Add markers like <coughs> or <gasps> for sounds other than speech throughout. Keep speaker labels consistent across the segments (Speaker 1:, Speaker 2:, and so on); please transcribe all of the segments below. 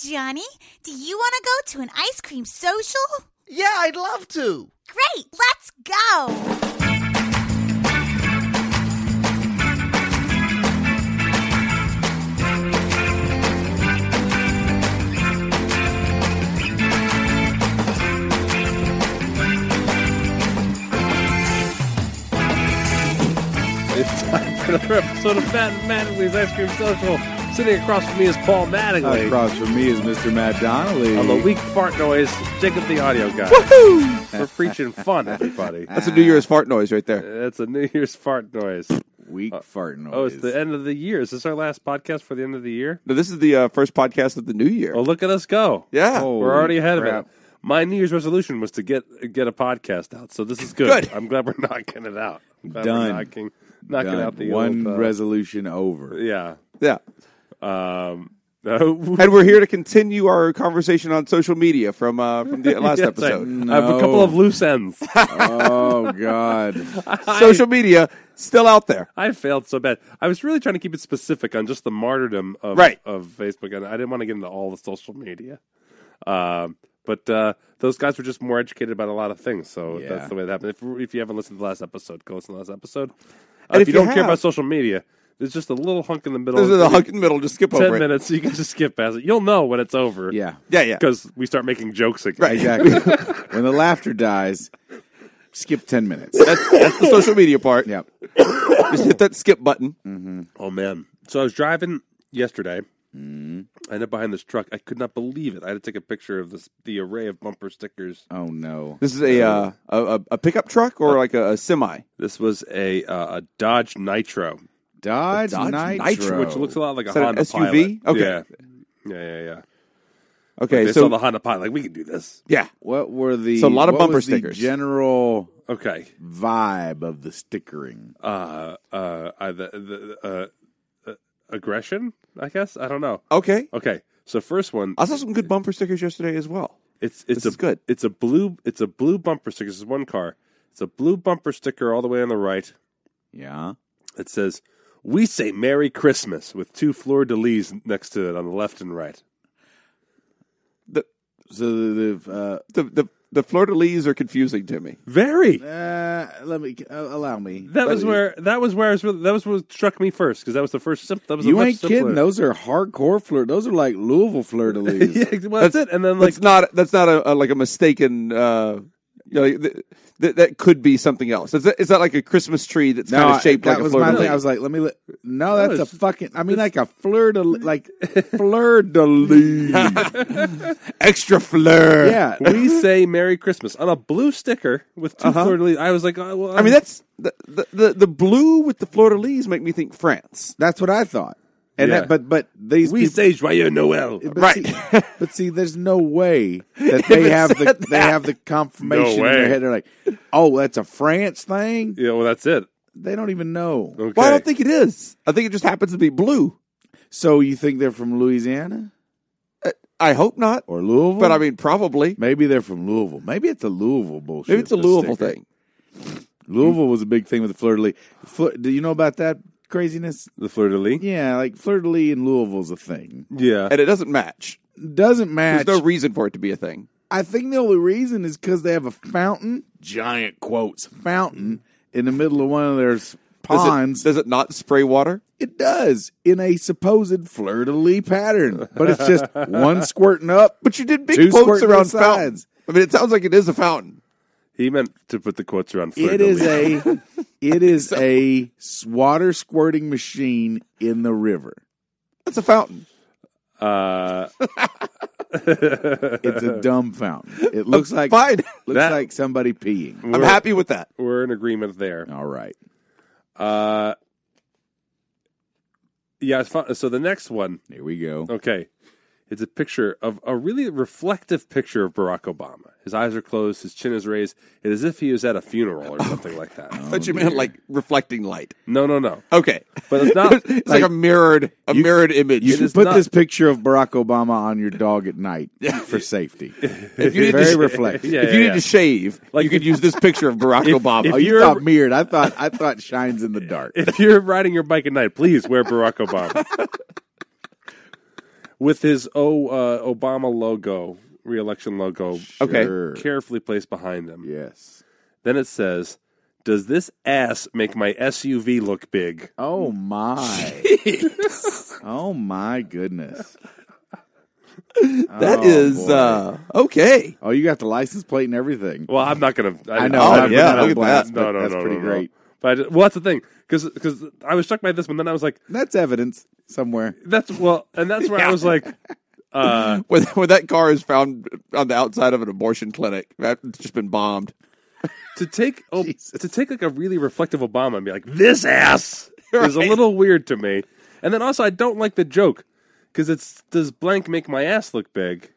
Speaker 1: Johnny, do you want to go to an ice cream social?
Speaker 2: Yeah, I'd love to.
Speaker 1: Great, let's go.
Speaker 3: It's time for another episode of Matt and Mattingly's Ice Cream Social. Sitting across from me is Paul Mattingly.
Speaker 4: Across from me is Mr. Matt Donnelly.
Speaker 3: On the weak fart noise, Jacob the audio guy. We're preaching fun, everybody.
Speaker 5: That's a New Year's fart noise right there.
Speaker 3: That's a New Year's fart noise.
Speaker 4: Weak fart noise.
Speaker 3: Oh, it's the end of the year. Is this our last podcast for the end of the year?
Speaker 5: No, this is the uh, first podcast of the new year.
Speaker 3: Well, look at us go.
Speaker 5: yeah.
Speaker 4: Oh.
Speaker 3: We're already ahead
Speaker 4: crap.
Speaker 3: of it. My New Year's resolution was to get get a podcast out, so this is good.
Speaker 5: Good.
Speaker 3: I'm glad we're <laughs> knocking it out. I'm glad
Speaker 4: Done.
Speaker 3: We're knocking, knocking
Speaker 4: Done.
Speaker 3: out the
Speaker 4: one
Speaker 3: old, uh, <laughs>
Speaker 4: resolution over.
Speaker 3: yeah.
Speaker 5: Yeah.
Speaker 3: Um,
Speaker 5: <laughs>
Speaker 3: <laughs>
Speaker 5: And we're here to continue our conversation on social media from uh, from
Speaker 3: <laughs>
Speaker 5: the last
Speaker 3: Yes, I-
Speaker 5: episode.
Speaker 3: I have a couple
Speaker 4: No.
Speaker 3: of loose ends. <laughs>
Speaker 4: oh God.
Speaker 5: <laughs> Social media still out there.
Speaker 3: I failed so bad. I was really trying to keep it specific on just the martyrdom of
Speaker 5: Right.
Speaker 3: of Facebook, and I didn't want to get into all the social media. Um, but uh, those guys were just more educated about a lot of things, so
Speaker 4: Yeah.
Speaker 3: that's the way that happened. If, if you haven't listened to the last episode, go listen to the last episode. Uh,
Speaker 5: And
Speaker 3: if,
Speaker 5: if
Speaker 3: you
Speaker 5: you
Speaker 3: don't care
Speaker 5: have-
Speaker 3: about social media, there's just a little hunk in the middle.
Speaker 5: This is the
Speaker 3: of-
Speaker 5: hunk in the middle. Just skip
Speaker 3: Oh, Ten
Speaker 5: over it.
Speaker 3: minutes, so you can just skip past it. You'll know when it's over.
Speaker 4: Yeah.
Speaker 5: Yeah, yeah.
Speaker 3: because we start making jokes again.
Speaker 5: Right.
Speaker 3: <laughs>
Speaker 4: Exactly. when the laughter dies, skip ten minutes.
Speaker 5: That's, that's the social media part.
Speaker 4: Yep.
Speaker 5: Just hit that skip button.
Speaker 3: Oh man! So I was driving yesterday.
Speaker 5: Mm-hmm.
Speaker 3: I ended up behind this truck. I could not believe it. I had to take a picture of this the array of bumper stickers.
Speaker 4: Oh no.
Speaker 5: This is a uh, a, a- a pickup truck or like a, a semi.
Speaker 3: This was a uh, a Dodge Nitro,
Speaker 4: Dodge,
Speaker 5: Dodge
Speaker 4: Nitro.
Speaker 5: Nitro,
Speaker 3: which looks a lot like a
Speaker 5: Is that an
Speaker 3: Honda
Speaker 5: SUV?
Speaker 3: Pilot.
Speaker 5: Okay.
Speaker 3: Yeah. Yeah, yeah, yeah.
Speaker 5: Okay,
Speaker 3: they saw
Speaker 5: so
Speaker 3: the Honda Pilot. Like we can do this.
Speaker 5: yeah,
Speaker 4: What were the
Speaker 5: So a lot of
Speaker 4: what
Speaker 5: bumper
Speaker 4: was the
Speaker 5: stickers.
Speaker 4: general
Speaker 3: Okay.
Speaker 4: vibe of the stickering.
Speaker 3: Uh, uh, I, the, the uh, uh, aggression. I guess I don't know.
Speaker 5: okay.
Speaker 3: Okay. So first one,
Speaker 5: I saw some good bumper stickers yesterday as well.
Speaker 3: It's it's
Speaker 5: This
Speaker 3: a
Speaker 5: is good.
Speaker 3: It's a blue. It's a blue bumper sticker. This is one car. It's a blue bumper sticker all the way on the right.
Speaker 4: Yeah.
Speaker 3: It says, "We say Merry Christmas" with two fleur de lis next to it on the left and right.
Speaker 5: The
Speaker 4: So the, uh,
Speaker 5: the
Speaker 4: the
Speaker 5: the, the fleur de lis are confusing to me.
Speaker 3: Very.
Speaker 4: uh, uh let me uh, allow me.
Speaker 3: That was where that was where I was, really- that was what struck me first because that was the first sim- that was the
Speaker 4: You
Speaker 3: much
Speaker 4: ain't
Speaker 3: simpler.
Speaker 4: kidding. Those are hardcore flirt. Those are like Louisville fleur de lis.
Speaker 3: <laughs> yeah, well, that's, it. And
Speaker 4: <laughs>
Speaker 3: then like
Speaker 5: that's not that's not a, a like a mistaken. Uh, you know, th- th- that could be something else. Is that, is that like a Christmas tree that's kind of shaped
Speaker 4: that
Speaker 5: like a
Speaker 4: was
Speaker 5: fleur
Speaker 4: my
Speaker 5: de
Speaker 4: thing.
Speaker 5: lis?
Speaker 4: I was like, let me. Li- no, that's a
Speaker 3: it's-
Speaker 4: fucking. I mean, like a fleur de like fleur de lis.
Speaker 5: Extra fleur.
Speaker 4: yeah,
Speaker 3: we say Merry Christmas on a blue sticker with 2
Speaker 5: Uh-huh.
Speaker 3: fleur de lis. I was like, oh, well,
Speaker 5: I mean that's the the, the, the blue with the fleur de lis make me think France.
Speaker 4: that's what I thought. And
Speaker 3: Yeah.
Speaker 4: that, but but these
Speaker 3: we
Speaker 4: people,
Speaker 3: say Joyeux Noel.
Speaker 4: but
Speaker 5: right.
Speaker 4: See, but see, there's no way that they have the
Speaker 5: said
Speaker 4: they have the confirmation
Speaker 3: No
Speaker 4: in
Speaker 3: way.
Speaker 4: their head. They're like, oh, that's a France thing.
Speaker 3: Yeah, well, that's it.
Speaker 4: They don't even know.
Speaker 3: Okay.
Speaker 5: Well, I don't think it is. I think it just happens to be blue.
Speaker 4: So you think they're from Louisiana
Speaker 5: I hope not,
Speaker 4: or Louisville?
Speaker 5: but I mean probably.
Speaker 4: maybe they're from Louisville. Maybe it's a Louisville bullshit.
Speaker 5: Maybe it's a
Speaker 4: the
Speaker 5: Louisville
Speaker 4: sticker.
Speaker 5: thing.
Speaker 4: Louisville was a big thing with the fleur de lis. Fleur, do you know about that craziness?
Speaker 3: the fleur de lis.
Speaker 4: Yeah, like fleur de lis in Louisville's a thing.
Speaker 3: Yeah.
Speaker 5: And it doesn't match.
Speaker 4: Doesn't match.
Speaker 5: There's no reason for it to be a thing.
Speaker 4: I think the only reason is because they have a fountain, giant quotes fountain in the middle of one of their s-
Speaker 5: Does it-
Speaker 4: ponds.
Speaker 5: does it not spray water?
Speaker 4: It does in a supposed fleur de lis pattern, but
Speaker 5: <laughs>
Speaker 4: it's just one squirting up.
Speaker 5: But you did big
Speaker 4: Two
Speaker 5: quotes
Speaker 4: squirt
Speaker 5: around
Speaker 4: both
Speaker 5: fountains.
Speaker 4: sides.
Speaker 5: I mean, it sounds like it is a fountain.
Speaker 3: He meant to put the quotes around. Fleur
Speaker 4: It
Speaker 3: de
Speaker 4: is
Speaker 5: <laughs>
Speaker 3: lis.
Speaker 4: a it is a s- water squirting machine in the river.
Speaker 5: It's a fountain.
Speaker 3: Uh,
Speaker 4: It's a dumb fountain. It looks
Speaker 5: <laughs>
Speaker 4: like
Speaker 5: Fine.
Speaker 4: looks
Speaker 3: That-
Speaker 4: like somebody peeing.
Speaker 5: I'm happy with that.
Speaker 3: we're in agreement there.
Speaker 4: All right.
Speaker 3: Uh, yeah. It's fun. So the next one,
Speaker 4: Here we go.
Speaker 3: okay, it's a picture of a really reflective picture of Barack Obama. His eyes are closed, his chin is raised. It is as if he was at a funeral or something like that.
Speaker 5: But you meant like reflecting light.
Speaker 3: No, no, no.
Speaker 5: Okay. <laughs>
Speaker 3: But it's not.
Speaker 5: it's like, a mirrored a mirrored image.
Speaker 4: You
Speaker 3: It
Speaker 4: should
Speaker 3: is
Speaker 4: put
Speaker 3: not-
Speaker 4: this picture of Barack Obama on your dog at <laughs> night for <laughs> safety.
Speaker 5: if you need
Speaker 4: Very
Speaker 5: to,
Speaker 3: <laughs>
Speaker 4: reflective.
Speaker 3: Yeah,
Speaker 5: if you
Speaker 3: yeah,
Speaker 5: need
Speaker 3: yeah.
Speaker 5: to shave,
Speaker 3: Like
Speaker 5: you could
Speaker 3: if-
Speaker 5: use this picture of Barack <laughs> Obama.
Speaker 3: if
Speaker 4: Oh,
Speaker 5: Oh,
Speaker 4: you
Speaker 3: you're-
Speaker 4: thought mirrored. I thought I thought shines in the dark.
Speaker 5: <laughs>
Speaker 3: If you're riding your bike at night, please wear Barack Obama. with his O uh, Obama logo, reelection logo,
Speaker 5: Okay.
Speaker 4: Sure.
Speaker 3: carefully placed behind him.
Speaker 4: Yes.
Speaker 3: Then it says, "Does this ass make my SUV look big?"
Speaker 4: Oh <laughs> my. oh my goodness.
Speaker 5: That
Speaker 4: Oh,
Speaker 5: is
Speaker 4: boy.
Speaker 5: uh, okay.
Speaker 4: Oh, you got the license plate and everything.
Speaker 3: Well, I'm not gonna. I,
Speaker 4: I know.
Speaker 5: Oh,
Speaker 3: I'm not-
Speaker 4: I'm
Speaker 5: yeah,
Speaker 4: not on
Speaker 5: look at
Speaker 4: blast,
Speaker 5: that.
Speaker 4: but
Speaker 3: No, no,
Speaker 4: that's
Speaker 3: no,
Speaker 4: pretty
Speaker 3: no, no.
Speaker 4: great.
Speaker 3: But I just- well, that's the thing, because I was struck by this one. Then I was like,
Speaker 4: That's evidence somewhere.
Speaker 3: "That's well," and that's where I was
Speaker 4: <laughs>
Speaker 3: like, uh,
Speaker 5: Where, where that car is found on the outside of an abortion clinic, that it's just been bombed.
Speaker 3: to take oh, to take like a really reflective Obama and be like, "This
Speaker 4: <laughs>
Speaker 3: ass" is a little weird to me. And then also, I don't like the joke because it's does blank make my ass look big,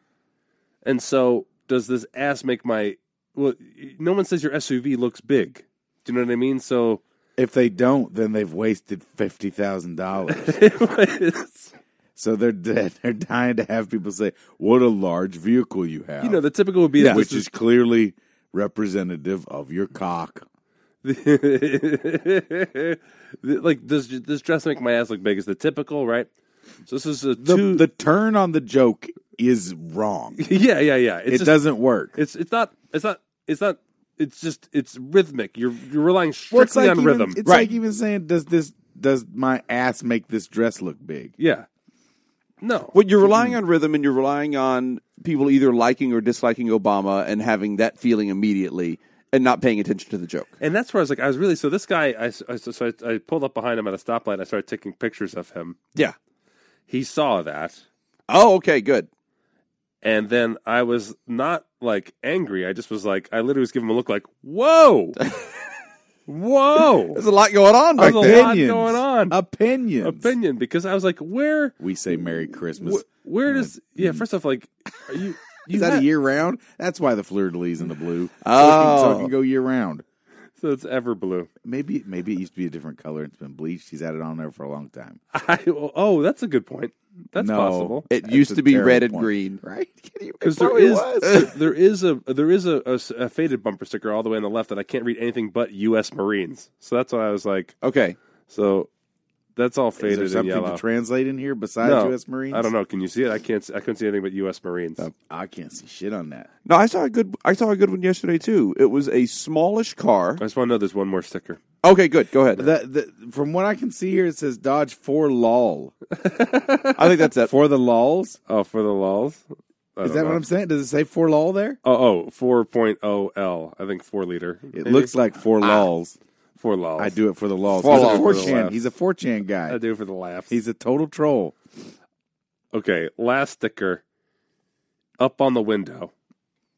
Speaker 3: and so does this ass make my well? No one says your SUV looks big. Do you know what I mean? So <laughs>
Speaker 4: If they don't, then they've wasted fifty thousand <laughs> dollars.
Speaker 3: it's-
Speaker 4: so they're dead. They're dying to have people say, "What a large vehicle you have!"
Speaker 3: you know, the typical would be that <laughs>
Speaker 4: which
Speaker 3: this
Speaker 4: is clearly representative of your cock.
Speaker 3: like does this dress make my ass look big is the typical right so this is a
Speaker 4: The,
Speaker 3: two
Speaker 4: the turn on the joke is wrong.
Speaker 3: <laughs> yeah yeah yeah <laughs> it's
Speaker 4: It
Speaker 3: just-
Speaker 4: doesn't work.
Speaker 3: it's it's not it's not it's not it's just it's rhythmic you're you're relying
Speaker 4: Well, it's
Speaker 3: strictly on
Speaker 4: even,
Speaker 3: rhythm
Speaker 4: It's
Speaker 5: Right.
Speaker 4: like even saying, "Does this does my ass make this dress look big?"
Speaker 3: yeah no
Speaker 5: Well, you're relying on rhythm, and you're relying on people either liking or disliking Obama and having that feeling immediately, and not paying attention to the joke.
Speaker 3: and that's where I was like I was really so this guy I, s- I s- so I, I pulled up behind him at a stoplight and I started taking pictures of him
Speaker 5: Yeah.
Speaker 3: he saw that
Speaker 5: Oh, okay, good.
Speaker 3: and then I was not like angry I just was like I literally was giving him a look like
Speaker 4: <laughs>
Speaker 3: whoa whoa
Speaker 5: There's a lot going on back
Speaker 3: There's a
Speaker 5: there.
Speaker 3: lot going on.
Speaker 4: Opinions.
Speaker 3: opinion because I was like, where,
Speaker 4: We say Merry Christmas.
Speaker 3: wh- where does yeah? First off, like, are you you
Speaker 4: <laughs> Is that
Speaker 3: had-
Speaker 4: a year round? That's why the fleur de lis in the blue. So it can- so
Speaker 5: Oh.
Speaker 4: it can go year round.
Speaker 3: So it's ever blue.
Speaker 4: Maybe maybe it used to be a different color. It's been bleached. He's had it on there for a long time.
Speaker 3: <laughs> I, oh, that's a good point. That's
Speaker 4: No.
Speaker 3: possible
Speaker 5: It
Speaker 4: That's
Speaker 5: used
Speaker 4: a
Speaker 5: to be
Speaker 4: terrible
Speaker 5: red and
Speaker 4: point.
Speaker 5: green.
Speaker 4: right? <laughs> Can you-
Speaker 3: because
Speaker 4: it
Speaker 3: there
Speaker 4: probably
Speaker 3: is <laughs>
Speaker 4: was.
Speaker 3: there- there is a there is a, a s- a faded bumper sticker all the way on the left that I can't read anything but U.S. Marines. So that's why I was like,
Speaker 5: Okay.
Speaker 3: so that's all
Speaker 4: Is there
Speaker 3: faded and
Speaker 4: something
Speaker 3: yellow.
Speaker 4: to translate in here besides
Speaker 3: no,
Speaker 4: U.S. Marines?
Speaker 3: I don't know. Can you see it? I can't. s- I couldn't see anything but U.S. Marines.
Speaker 4: I can't see shit on that.
Speaker 5: No, I saw a good. I saw a good one yesterday too. It was a smallish car.
Speaker 3: I just want to know. There's one more sticker.
Speaker 5: Okay, good. Go ahead.
Speaker 4: The, the, from what I can see here, it says Dodge for lol.
Speaker 5: I think that's it.
Speaker 4: For the lols?
Speaker 3: Oh, for the lols. I
Speaker 4: Is
Speaker 3: don't
Speaker 4: that
Speaker 3: know.
Speaker 4: what I'm saying? Does it say for lol there?
Speaker 3: Oh, oh, 4.0 L. I think four liter.
Speaker 4: It looks like for
Speaker 3: Ah.
Speaker 4: lols.
Speaker 3: four lols.
Speaker 4: I do it for the lols.
Speaker 5: For
Speaker 4: He's
Speaker 5: lols.
Speaker 4: a
Speaker 5: For
Speaker 3: the
Speaker 4: 4chan.
Speaker 3: laugh.
Speaker 4: He's a 4chan guy.
Speaker 3: I do for the laughs.
Speaker 4: He's a
Speaker 3: <laughs>
Speaker 4: total troll.
Speaker 3: okay. Last sticker up on the window.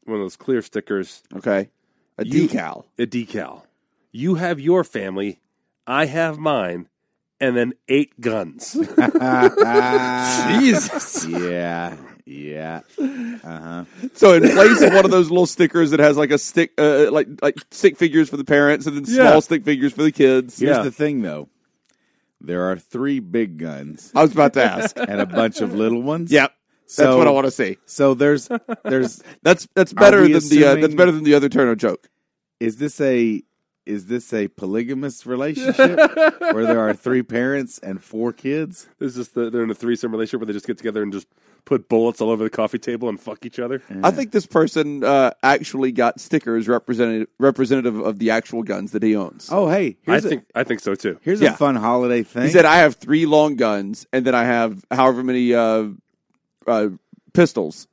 Speaker 3: One of those clear stickers.
Speaker 5: Okay, a
Speaker 3: You-
Speaker 5: decal.
Speaker 3: A decal. You have your family. I have mine. And then eight
Speaker 4: <laughs>
Speaker 3: guns.
Speaker 5: Jesus.
Speaker 4: Ah, Yeah, yeah. Uh huh.
Speaker 5: so in place of one of those little stickers that has like a stick, uh, like like stick figures for the parents, and then
Speaker 3: Yeah.
Speaker 5: small stick figures for the kids.
Speaker 4: Here's
Speaker 3: Yeah.
Speaker 4: the thing, though. There are three big guns
Speaker 5: I was about to
Speaker 3: <laughs>
Speaker 5: ask.
Speaker 4: and a bunch of little ones.
Speaker 5: yep, that's
Speaker 4: So-
Speaker 5: what I want to see.
Speaker 4: So there's
Speaker 3: <laughs>
Speaker 4: there's
Speaker 5: That's that's better
Speaker 4: we
Speaker 5: than the uh,
Speaker 4: assuming-
Speaker 5: that's better than the other Turner joke.
Speaker 4: is this a is this a polygamous relationship where there are three parents and four kids?
Speaker 3: <laughs> This is the, they're in a threesome relationship where they just get together and just put bullets all over the coffee table and fuck each other.
Speaker 5: I think this person uh, actually got stickers representative representative of the actual guns that he owns.
Speaker 4: Oh, hey,
Speaker 3: I
Speaker 4: here's a,
Speaker 3: think I think so too.
Speaker 4: here's
Speaker 5: Yeah.
Speaker 4: a fun holiday thing.
Speaker 5: He said, "I have three long guns, and then I have however many uh, uh, pistols,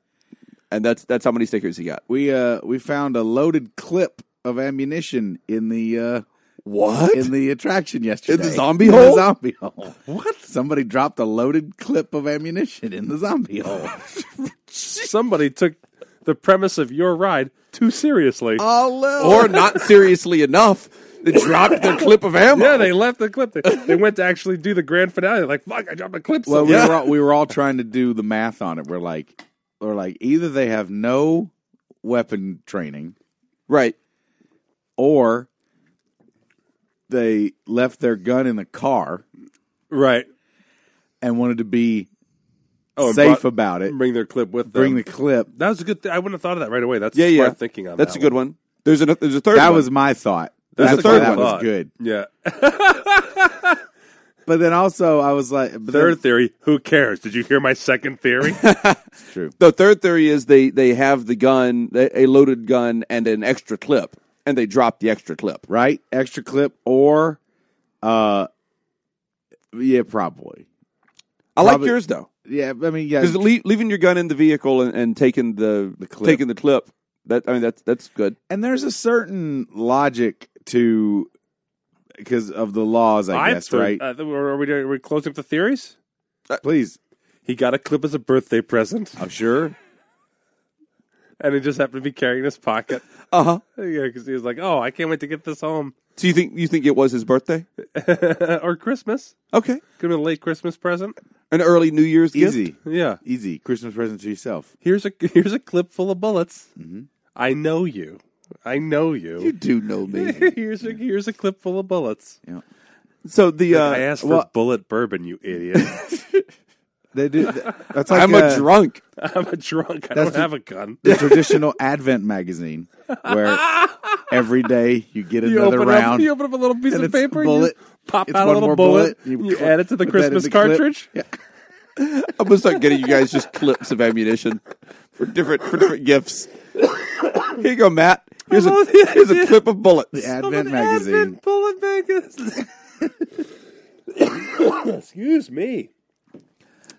Speaker 5: and that's that's how many stickers he got."
Speaker 4: we uh we found a loaded clip of ammunition in the uh
Speaker 5: What?
Speaker 4: in the attraction yesterday.
Speaker 5: zombie
Speaker 4: In the
Speaker 5: hole?
Speaker 4: zombie hole. What? Somebody dropped a loaded clip of ammunition in the zombie hole.
Speaker 3: Somebody took the premise of your ride too seriously.
Speaker 4: Oh, Lil.
Speaker 5: or not seriously enough, they dropped their clip of ammo.
Speaker 3: Yeah, they left the clip. They, they went to actually do the grand finale. They're like, fuck, I dropped a clip. Well,
Speaker 4: Well, we were all, we were all trying to do the math on it. We're like, we're like, either they have no weapon training,
Speaker 5: right.
Speaker 4: or they left their gun in the car
Speaker 3: right.
Speaker 4: and wanted to be
Speaker 3: Oh, and
Speaker 4: safe
Speaker 3: brought-
Speaker 4: about it.
Speaker 3: Bring their clip with them.
Speaker 4: Bring the clip.
Speaker 3: that was a good. thing. I wouldn't have thought of that right away. That's
Speaker 5: Yeah, yeah.
Speaker 3: smart thinking on
Speaker 5: That's
Speaker 3: that.
Speaker 5: a good one. There's a there's a third.
Speaker 4: That
Speaker 5: one.
Speaker 4: was my thought.
Speaker 5: There's a
Speaker 4: That's why
Speaker 5: third
Speaker 4: that
Speaker 5: one.
Speaker 4: was good.
Speaker 3: Yeah.
Speaker 4: But then also, I was like, but
Speaker 3: Third theory, who cares? Did you hear my second theory?
Speaker 4: that's true.
Speaker 5: The third theory is they they have the gun, a loaded gun, and an extra clip, and they drop the extra clip.
Speaker 4: right? Extra clip or, uh, yeah, probably.
Speaker 5: I like
Speaker 4: Probably-
Speaker 5: yours though,
Speaker 4: Yeah, I mean, yeah,
Speaker 5: because leaving your gun in the vehicle and, and taking the,
Speaker 4: clip.
Speaker 5: taking the clip. That I mean, that's that's good.
Speaker 4: and there's a certain logic to because of the laws, I, guess,
Speaker 3: thought-
Speaker 4: right?
Speaker 3: Uh, are, we, are we closing up the theories?
Speaker 4: Please,
Speaker 3: He got a clip as a birthday present,
Speaker 4: I'm sure.
Speaker 3: and he just happened to be carrying in his pocket. <laughs>
Speaker 5: Uh huh.
Speaker 3: Yeah, because he was like, "Oh, I can't wait to get this home <laughs>
Speaker 5: So you think you think it was his birthday?
Speaker 3: or Christmas.
Speaker 5: Okay,
Speaker 3: Could have been a late Christmas present."
Speaker 5: an early New Year's
Speaker 4: Easy,
Speaker 5: gift.
Speaker 3: Yeah,
Speaker 4: easy. Christmas present to yourself.
Speaker 3: here's a <laughs> here's a clip full of bullets. I know you. I know
Speaker 5: You
Speaker 3: you.
Speaker 5: do know
Speaker 3: <laughs>
Speaker 5: me.
Speaker 3: here's a here's a clip full of bullets.
Speaker 5: <laughs> so the
Speaker 3: I
Speaker 5: uh,
Speaker 3: asked for
Speaker 4: well-
Speaker 3: bullet bourbon, you
Speaker 4: <laughs>
Speaker 3: idiot.
Speaker 4: They do. That's like
Speaker 5: I'm
Speaker 4: uh,
Speaker 5: a drunk.
Speaker 3: I'm a drunk. I
Speaker 4: That's
Speaker 3: don't
Speaker 4: the-
Speaker 3: have a gun.
Speaker 4: the traditional Advent magazine where every day you get
Speaker 3: You
Speaker 4: another
Speaker 3: open
Speaker 4: round.
Speaker 3: up. You open up a little piece
Speaker 4: and
Speaker 3: of
Speaker 4: it's a
Speaker 3: paper. and
Speaker 4: bullet.
Speaker 3: You pop
Speaker 4: It's
Speaker 3: out a
Speaker 4: one
Speaker 3: little
Speaker 4: more
Speaker 3: bullet.
Speaker 4: bullet, you
Speaker 3: you
Speaker 4: clip-
Speaker 3: add it to the
Speaker 4: put that in
Speaker 3: Christmas
Speaker 4: the clip.
Speaker 3: cartridge. <laughs>
Speaker 5: I'm gonna start getting you guys just clips of ammunition for different for different gifts. Here you go, Matt. Here's <laughs> a here's a clip of bullets.
Speaker 4: the Advent magazine.
Speaker 3: bullet
Speaker 4: <laughs>
Speaker 3: magazine. Excuse me.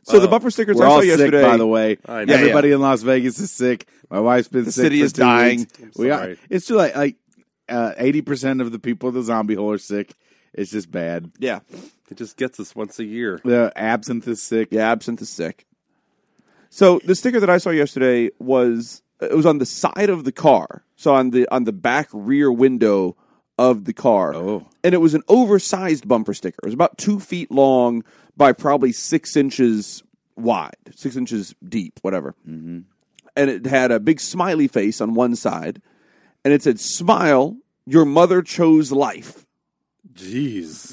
Speaker 5: So the bumper stickers
Speaker 4: We're
Speaker 5: I saw
Speaker 4: all sick,
Speaker 5: yesterday.
Speaker 4: by the way.
Speaker 3: I know.
Speaker 4: Everybody in Las Vegas is sick. My wife's been sick.
Speaker 5: city
Speaker 4: for
Speaker 5: is
Speaker 4: two
Speaker 5: dying.
Speaker 4: weeks.
Speaker 3: I'm
Speaker 4: We are.
Speaker 3: sorry.
Speaker 4: It's too like like eighty percent of the people in the zombie hole are sick. It's just bad.
Speaker 5: Yeah,
Speaker 3: It just gets us once a year.
Speaker 4: The absinthe is sick.
Speaker 5: yeah. Absinthe is sick. So the sticker that I saw yesterday was it was on the side of the car. So on the on the back rear window of the car.
Speaker 4: Oh.
Speaker 5: And it was an oversized bumper sticker. It was about two feet long by probably six inches wide, six inches deep, whatever. and it had a big smiley face on one side, and it said, "Smile, your mother chose life."
Speaker 3: Jeez.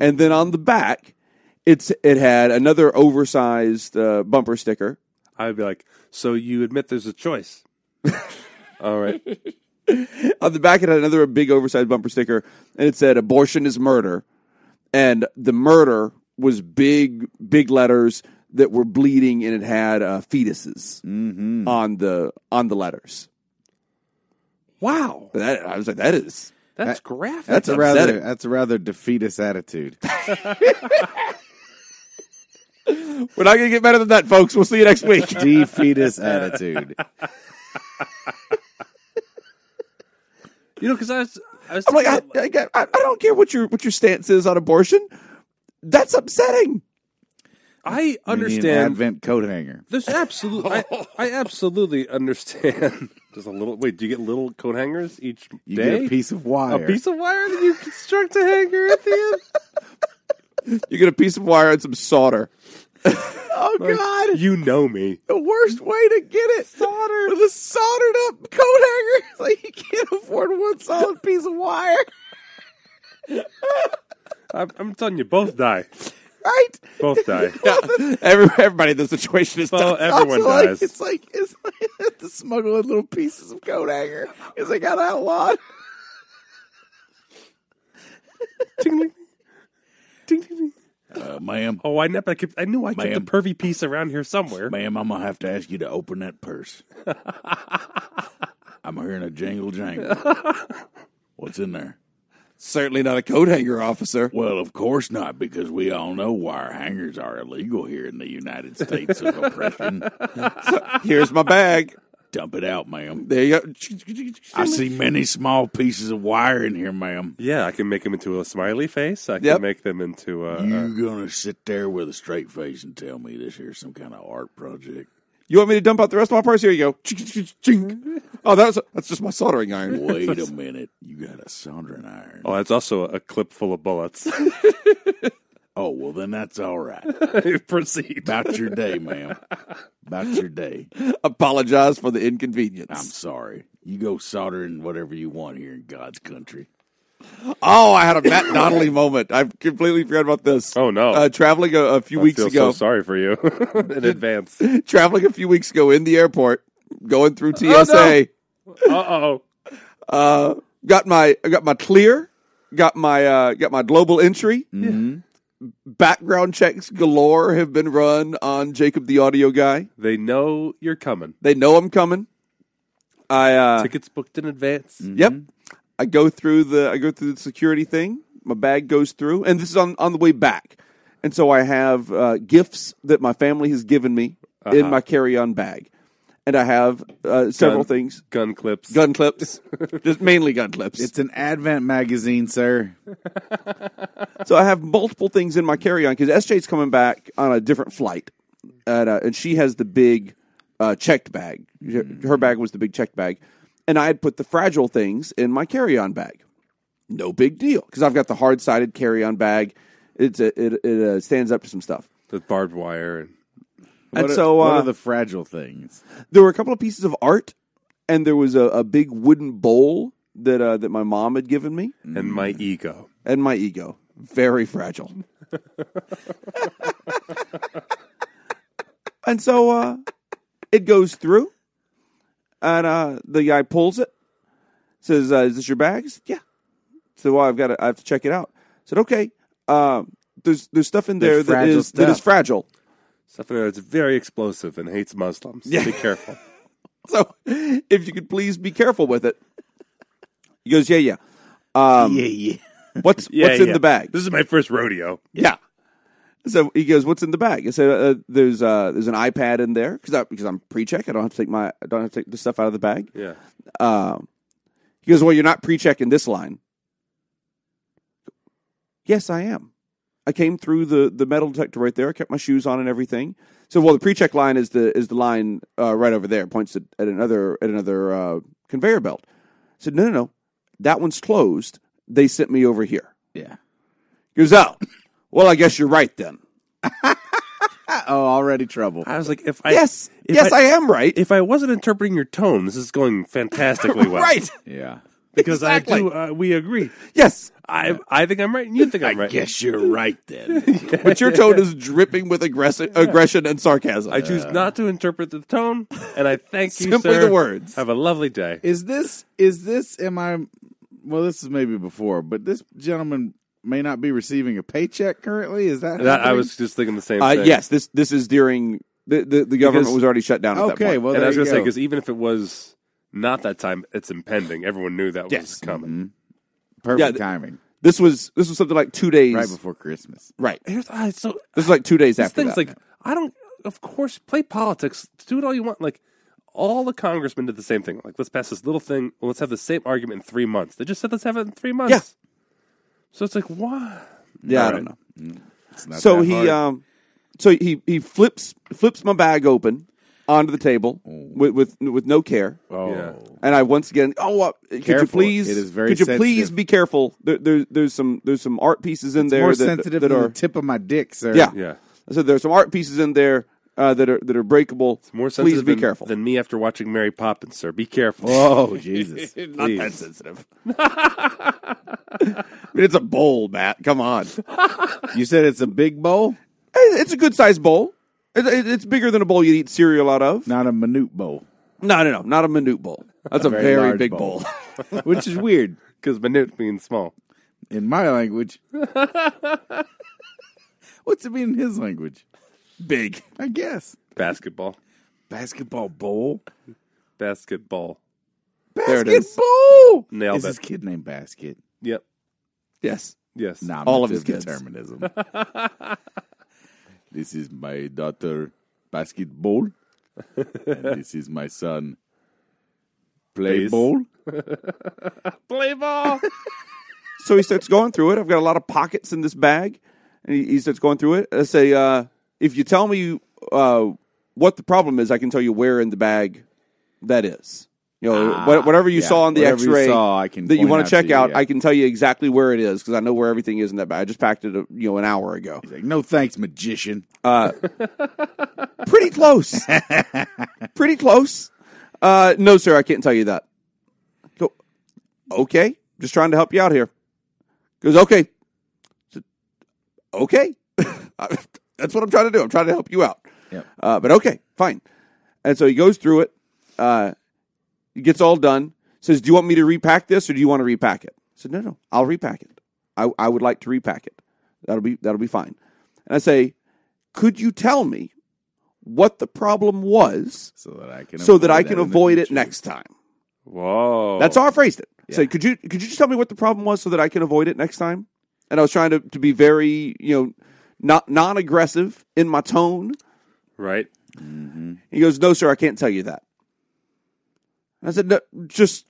Speaker 5: And then on the back, it's it had another oversized uh, bumper sticker.
Speaker 3: I'd be like, so you admit there's a
Speaker 4: <laughs>
Speaker 3: choice. All right.
Speaker 5: On the back, it had another big oversized bumper sticker, and it said, "Abortion is murder," and the murder was big, big letters that were bleeding, and it had uh, fetuses
Speaker 4: Mm-hmm.
Speaker 5: on the on the letters.
Speaker 3: Wow.
Speaker 5: That, I was like, "That is."
Speaker 3: That's graphic.
Speaker 4: That's, a
Speaker 5: upsetting.
Speaker 4: rather that's a rather
Speaker 5: <laughs>
Speaker 4: defeatist attitude.
Speaker 5: We're not gonna get better than that, folks. We'll see you next
Speaker 4: <laughs>
Speaker 5: week.
Speaker 4: defeatist attitude.
Speaker 3: you know, because I was, I was
Speaker 5: I'm like, I,
Speaker 3: thinking-
Speaker 5: I, I I don't care what your what your stance is on abortion. That's upsetting.
Speaker 3: I
Speaker 4: You need an
Speaker 3: understand.
Speaker 4: Advent coat hanger.
Speaker 3: There's absolutely, I, I absolutely understand. <laughs> There's a little. Wait, do you get little coat hangers each
Speaker 4: You
Speaker 3: day?
Speaker 4: get a piece of wire.
Speaker 3: A piece of wire that you construct a hanger at the end.
Speaker 5: You get a piece of wire and some solder.
Speaker 4: oh God!
Speaker 3: You know me.
Speaker 4: the worst way to get it soldered with a soldered up coat hanger. <laughs> It's like you can't afford one solid piece of wire,
Speaker 3: I'm, I'm telling you, both die.
Speaker 4: right?
Speaker 3: Both die.
Speaker 5: <laughs> Every, everybody in the situation is
Speaker 3: Well,
Speaker 5: tough.
Speaker 3: everyone
Speaker 4: Also, like,
Speaker 3: dies.
Speaker 4: It's like it's like <laughs> you have to smuggle in little pieces of coat hanger because they got outlawed.
Speaker 3: Ting-ling. Ting-ling.
Speaker 6: Uh, ma'am,
Speaker 3: Oh, I never. I, kept, I knew I kept a
Speaker 6: Ma'am.
Speaker 3: pervy piece around here somewhere.
Speaker 6: ma'am, I'm gonna have to ask you to open that purse. I'm hearing a jangle jangle. What's in there?
Speaker 5: Certainly not a coat hanger, officer.
Speaker 6: Well, of course not, because we all know wire hangers are illegal here in the United States of oppression.
Speaker 5: Here's my bag.
Speaker 6: Dump it out, ma'am.
Speaker 5: There you go.
Speaker 6: I see many small pieces of wire in here, ma'am.
Speaker 3: Yeah, I can make them into a smiley face. I can
Speaker 5: Yep.
Speaker 3: make them into a. a-
Speaker 6: You gonna sit there with a straight face and tell me this here's some kind of art project?
Speaker 5: You want me to dump out the rest of my purse? Here you go. Chink. Oh, that's that's just my soldering
Speaker 4: <laughs>
Speaker 5: iron.
Speaker 6: Wait a minute, you got a soldering iron.
Speaker 3: oh, that's also a clip full of bullets.
Speaker 6: Oh well, then that's all right.
Speaker 3: Proceed.
Speaker 6: About your day, <laughs> ma'am. About your day.
Speaker 5: Apologize for the inconvenience.
Speaker 6: I'm sorry. You go soldering whatever you want here in God's country.
Speaker 5: Oh, I had a Matt
Speaker 3: <laughs>
Speaker 5: Donnelly moment. I completely forgot about this.
Speaker 3: Oh, no.
Speaker 5: Uh, traveling a, a few
Speaker 3: I
Speaker 5: weeks
Speaker 3: feel
Speaker 5: ago.
Speaker 3: so sorry for you <laughs> in advance. Uh
Speaker 5: <laughs> traveling a few weeks ago in the airport, going through TSA.
Speaker 3: oh.
Speaker 5: uh, got my I got my clear, got my uh, got my global entry.
Speaker 3: Mm-hmm.
Speaker 5: Background checks galore have been run on Jacob the audio guy.
Speaker 3: They know you're coming.
Speaker 5: They know I'm coming. I uh,
Speaker 3: Tickets booked in advance.
Speaker 5: Yep. I go through the I go through the security thing. My bag goes through, and this is on on the way back. And so I have uh, gifts that my family has given me in my carry on bag, and I have uh, several
Speaker 3: Gun-
Speaker 5: things:
Speaker 3: Gun clips.
Speaker 5: gun clips, just mainly gun clips.
Speaker 4: It's an Advent magazine, sir.
Speaker 5: so I have multiple things in my carry on because SJ's coming back on a different flight, and, uh, and she has the big uh, checked bag. Her-
Speaker 4: Mm.
Speaker 5: Her bag was the big checked bag, and I had put the fragile things in my carry on bag. No big deal because I've got the hard sided carry on bag. It's a, it it uh, stands up to some stuff.
Speaker 3: The barbed wire. And
Speaker 5: And
Speaker 4: What are-
Speaker 5: so,
Speaker 4: what
Speaker 5: uh,
Speaker 4: are the fragile things?
Speaker 5: there were a couple of pieces of art, and there was a, a big wooden bowl that uh, that my mom had given me,
Speaker 3: and my ego.
Speaker 5: and my ego, very
Speaker 4: <laughs>
Speaker 5: fragile. and so uh, it goes through, and uh, the guy pulls it, says, uh, "Is this your bag?" I said, yeah. So well, I've got to, I have to check it out. I said, "Okay." Um, there's there's stuff in there
Speaker 4: There's
Speaker 5: that
Speaker 4: fragile
Speaker 5: is that is
Speaker 4: stuff.
Speaker 5: fragile.
Speaker 3: Something that's very explosive and hates Muslims. Be careful.
Speaker 5: So <laughs> if you could please be careful with it. He goes, yeah, yeah. Um,
Speaker 4: <laughs> yeah, yeah.
Speaker 5: What's what's in
Speaker 3: yeah.
Speaker 5: the bag?
Speaker 3: <laughs> This is my first rodeo.
Speaker 5: yeah. So he goes, what's in the bag? I said, uh, there's uh, there's an iPad in there because I because I'm pre-check. I don't have to take my I don't have to take the stuff out of the bag.
Speaker 3: Yeah.
Speaker 5: Um, he goes, well, you're not pre-checking this line. Yes, I am. I came through the, the metal detector right there. I kept my shoes on and everything. So, well, the pre-check line is the is the line uh, right over there. Points at, at another at another uh, conveyor belt. I said, no, no, no, that one's closed. They sent me over here.
Speaker 4: Yeah.
Speaker 5: He goes, oh, well, I guess you're right then.
Speaker 4: Oh, already trouble.
Speaker 3: I was like, if I
Speaker 5: yes,
Speaker 3: if
Speaker 5: yes, I, am right.
Speaker 3: If I wasn't interpreting your tone, this is going <laughs> fantastically well.
Speaker 5: right.
Speaker 4: Yeah.
Speaker 3: because I
Speaker 5: exactly.
Speaker 3: do. Uh, we agree. <laughs>
Speaker 5: Yes,
Speaker 3: I I think I'm right, and you think I'm
Speaker 6: I
Speaker 3: right.
Speaker 6: guess <laughs> you're right then.
Speaker 5: but your tone is dripping with aggression, aggression and sarcasm.
Speaker 3: I choose not to interpret the tone, and I <laughs> thank you,
Speaker 5: Simply
Speaker 3: sir.
Speaker 5: the words.
Speaker 3: Have a lovely day.
Speaker 4: Is this is this am I well this is maybe before, but this gentleman may not be receiving a paycheck currently. Is that,
Speaker 3: That, I
Speaker 4: happening?
Speaker 3: was just thinking the same
Speaker 5: Uh,
Speaker 3: thing.
Speaker 5: yes, this this is during the the, the government
Speaker 3: Because-
Speaker 5: was already shut down. At that
Speaker 4: Okay,
Speaker 5: point.
Speaker 4: well
Speaker 3: and I
Speaker 4: there
Speaker 3: was
Speaker 4: you
Speaker 3: going to say
Speaker 4: go.
Speaker 3: because even if it was not that time, it's impending. Everyone knew that was
Speaker 5: Yes. Mm-hmm.
Speaker 3: coming.
Speaker 4: perfect
Speaker 5: yeah, th-
Speaker 4: timing.
Speaker 5: this was this was something like two days.
Speaker 4: Right before Christmas.
Speaker 5: Right.
Speaker 3: Here's I so
Speaker 5: this is like two days
Speaker 3: this
Speaker 5: after
Speaker 3: thing's
Speaker 5: that.
Speaker 3: like I don't. Of course, play politics. Do it all you want. Like all the congressmen did the same thing. Like let's pass this little thing. Well, let's have the same argument in three months. They just said let's have it in three months. So it's like why?
Speaker 5: yeah, I
Speaker 3: All
Speaker 5: don't
Speaker 3: right.
Speaker 5: know.
Speaker 4: It's not
Speaker 5: So
Speaker 4: that hard.
Speaker 5: he um, so he he flips flips my bag open onto the table with with with no care.
Speaker 4: oh.
Speaker 3: Yeah.
Speaker 5: And I once again, oh, uh, could you
Speaker 4: Careful.
Speaker 5: please?
Speaker 4: It is very
Speaker 5: could you please
Speaker 4: sensitive.
Speaker 5: be careful? There, there, there's some there's some art pieces in there
Speaker 4: more
Speaker 5: that,
Speaker 4: sensitive
Speaker 5: that
Speaker 4: than
Speaker 5: are
Speaker 4: the tip of my dick, sir.
Speaker 5: yeah
Speaker 3: Yeah.
Speaker 5: I said there's some art pieces in there uh, that are that are breakable.
Speaker 3: More
Speaker 5: please
Speaker 3: sensitive
Speaker 5: be
Speaker 3: than,
Speaker 5: careful.
Speaker 3: than me after watching Mary Poppins, sir. Be careful.
Speaker 4: <laughs> Oh Jesus.
Speaker 5: Not that sensitive. <laughs> I mean, it's a bowl, Matt. Come on. It-
Speaker 4: You said it's a big bowl,
Speaker 5: It's a good sized bowl. It- it- It's bigger than a bowl you'd eat cereal out of.
Speaker 4: not a minute bowl.
Speaker 5: No, no, no. Not a minute bowl. That's a
Speaker 4: Very
Speaker 5: very,
Speaker 4: large
Speaker 5: big
Speaker 4: bowl.
Speaker 5: bowl. <laughs>
Speaker 4: Which is weird
Speaker 3: Because minute means small.
Speaker 4: in my
Speaker 5: <laughs>
Speaker 4: language. <laughs> What's it mean in his language?
Speaker 5: big.
Speaker 4: I guess.
Speaker 3: Basketball.
Speaker 4: Basketball bowl?
Speaker 3: Basketball.
Speaker 5: There it is.
Speaker 4: Basketball!
Speaker 3: Nailed
Speaker 4: is
Speaker 3: it.
Speaker 4: his kid named Basket?
Speaker 3: Yep.
Speaker 5: Yes.
Speaker 3: Yes.
Speaker 4: Nah,
Speaker 5: All
Speaker 4: not
Speaker 5: of his
Speaker 4: this
Speaker 5: kids. <laughs>
Speaker 4: determinism. <laughs> this is my daughter, Basketball. and this is my son, Play
Speaker 3: Please.
Speaker 4: Ball.
Speaker 5: <laughs>
Speaker 3: Play ball.
Speaker 5: So he starts going through it. I've got a lot of pockets in this bag, and he, he starts going through it. I say, uh, if you tell me uh, what the problem is, I can tell you where in the bag that is. You know, what, whatever you
Speaker 4: Ah, yeah.
Speaker 5: saw on the
Speaker 4: Whatever you
Speaker 5: X-ray
Speaker 4: saw, I can
Speaker 5: that you
Speaker 4: point
Speaker 5: want
Speaker 4: out
Speaker 5: to check
Speaker 4: to you,
Speaker 5: out,
Speaker 4: yeah.
Speaker 5: I can tell you exactly where it is because I know where everything is in that bag. I just packed it, uh, you know, an hour ago.
Speaker 4: He's like, no thanks, magician.
Speaker 5: Pretty close. Pretty close. Uh, no, sir, I can't tell you that. Go, okay, just trying to help you out here. Goes, okay. Said, okay. <laughs> That's what I'm trying to do. I'm trying to help you out.
Speaker 4: Yep.
Speaker 5: Uh, but okay, fine. And so he goes through it, uh, he gets all done, says, Do you want me to repack this or do you want to repack it? I said, No, no, I'll repack it. I, I would like to repack it. That'll be that'll be fine. And I say, could you tell me what the problem was
Speaker 4: so that I can
Speaker 5: so that I
Speaker 4: that
Speaker 5: can
Speaker 4: in the
Speaker 5: avoid it
Speaker 4: future. Oh.
Speaker 5: next time?
Speaker 3: Whoa.
Speaker 5: That's how I phrased it. Say, could you could you just tell me what the problem was so that I can avoid it next time? And I was trying to, to be very, you know, not non aggressive in my tone.
Speaker 3: Right.
Speaker 5: He goes, No, sir, I can't tell you that. And I said, no, Just,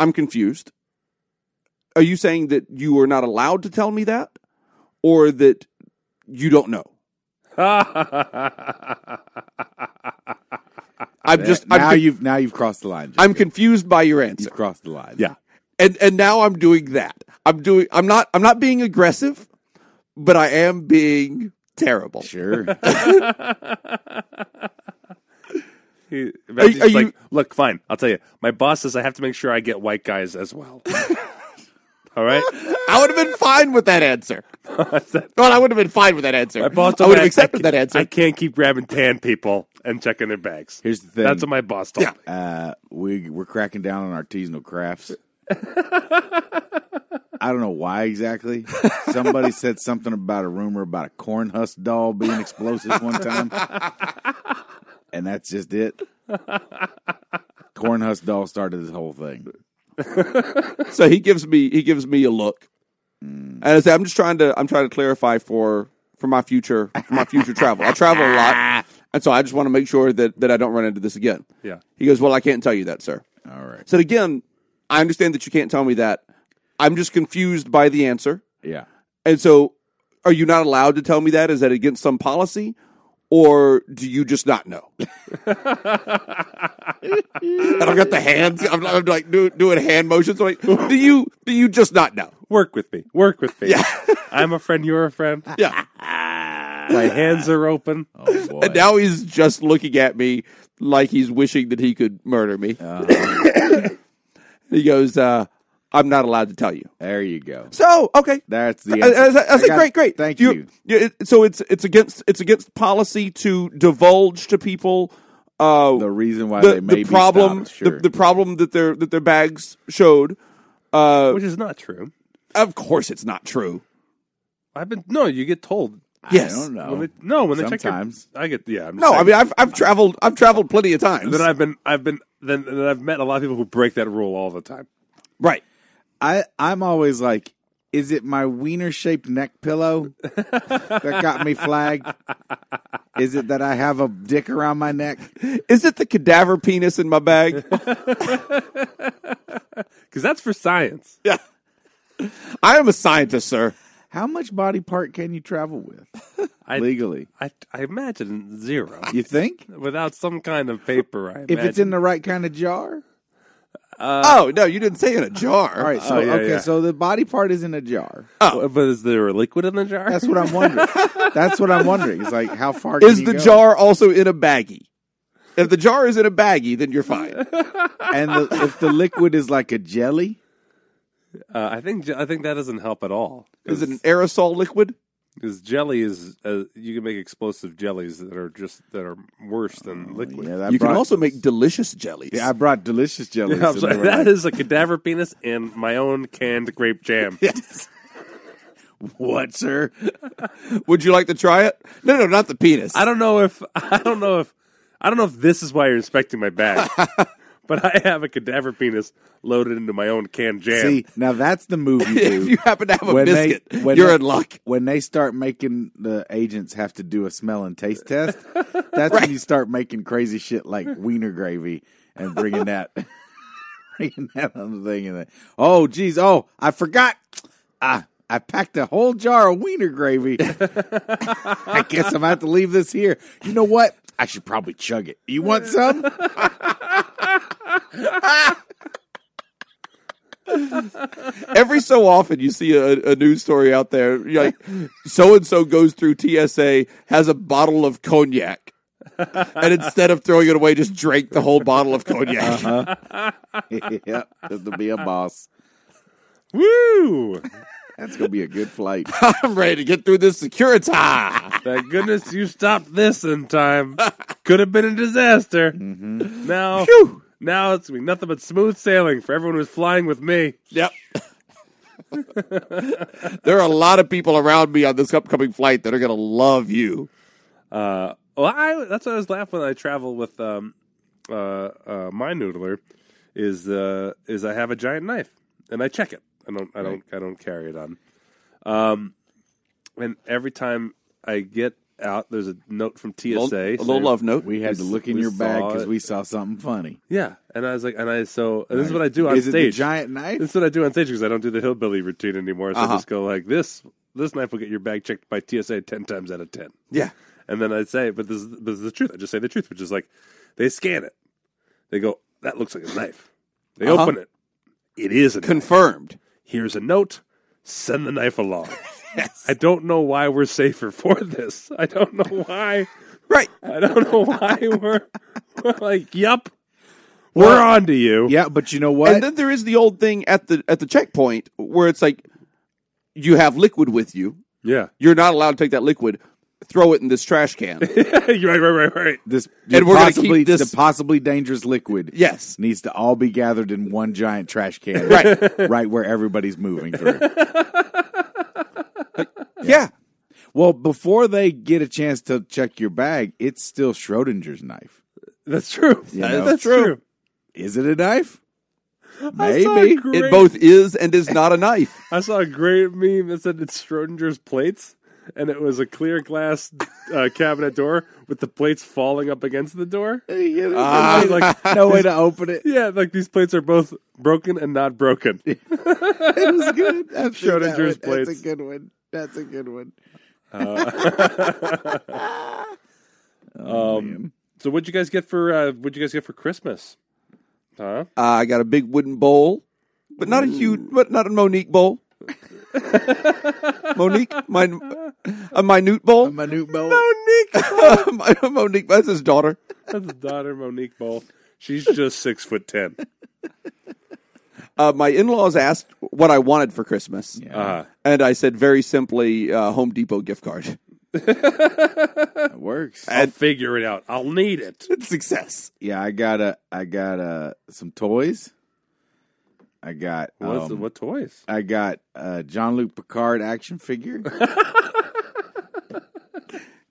Speaker 5: I'm confused. Are you saying that you are not allowed to tell me that or that you don't know?
Speaker 3: <laughs>
Speaker 5: I'm
Speaker 4: That-
Speaker 5: just, I'm,
Speaker 4: now
Speaker 5: con-
Speaker 4: you've now you've crossed the line.
Speaker 5: I'm
Speaker 4: Jacob.
Speaker 5: confused by your answer.
Speaker 4: You've crossed the line.
Speaker 3: Yeah.
Speaker 5: and and now I'm doing that. I'm doing. I'm not. I'm not being aggressive, but I am being terrible.
Speaker 4: Sure.
Speaker 3: He,
Speaker 5: Are-
Speaker 3: it's
Speaker 5: are
Speaker 3: like,
Speaker 5: you-
Speaker 3: look, fine. I'll tell you. My boss says I have to make sure I get white guys as well. <laughs> All right.
Speaker 5: I would have been fine with that answer. well, I would have been fine with that answer.
Speaker 3: My boss.
Speaker 5: I
Speaker 3: told
Speaker 5: would
Speaker 3: me
Speaker 5: have accepted
Speaker 3: I,
Speaker 5: that answer.
Speaker 3: I can't keep grabbing tan people and checking their bags.
Speaker 4: Here's
Speaker 5: <laughs>
Speaker 4: the thing.
Speaker 3: That's what my boss told
Speaker 5: Yeah.
Speaker 3: me.
Speaker 4: uh, we we're cracking down on artisanal crafts. I don't know why exactly. Somebody said something about a rumor about a corn husk doll being explosive one time, and that's just it. Corn husk doll started this whole thing.
Speaker 5: so he gives me he gives me a look, and I say, I'm just trying to I'm trying to clarify for for my future for my future travel. I travel a lot, and so I just want to make sure that that I don't run into this again.
Speaker 3: Yeah.
Speaker 5: He goes, well, I can't tell you that, sir.
Speaker 4: All right.
Speaker 5: Said again, I understand that you can't tell me that. I'm just confused by the answer.
Speaker 4: Yeah.
Speaker 5: And so, are you not allowed to tell me that? Is that against some policy, or do you just not <laughs> know? and I've got the hands. I'm, I'm like do, doing hand motions. like, do you do you just not know?
Speaker 3: Work with me. Work with me. <laughs> I'm a friend. You're a friend.
Speaker 5: Yeah. <laughs>
Speaker 3: My hands are open.
Speaker 4: Oh boy.
Speaker 5: And now he's just looking at me like he's wishing that he could murder me. Uh. <coughs> he goes, uh, "I'm not allowed to tell you."
Speaker 4: there you go.
Speaker 5: So okay,
Speaker 4: That's the.
Speaker 5: I, I, I, I
Speaker 4: answer.
Speaker 5: said,
Speaker 4: got it.
Speaker 5: great, great.
Speaker 4: Thank you.
Speaker 5: yeah, it- so it's it's against it's against policy to divulge to people uh,
Speaker 4: The reason why
Speaker 5: the,
Speaker 4: they may
Speaker 5: the problem
Speaker 4: be stopped, sure.
Speaker 5: the, the problem that their that their bags showed. Uh,
Speaker 3: Which is not true.
Speaker 5: of course, it's not true.
Speaker 3: I've been no. You get told.
Speaker 5: Yes,
Speaker 4: I don't know.
Speaker 3: When they, no, when they
Speaker 4: Sometimes.
Speaker 3: check your, I get yeah. I'm just
Speaker 5: no. I
Speaker 3: saying.
Speaker 5: mean, I've I've traveled I've traveled plenty of times.
Speaker 3: then I've been I've been then, then I've met a lot of people who break that rule all the time.
Speaker 5: right.
Speaker 4: I I'm always like, is it my wiener shaped neck pillow that got me flagged? Is it that I have a dick around my neck?
Speaker 5: Is it the cadaver penis in my
Speaker 4: <laughs>
Speaker 5: bag? <laughs>
Speaker 3: Because that's for science.
Speaker 5: yeah. I am a scientist, sir.
Speaker 4: How much body part can you travel with
Speaker 3: I,
Speaker 4: legally?
Speaker 3: I, I imagine zero
Speaker 4: You think
Speaker 3: without some kind of paper. I
Speaker 4: if it's in
Speaker 3: imagine.
Speaker 4: the right kind of jar?
Speaker 5: oh no, you didn't say in a jar.
Speaker 4: Uh, All right, so
Speaker 3: Oh, yeah,
Speaker 4: okay,
Speaker 3: yeah.
Speaker 4: so the body part is in a jar.
Speaker 3: Well, but is there a liquid in the jar?
Speaker 4: That's what I'm wondering. That's what I'm wondering. It's like how far
Speaker 5: Is
Speaker 4: can
Speaker 5: the
Speaker 4: you go?
Speaker 5: jar also in a baggie? If the jar is in a baggie, then you're
Speaker 4: <laughs>
Speaker 5: fine.
Speaker 4: and the, if the liquid is like a jelly?
Speaker 3: uh, I think I think that doesn't help at all.
Speaker 5: Is it an aerosol liquid?
Speaker 3: Because jelly is uh, you can make explosive jellies that are just that are worse than liquid.
Speaker 4: Oh, Yeah, I <laughs>
Speaker 5: you can
Speaker 4: brought-
Speaker 5: also make delicious jellies.
Speaker 4: Yeah,
Speaker 5: <laughs>
Speaker 4: I brought delicious jellies.
Speaker 3: Yeah, I'm
Speaker 4: and
Speaker 3: sorry.
Speaker 4: they were
Speaker 3: That
Speaker 4: like,
Speaker 3: is a cadaver penis and my own canned grape
Speaker 4: <laughs>
Speaker 3: jam.
Speaker 5: <laughs>
Speaker 4: what, sir?
Speaker 5: Would you like to try it? No, no, not the penis.
Speaker 3: I don't know if I don't know if I don't know if this is why you're inspecting my
Speaker 4: <laughs>
Speaker 3: bag, but I have a cadaver penis loaded into my own canned jam.
Speaker 4: See, now that's the
Speaker 6: <laughs>
Speaker 4: move you do.
Speaker 5: if you happen to have a
Speaker 4: When they-
Speaker 5: biscuit,
Speaker 4: when
Speaker 5: you're
Speaker 4: they-
Speaker 5: in luck.
Speaker 4: when they start making the agents have to do a smell and
Speaker 5: <laughs>
Speaker 4: taste test, that's when you start making crazy shit like wiener gravy and bringing that, <laughs> bringing that other thing in there. Oh, geez. Oh, I forgot. Ah, I packed a whole jar of wiener gravy. <laughs> I guess I'm about to leave this here. You know what? I should probably chug it. You
Speaker 5: <laughs>
Speaker 4: want some? <laughs>
Speaker 5: Every so often, you see a, a news story out there. You're like, so and so goes through TSA, has a bottle of cognac, and instead of throwing it away, just drank the whole bottle of cognac.
Speaker 4: yep, just to be a boss.
Speaker 3: Woo!
Speaker 4: That's gonna be a good
Speaker 5: <laughs>
Speaker 4: flight.
Speaker 5: <laughs> I'm ready to get through this security. All
Speaker 3: Thank goodness you stopped this in time. Could have been a disaster.
Speaker 4: Mm-hmm.
Speaker 3: Now, now it's gonna be nothing but smooth sailing for everyone who's flying with me.
Speaker 5: Yep. <laughs> there are a lot of people around me on this upcoming flight that are going to love you.
Speaker 3: Uh, well, I, that's what I was laughing when I travel with um, uh, uh, my noodler. Is uh, is I have a giant knife and I check it. I don't I don't I don't carry it on. Um, and every time I get out, there's a note from
Speaker 5: A
Speaker 3: TSA.
Speaker 5: little, a little
Speaker 3: saying-
Speaker 5: love note.
Speaker 4: We had to
Speaker 3: We s-
Speaker 4: look in
Speaker 3: we
Speaker 4: your bag
Speaker 6: Oh,
Speaker 3: saw
Speaker 4: because
Speaker 3: it.
Speaker 4: we saw something funny.
Speaker 3: Yeah, and I was like, and I so and this is what I do on
Speaker 4: Is it the
Speaker 3: stage.
Speaker 4: giant knife?
Speaker 3: This is what I do on stage because I don't do the hillbilly routine anymore. So I just go like this. This knife will get your bag checked by TSA ten times out of ten.
Speaker 5: yeah.
Speaker 3: And then I'd say, but this, is- this is the truth. I just say the truth, which is like, they scan it. They go, that looks like a knife. They
Speaker 5: Uh-huh.
Speaker 3: open it. It is a knife.
Speaker 5: Confirmed.
Speaker 3: Here's a note. Send the knife along. I don't know why we're safer <laughs> for this. I don't know why.
Speaker 5: Right.
Speaker 3: I don't know why we're, we're like, yup, we're on to you.
Speaker 4: Yeah, but you know what?
Speaker 5: And then there is the old thing at the at the checkpoint where it's like you have liquid with you.
Speaker 3: Yeah. <laughs>
Speaker 5: You're not allowed to take that liquid. Throw it in this trash can.
Speaker 3: You're right, right, right, right.
Speaker 4: this
Speaker 5: And we're gonna keep
Speaker 4: possibly
Speaker 5: this-
Speaker 4: the possibly dangerous liquid.
Speaker 5: <laughs> yes.
Speaker 4: needs to all be gathered in one giant trash can,
Speaker 5: Right.
Speaker 4: <laughs> right where everybody's moving through.
Speaker 5: Yeah.
Speaker 4: well, before they get a chance to check your bag, it's still Schrodinger's knife.
Speaker 3: That's true.
Speaker 4: That is
Speaker 3: That's
Speaker 5: true.
Speaker 3: true.
Speaker 4: Is it a knife?
Speaker 3: I saw a
Speaker 4: Maybe.
Speaker 3: great-
Speaker 5: It both is and is not a knife.
Speaker 3: I saw a great meme that said it's Schrodinger's plates, and it was a clear glass uh, cabinet door with the plates falling up against the door. I was like,
Speaker 4: Ah. <laughs> no way to open it.
Speaker 3: yeah, like these plates are both broken and not broken.
Speaker 4: It was
Speaker 3: <laughs>
Speaker 4: good. I've seen that
Speaker 3: Schrodinger's
Speaker 4: one. That's
Speaker 3: plates.
Speaker 4: a good one. That's a good one.
Speaker 3: Um, so what'd you guys get for uh, what'd you guys get for Christmas? Huh?
Speaker 5: Uh, I got a big wooden bowl, but not a huge, but not a Monique <laughs> bowl. Monique, min, a minute bowl.
Speaker 4: My new bowl.
Speaker 5: <laughs> Monique, Monique, that's his daughter.
Speaker 3: That's daughter Monique Bowl. She's just six foot ten.
Speaker 5: Uh, my in-laws asked what I wanted for Christmas,
Speaker 3: Uh,
Speaker 5: and I said very simply, uh, Home Depot gift card. <laughs>
Speaker 4: That works.
Speaker 3: I'll figure it out. I'll need it.
Speaker 5: Success.
Speaker 4: Yeah, I got a, I got uh some toys. I got
Speaker 3: What's,
Speaker 4: um,
Speaker 3: what toys?
Speaker 4: I got a John Luke Picard action figure.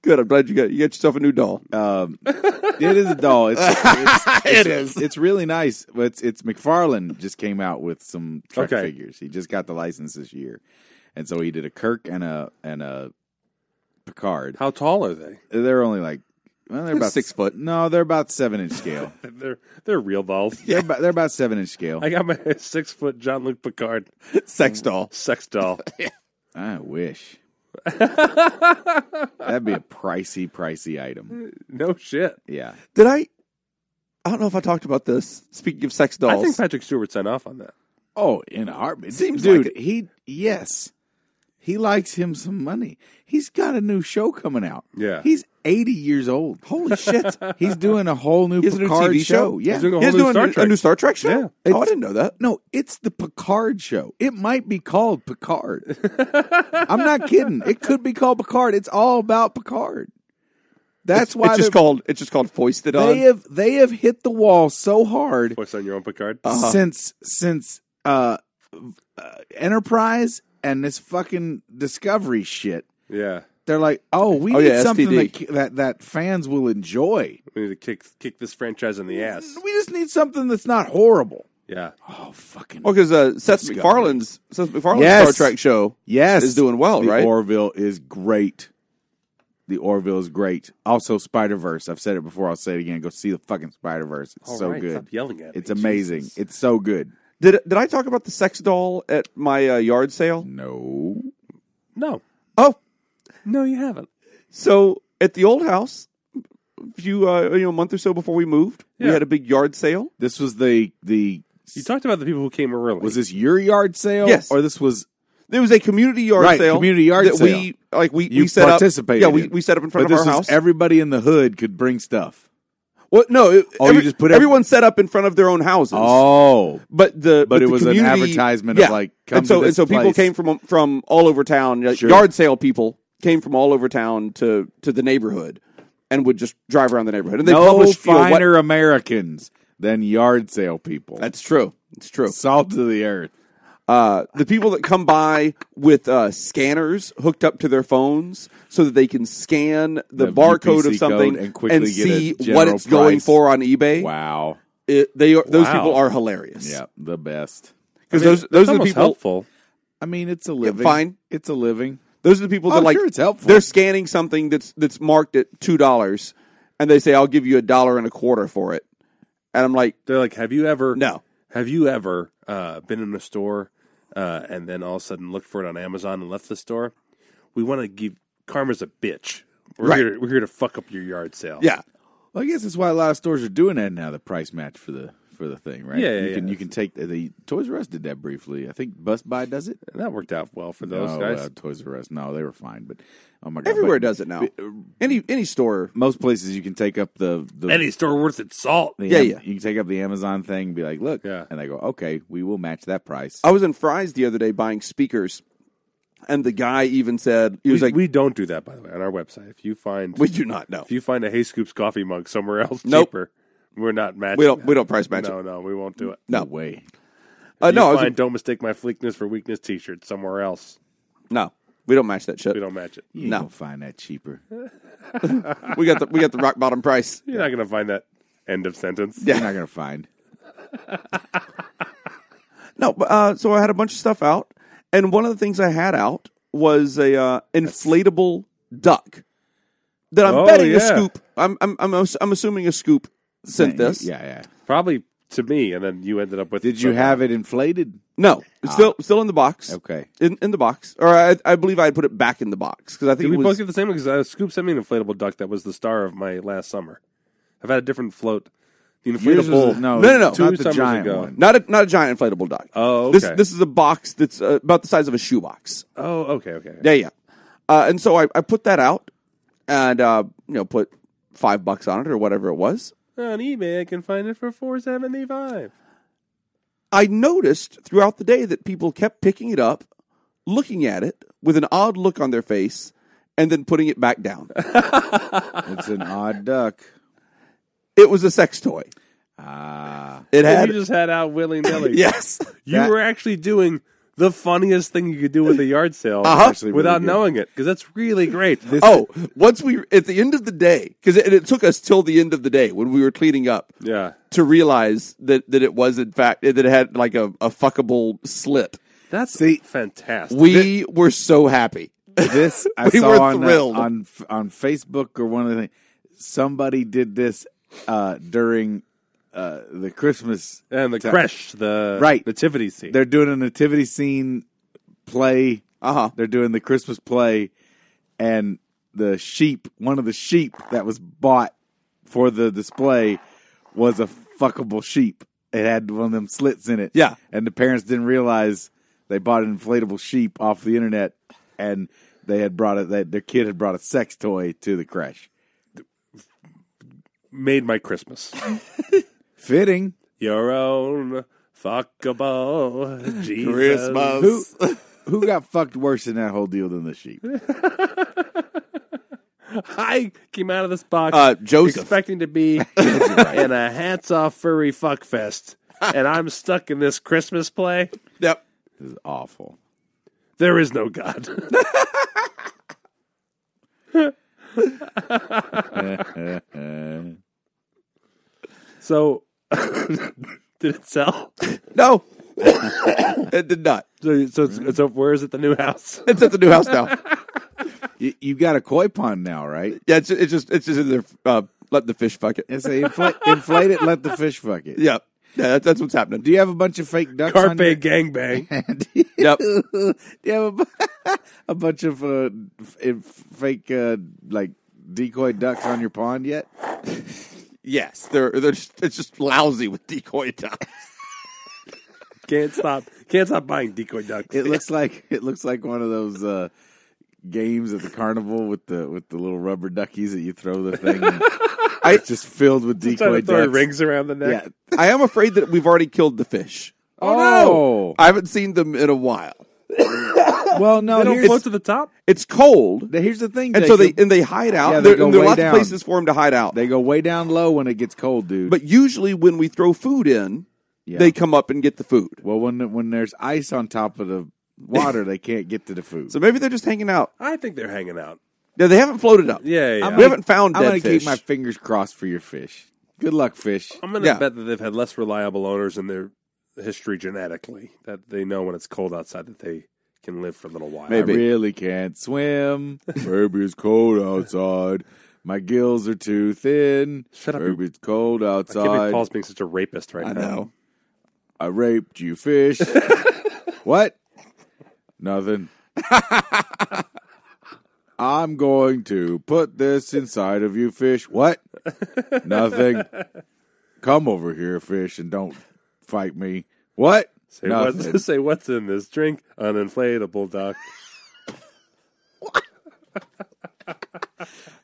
Speaker 5: Good. I'm glad you got you got yourself a new doll.
Speaker 3: Uh,
Speaker 4: Um, it is a doll. It's,
Speaker 5: <laughs>
Speaker 4: it's, it's, It's really nice. But It's, it's McFarlane just came out with some Trek
Speaker 3: Okay.
Speaker 4: figures. He just got the license this year, and so he did a Kirk and a and a Picard.
Speaker 3: How tall are they? <laughs>
Speaker 4: They're only like well, they're about
Speaker 5: Six foot.
Speaker 4: No, they're about seven inch
Speaker 5: <laughs>
Speaker 4: scale.
Speaker 3: They're they're real dolls.
Speaker 4: They're about, they're about seven inch scale.
Speaker 3: I got my <laughs> six foot John Luke Picard
Speaker 5: Sex doll.
Speaker 3: sex doll.
Speaker 4: I
Speaker 5: <laughs>
Speaker 4: wish. That'd be a pricey, pricey item.
Speaker 3: no shit.
Speaker 4: Yeah.
Speaker 5: Did I? I don't know if I talked about this. Speaking of sex dolls,
Speaker 3: I think Patrick Stewart signed off on that.
Speaker 4: Oh, in a heartbeat.
Speaker 5: Seems
Speaker 4: Dude,
Speaker 5: like
Speaker 4: he yes. He likes him some money. He's got a new show coming out.
Speaker 3: Yeah.
Speaker 4: He's 80 years old.
Speaker 5: <laughs>
Speaker 4: Holy shit. He's doing a whole new
Speaker 5: He has a new
Speaker 4: Picard
Speaker 5: TV show?
Speaker 4: Yeah.
Speaker 3: He's doing a whole
Speaker 5: He's
Speaker 3: new
Speaker 5: doing
Speaker 3: Star
Speaker 5: a,
Speaker 3: Trek.
Speaker 5: new Star Trek show.
Speaker 3: Yeah.
Speaker 5: Oh, I didn't know that.
Speaker 4: no, it's the Picard show. It might be
Speaker 5: <laughs>
Speaker 4: called Picard. I'm not kidding. It could be called Picard. It's all about Picard. That's why
Speaker 5: it's just
Speaker 4: they're-
Speaker 5: called it's just called foisted on.
Speaker 4: they
Speaker 3: uh,
Speaker 4: have they have hit the wall so hard
Speaker 3: Voice on your own Picard.
Speaker 4: Uh,
Speaker 5: Uh-huh.
Speaker 4: since since uh, uh Enterprise and this fucking Discovery shit.
Speaker 3: yeah,
Speaker 4: They're like, oh, we
Speaker 5: Oh,
Speaker 4: need
Speaker 5: yeah,
Speaker 4: something
Speaker 5: STD.
Speaker 4: that, that that fans will enjoy.
Speaker 3: we need to kick kick this franchise in the ass.
Speaker 4: We just need something that's not horrible.
Speaker 3: Yeah,
Speaker 4: Oh, fucking
Speaker 5: Well, because uh, Seth
Speaker 4: Discovery.
Speaker 5: MacFarlane's Seth MacFarlane's
Speaker 4: Yes.
Speaker 5: Star Trek show
Speaker 4: yes,
Speaker 5: is doing well,
Speaker 4: The
Speaker 5: right?
Speaker 4: Orville is great. The Orville is great. Also, Spider Verse. I've said it before. I'll say it again. Go see the fucking Spider Verse. It's
Speaker 3: All
Speaker 4: so
Speaker 3: right,
Speaker 4: good.
Speaker 3: Stop yelling at
Speaker 4: It's
Speaker 3: me.
Speaker 4: amazing.
Speaker 3: Jesus.
Speaker 4: It's so good.
Speaker 5: did did I talk about the sex doll at my uh, yard sale?
Speaker 4: No,
Speaker 3: No,
Speaker 5: Oh,
Speaker 3: no, you haven't.
Speaker 5: so at the old house, a few uh, you know a month or so before we moved, we
Speaker 3: Yeah.
Speaker 5: had a big yard sale.
Speaker 4: this was the the.
Speaker 3: You talked about the people who came early.
Speaker 4: Was this your yard sale?
Speaker 5: Yes.
Speaker 4: Or this was
Speaker 5: There was a community yard
Speaker 4: Right,
Speaker 5: sale,
Speaker 4: community yard
Speaker 5: that
Speaker 4: sale.
Speaker 5: we like we
Speaker 4: You
Speaker 5: we set
Speaker 4: participated
Speaker 5: up. Yeah, we,
Speaker 4: in.
Speaker 5: we set up in
Speaker 4: But
Speaker 5: front
Speaker 4: this
Speaker 5: of our house.
Speaker 4: is everybody in the hood could bring stuff.
Speaker 5: well, no, it,
Speaker 4: Oh, you just put every-
Speaker 5: everyone set up in front of their own houses.
Speaker 4: Oh,
Speaker 5: But the
Speaker 4: But
Speaker 5: the
Speaker 4: it was an
Speaker 5: community-
Speaker 4: advertisement
Speaker 5: yeah.
Speaker 4: of, like, come
Speaker 5: and so
Speaker 4: to
Speaker 5: and
Speaker 4: this
Speaker 5: so people
Speaker 4: place.
Speaker 5: came from from all over town. like,
Speaker 4: Sure.
Speaker 5: Yard sale people came from all over town to to the neighborhood and would just drive around the neighborhood and they
Speaker 4: no
Speaker 5: published you know, what-
Speaker 4: finer Americans than yard sale people.
Speaker 5: that's true. It's true.
Speaker 4: Salt of the earth.
Speaker 5: Uh, the people that come by with uh, scanners hooked up to their phones so that they can scan the,
Speaker 4: The
Speaker 5: barcode of
Speaker 4: UPC
Speaker 5: something
Speaker 4: code and quickly get a
Speaker 5: see what
Speaker 4: general
Speaker 5: it's going
Speaker 4: price.
Speaker 5: for on eBay.
Speaker 4: Wow.
Speaker 5: It- they are, those
Speaker 3: Wow.
Speaker 5: people are hilarious.
Speaker 4: Yeah, the best.
Speaker 5: because
Speaker 3: I mean,
Speaker 5: those those
Speaker 3: that's
Speaker 5: are the
Speaker 3: almost
Speaker 5: people.
Speaker 3: helpful.
Speaker 4: I mean, it's a living.
Speaker 5: fine.
Speaker 4: It's a living.
Speaker 5: Those are the people that
Speaker 4: Oh,
Speaker 5: like
Speaker 4: sure, it's helpful.
Speaker 5: they're scanning something that's that's marked at two dollars, and they say I'll give you a dollar and a quarter for it, and I'm like,
Speaker 3: They're like, have you ever?
Speaker 5: No.
Speaker 3: Have you ever uh, been in a store uh, and then all of a sudden looked for it on Amazon and left the store? We want to give karma's a bitch. We're
Speaker 5: Right.
Speaker 3: here. We're here to fuck up your yard sale.
Speaker 5: yeah,
Speaker 4: Well, I guess that's why a lot of stores are doing that now. The price match for the for the thing, right?
Speaker 3: Yeah, yeah,
Speaker 4: you can
Speaker 3: yeah.
Speaker 4: you can take the, the Toys R Us did that briefly. I think Bus Buy does it.
Speaker 3: and that worked out well for those
Speaker 4: no,
Speaker 3: guys.
Speaker 4: uh, Toys R Us. No, they were fine, but oh my god,
Speaker 5: everywhere
Speaker 4: but uh,
Speaker 5: does it now. Any any store,
Speaker 4: Most places you can take up the the
Speaker 3: Any store worth its salt.
Speaker 4: the
Speaker 5: Yeah,
Speaker 4: Am-
Speaker 5: yeah.
Speaker 4: You can take up the Amazon thing, and be like, look,
Speaker 3: Yeah.
Speaker 4: and they go, okay, we will match that price.
Speaker 5: I was in Fry's the other day buying speakers, and the guy even said he
Speaker 3: We,
Speaker 5: was like,
Speaker 3: we don't do that, by the way, on our website. If you find
Speaker 5: "We do not know.
Speaker 3: if you find a Hey Scoops coffee mug somewhere else
Speaker 5: Nope.
Speaker 3: cheaper, we're not matching.
Speaker 5: We don't
Speaker 3: that.
Speaker 5: we don't price match
Speaker 3: No,
Speaker 5: it.
Speaker 3: no, we won't do it.
Speaker 5: No,
Speaker 4: way.
Speaker 5: uh,
Speaker 3: You
Speaker 5: no, I was
Speaker 3: find
Speaker 5: like,
Speaker 3: don't mistake my fleekness for weakness T-shirt somewhere else.
Speaker 5: no, we don't match that shit.
Speaker 3: We
Speaker 5: We,
Speaker 3: don't match it.
Speaker 4: You
Speaker 5: No.
Speaker 4: don't find
Speaker 5: <laughs>
Speaker 4: that cheaper.
Speaker 5: got the we got the rock bottom
Speaker 3: <laughs>
Speaker 5: price.
Speaker 3: You're not gonna find that. End of sentence.
Speaker 5: Yeah.
Speaker 4: You're not gonna find.
Speaker 5: No, but, uh, so I had a bunch of stuff out, and one of the things I had out was a uh, inflatable duck that I'm
Speaker 3: Oh,
Speaker 5: betting a
Speaker 3: yeah.
Speaker 5: scoop. I'm I'm I'm, ass- I'm assuming a scoop sent this.
Speaker 4: Yeah, yeah.
Speaker 3: Probably to me, and then you ended up with.
Speaker 4: Did you have it inflated?
Speaker 5: No, it's
Speaker 3: Ah.
Speaker 5: still still in the box.
Speaker 4: Okay.
Speaker 5: In, in the box, or I, I believe I had put it back in the box because I think
Speaker 3: Did
Speaker 5: it
Speaker 3: we
Speaker 5: was
Speaker 3: both get the same? Because uh, Scoop sent me an inflatable duck that was the star of my last summer. I've had a different float. The
Speaker 4: Yours
Speaker 3: inflatable.
Speaker 4: was- no,
Speaker 5: No, no, no.
Speaker 4: Two
Speaker 3: Not the
Speaker 4: not the
Speaker 3: summers
Speaker 4: giant
Speaker 3: ago.
Speaker 4: one.
Speaker 5: not a not a giant inflatable duck.
Speaker 3: Oh,
Speaker 5: this
Speaker 3: okay.
Speaker 5: this is a box that's uh, about the size of a shoebox.
Speaker 3: Oh, okay, okay.
Speaker 5: Yeah, yeah. Uh, and so I, I put that out, and uh, you know put five bucks on it or whatever it was,
Speaker 3: On eBay, I can find it for four seventy five.
Speaker 5: I noticed throughout the day that people kept picking it up, looking at it with an odd look on their face, and then putting it back
Speaker 3: <laughs>
Speaker 5: down. <laughs>
Speaker 4: It's an odd duck.
Speaker 5: it was a sex toy.
Speaker 4: Ah,
Speaker 5: <laughs> It
Speaker 3: You
Speaker 5: had
Speaker 3: just had out willy
Speaker 4: <laughs>
Speaker 3: nilly.
Speaker 5: yes,
Speaker 3: <laughs> you
Speaker 4: That-
Speaker 3: were actually doing the funniest thing you could do with a yard sale
Speaker 5: Uh-huh.
Speaker 4: Actually really
Speaker 3: without
Speaker 4: good.
Speaker 3: knowing it, because that's really great.
Speaker 5: oh, once we at the end of the day, because it, it took us till the end of the day when we were cleaning up
Speaker 3: yeah,
Speaker 5: to realize that that it was in fact that it had like a, a fuckable slit.
Speaker 3: that's
Speaker 4: See-
Speaker 3: fantastic.
Speaker 5: We were so happy.
Speaker 4: this I
Speaker 5: We
Speaker 4: saw
Speaker 5: were
Speaker 4: on, uh,
Speaker 5: thrilled.
Speaker 4: on on Facebook or one of the things. Somebody did this uh, during uh, the Christmas.
Speaker 3: and the
Speaker 4: time.
Speaker 3: crash, the
Speaker 4: Right.
Speaker 3: nativity scene.
Speaker 4: They're doing a nativity scene play.
Speaker 5: Uh huh.
Speaker 4: They're doing the Christmas play, and the sheep. One of the sheep that was bought for the display was a fuckable sheep. It had one of them slits in it.
Speaker 5: Yeah.
Speaker 4: and the parents didn't realize they bought an inflatable sheep off the internet, and they had brought it. That their kid had brought a sex toy to the crash.
Speaker 3: Made my Christmas.
Speaker 4: Fitting.
Speaker 3: Your own fuckable Jesus.
Speaker 4: Who <laughs> who got fucked worse in that whole deal than the sheep?
Speaker 3: I came out of this box
Speaker 5: Uh, Joseph.
Speaker 3: expecting to
Speaker 4: <laughs>
Speaker 3: be in a hats off furry fuck fest, and I'm stuck in this Christmas play.
Speaker 5: Yep.
Speaker 4: This is awful. <laughs>
Speaker 3: There is no God. so, <laughs> did it sell?
Speaker 5: No, <coughs> it did not.
Speaker 3: So, so, it's, so where is it? The new house.
Speaker 5: It's at the new house now.
Speaker 4: You, you got a koi pond now, right?
Speaker 5: Yeah, it's, it's just it's just in there. Uh, let the fish fuck it.
Speaker 4: It's a inflate, inflate it, let the fish fuck it.
Speaker 5: Yeah, yeah, that's, that's what's happening.
Speaker 4: Do you have a bunch of fake ducks
Speaker 3: Carpe
Speaker 4: on your
Speaker 3: gangbang.
Speaker 4: <laughs> hand? Do
Speaker 5: Yep.
Speaker 4: you have a, bu- <laughs> a bunch of uh, f- in- fake uh, like decoy ducks on your pond yet?
Speaker 5: Yes, they're they're just, it's just lousy with decoy ducks.
Speaker 3: Can't stop. Can't stop buying decoy ducks.
Speaker 4: It looks like it looks like one of those uh, games at the carnival with the with the little rubber duckies that you throw the thing. And it's just filled with decoy
Speaker 3: Trying to throw
Speaker 4: ducks.
Speaker 3: rings around the neck.
Speaker 5: <laughs>
Speaker 4: Yeah.
Speaker 5: I am afraid that we've already killed the fish.
Speaker 4: Oh,
Speaker 5: I haven't seen them in a while.
Speaker 4: no. well, no.
Speaker 3: They don't
Speaker 4: Here's,
Speaker 3: float to the top.
Speaker 5: It's cold,
Speaker 4: the- here's the thing,
Speaker 5: and so they
Speaker 4: Jacob.
Speaker 5: and they hide out.
Speaker 4: Yeah, they
Speaker 5: there,
Speaker 4: go
Speaker 5: and there are
Speaker 4: way
Speaker 5: lots
Speaker 4: down.
Speaker 5: of places for them to hide out.
Speaker 4: they go way down low when it gets cold, dude.
Speaker 5: but usually, when we throw food in,
Speaker 4: Yeah.
Speaker 5: they come up and get the food.
Speaker 4: Well, when when there's ice on top
Speaker 5: <laughs>
Speaker 4: of the water, they can't get to the food.
Speaker 5: So maybe they're just hanging out.
Speaker 3: I think they're hanging out.
Speaker 5: Yeah, they haven't floated up.
Speaker 3: Yeah, yeah.
Speaker 5: we
Speaker 3: I'm,
Speaker 5: haven't found
Speaker 4: I'm
Speaker 5: dead
Speaker 4: gonna
Speaker 5: fish.
Speaker 4: keep my fingers crossed for your fish. Good luck, fish.
Speaker 3: gonna
Speaker 5: yeah.
Speaker 3: bet that they've had less reliable owners in their history genetically. That they know when it's cold outside that they can live for a little while.
Speaker 5: Maybe.
Speaker 4: I really can't swim. Maybe it's cold outside. My gills are too thin.
Speaker 3: Shut up, you-
Speaker 4: Maybe it's cold
Speaker 3: I can't believe
Speaker 4: outside.
Speaker 3: Paul's being such a rapist right
Speaker 5: I
Speaker 3: now.
Speaker 5: know.
Speaker 4: I raped
Speaker 3: <laughs>
Speaker 4: you, fish. what? Nothing. <laughs> I'm going to put this inside of you, fish. What? Nothing. Come over here, fish, and don't fight me. What?
Speaker 3: Say,
Speaker 4: Nothing.
Speaker 3: what's, <laughs> say what's in this drink? An inflatable duck.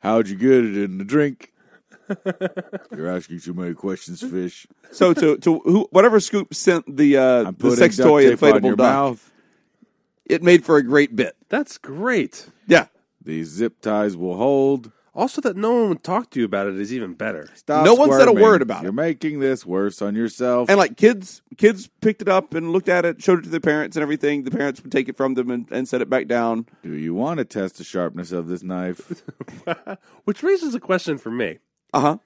Speaker 4: How'd you get it in the drink? You're asking too many questions, fish.
Speaker 5: So to to who, whatever scoop sent the uh,
Speaker 4: I'm
Speaker 5: the
Speaker 4: putting
Speaker 5: sex
Speaker 4: duct
Speaker 5: toy
Speaker 4: tape on
Speaker 5: inflatable
Speaker 4: your
Speaker 5: duck,
Speaker 4: mouth.
Speaker 5: it made for a great bit.
Speaker 3: That's great.
Speaker 5: Yeah.
Speaker 4: These zip ties will hold.
Speaker 3: Also, that no one would talk to you about it is even better.
Speaker 4: Stop
Speaker 5: No one said a
Speaker 4: squirming.
Speaker 5: word about it.
Speaker 4: You're making this worse on yourself.
Speaker 5: And like kids, kids picked it up and looked at it, showed it to their parents and everything. The parents would take it from them and, and set it back down.
Speaker 4: Do you want to test the sharpness of this knife?
Speaker 3: Which raises a question for me.
Speaker 5: Uh huh.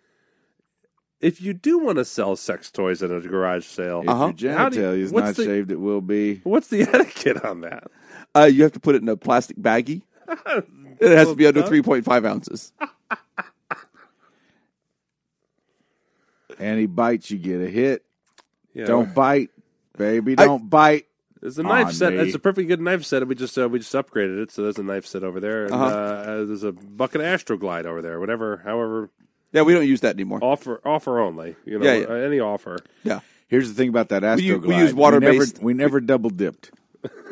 Speaker 3: If you do want to sell sex toys at a garage sale,
Speaker 4: If
Speaker 5: Uh-huh.
Speaker 4: your
Speaker 3: How do you-
Speaker 4: genitalia is
Speaker 3: what's
Speaker 4: not
Speaker 3: the-
Speaker 4: shaved, it will be.
Speaker 3: what's the <laughs> etiquette on that?
Speaker 5: Uh, you have to put it in a plastic
Speaker 4: <laughs>
Speaker 5: baggie. It has to be under three point five ounces.
Speaker 4: And he bites, you get a hit.
Speaker 3: Yeah.
Speaker 4: Don't bite, baby.
Speaker 5: Uh, I-
Speaker 4: Don't bite.
Speaker 3: It's a knife
Speaker 4: on
Speaker 3: set.
Speaker 4: me.
Speaker 3: It's a perfectly good knife set. We just uh, we just upgraded it, so there's a knife set over there, and uh
Speaker 5: Uh-huh.
Speaker 3: there's a bucket of Astroglide over there. Whatever, however,
Speaker 5: Yeah, we don't use that anymore.
Speaker 4: Oh.
Speaker 3: offer offer only. You know,
Speaker 5: Yeah, yeah.
Speaker 3: uh, any offer. <laughs>
Speaker 5: Yeah.
Speaker 4: Here's the thing about that
Speaker 5: We u-
Speaker 4: Astroglide.
Speaker 5: we use water-based-
Speaker 4: never, we never double dipped,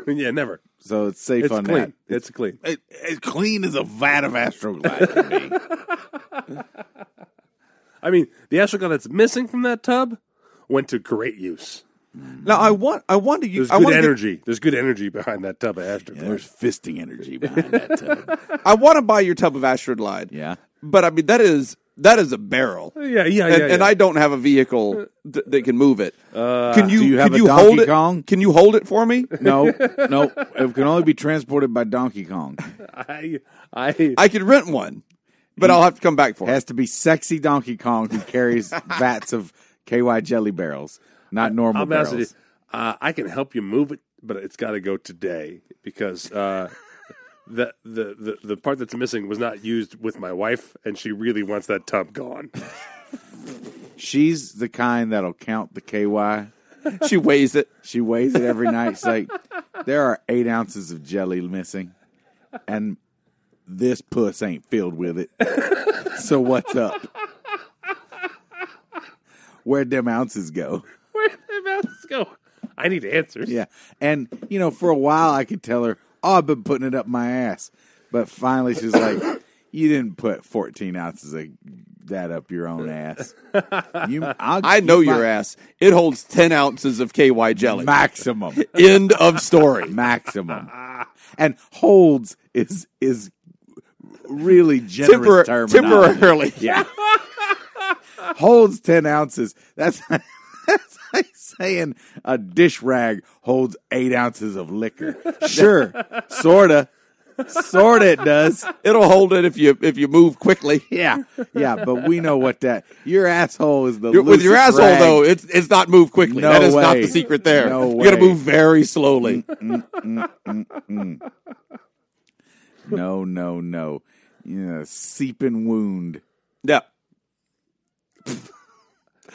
Speaker 3: yeah, never.
Speaker 4: so it's safe
Speaker 3: It's
Speaker 4: on
Speaker 3: clean.
Speaker 4: that.
Speaker 3: It's clean.
Speaker 6: It, it's clean as a vat of Astroglide
Speaker 4: <laughs>
Speaker 6: to me.
Speaker 3: I mean, the Astroglide that's missing from that tub went to great use.
Speaker 5: Now I want I want to use
Speaker 3: There's
Speaker 5: I
Speaker 3: good
Speaker 5: want to get-
Speaker 3: energy. There's good energy behind that tub of Astroglide.
Speaker 6: There's fisting energy behind that
Speaker 4: <laughs>
Speaker 6: tub.
Speaker 5: I want to buy your tub of Astrolide.
Speaker 4: Yeah.
Speaker 5: But I mean that is that is a barrel.
Speaker 3: Yeah, yeah, yeah.
Speaker 5: and,
Speaker 3: yeah.
Speaker 5: and I don't have a vehicle th- that can move it. can you,
Speaker 4: Uh, Do you have
Speaker 5: can
Speaker 4: a
Speaker 5: you
Speaker 4: Donkey
Speaker 5: hold it?
Speaker 4: Kong?
Speaker 5: Can you hold it for me?
Speaker 4: No, no, it can only be transported by Donkey Kong.
Speaker 3: <laughs> I, I,
Speaker 5: I could rent one, but I'll have to come back for it.
Speaker 4: has to be sexy Donkey Kong who carries vats of KY jelly barrels, not normal
Speaker 3: I'll be honest
Speaker 4: barrels.
Speaker 3: with you. Uh, I can help you move it, but it's got to go today because uh, the, the the the part that's missing was not used with my wife, and she really wants that tub gone. <laughs>
Speaker 4: She's the kind that'll count the KY.
Speaker 5: She weighs it.
Speaker 4: She weighs it every night. She's like, there are eight ounces of jelly missing, and this puss ain't filled with it. <laughs> So what's up? Where'd them ounces go?
Speaker 3: Where did the mouse go? I need answers.
Speaker 4: Yeah. And, you know, for a while I could tell her, oh, I've been putting it up my ass. But finally she's like, you didn't put 14 ounces of that up your own ass. You, I'll
Speaker 5: I know
Speaker 4: keep my
Speaker 5: your ass. It holds ten ounces of KY jelly.
Speaker 4: Maximum.
Speaker 5: End of
Speaker 4: <laughs>
Speaker 5: story.
Speaker 4: maximum. And holds is is really
Speaker 5: Tempor-
Speaker 4: generous terminology.
Speaker 5: temporarily.
Speaker 4: Yeah. holds 10 ounces. That's, that's like saying a dish rag holds eight ounces of liquor. Sure. Sorta. Sorta it does.
Speaker 5: It'll hold it if you if you move quickly.
Speaker 4: Yeah. Yeah, but we know what that. Your asshole is the
Speaker 5: Your- With your
Speaker 4: loosest
Speaker 5: asshole
Speaker 4: rag.
Speaker 5: though, it's it's not move quickly.
Speaker 4: No
Speaker 5: that is not
Speaker 4: way.
Speaker 5: the secret there.
Speaker 4: No
Speaker 5: you gotta
Speaker 4: way.
Speaker 5: move very slowly.
Speaker 4: No, no, no. Yeah, seeping wound.
Speaker 5: yeah.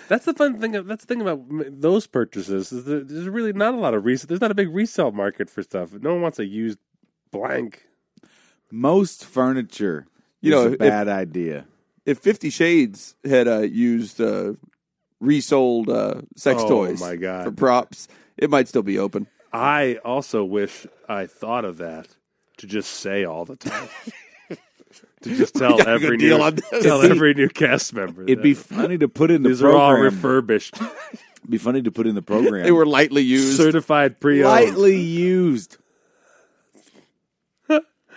Speaker 3: That's the fun thing. That's the thing about m- those purchases is that there's really not a lot of resale. There's not a big resale market for stuff. No one wants a used blank.
Speaker 4: Most furniture
Speaker 5: You
Speaker 4: you
Speaker 5: know,
Speaker 4: know, a
Speaker 5: if-
Speaker 4: bad idea.
Speaker 5: If Fifty Shades had uh, used uh, resold uh, sex
Speaker 3: Oh,
Speaker 5: toys
Speaker 3: my God.
Speaker 5: for props, it might still be open.
Speaker 3: I also wish I thought of that to just say all
Speaker 5: <laughs>
Speaker 3: the time. to just tell
Speaker 5: got a
Speaker 3: every
Speaker 5: good deal
Speaker 3: new,
Speaker 5: on this.
Speaker 3: tell
Speaker 4: It'd be-
Speaker 3: every new cast member.
Speaker 4: It'd
Speaker 3: that
Speaker 4: be funny to put in the
Speaker 3: these are all
Speaker 4: program.
Speaker 3: refurbished,
Speaker 4: It'd be funny to put
Speaker 3: <laughs>
Speaker 4: in the program.
Speaker 5: They were lightly <laughs> used.
Speaker 3: certified pre-owned.
Speaker 4: lightly used.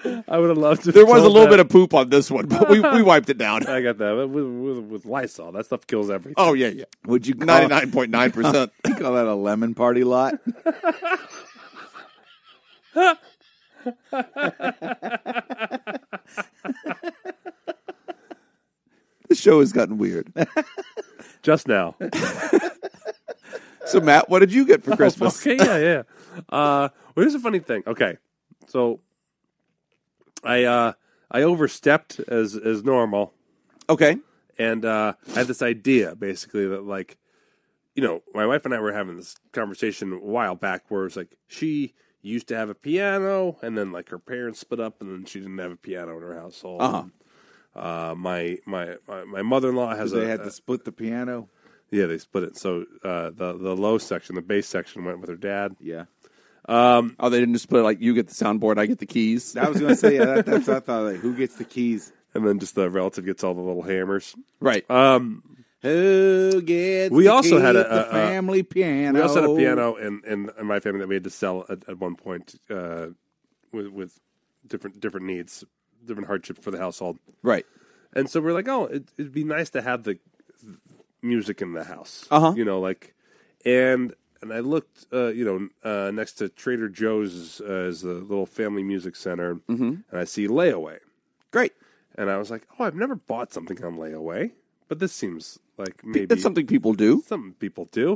Speaker 3: I would have loved to.
Speaker 5: There was a little bit of poop on this one, but we,
Speaker 3: <laughs>
Speaker 5: we wiped it down.
Speaker 3: I got that with, with, with Lysol. That stuff kills everything.
Speaker 5: Oh yeah, yeah.
Speaker 3: Uh,
Speaker 4: Would you call,
Speaker 5: Ninety nine point nine percent.
Speaker 4: you call that a lemon
Speaker 3: <laughs>
Speaker 4: party lot?
Speaker 5: <laughs> The show has gotten weird.
Speaker 3: Just
Speaker 5: <laughs>
Speaker 3: now.
Speaker 5: So Matt, what did you get
Speaker 3: <laughs>
Speaker 5: for Christmas?
Speaker 3: Oh, Okay, yeah, yeah. Uh, well, here's a funny thing. Okay, so I uh, I overstepped as as normal,
Speaker 5: Okay.
Speaker 3: and uh, I had this idea basically that like, you know, my wife and I were having this conversation a while back where it's like she used to have a piano, and then like her parents split up, and then she didn't have a piano in her household.
Speaker 5: Uh-huh.
Speaker 3: Uh, my my my, my mother in law has a,
Speaker 4: they had
Speaker 3: a-
Speaker 4: to split the piano.
Speaker 3: yeah they split it so uh, the the low section the bass section went with her dad
Speaker 4: Yeah,
Speaker 5: Oh, they didn't just put it like you get the soundboard, I get the keys.
Speaker 4: I was going to say yeah, that, that's what I thought. Like, who gets the keys?
Speaker 3: and then just the relative gets all the little hammers.
Speaker 5: Right.
Speaker 3: uh,
Speaker 4: Who gets?
Speaker 3: We
Speaker 4: to
Speaker 3: also had
Speaker 4: keep
Speaker 3: a-
Speaker 4: the
Speaker 3: a- a-
Speaker 4: family piano.
Speaker 3: We also had a piano in, in, in my family that we had to sell at, at one point uh, with, with different different needs, different hardships for the household.
Speaker 5: right.
Speaker 3: And so we're like, oh, it, it'd be nice to have the the music in the house,
Speaker 5: Uh-huh.
Speaker 3: you know, like, and and I looked, uh, you know, uh, next to Trader Joe's uh, is the little family music center, and I see layaway,
Speaker 5: Great.
Speaker 3: and I was like, oh, I've never bought something on layaway, but this seems like maybe
Speaker 5: That's something people do.
Speaker 3: some people do.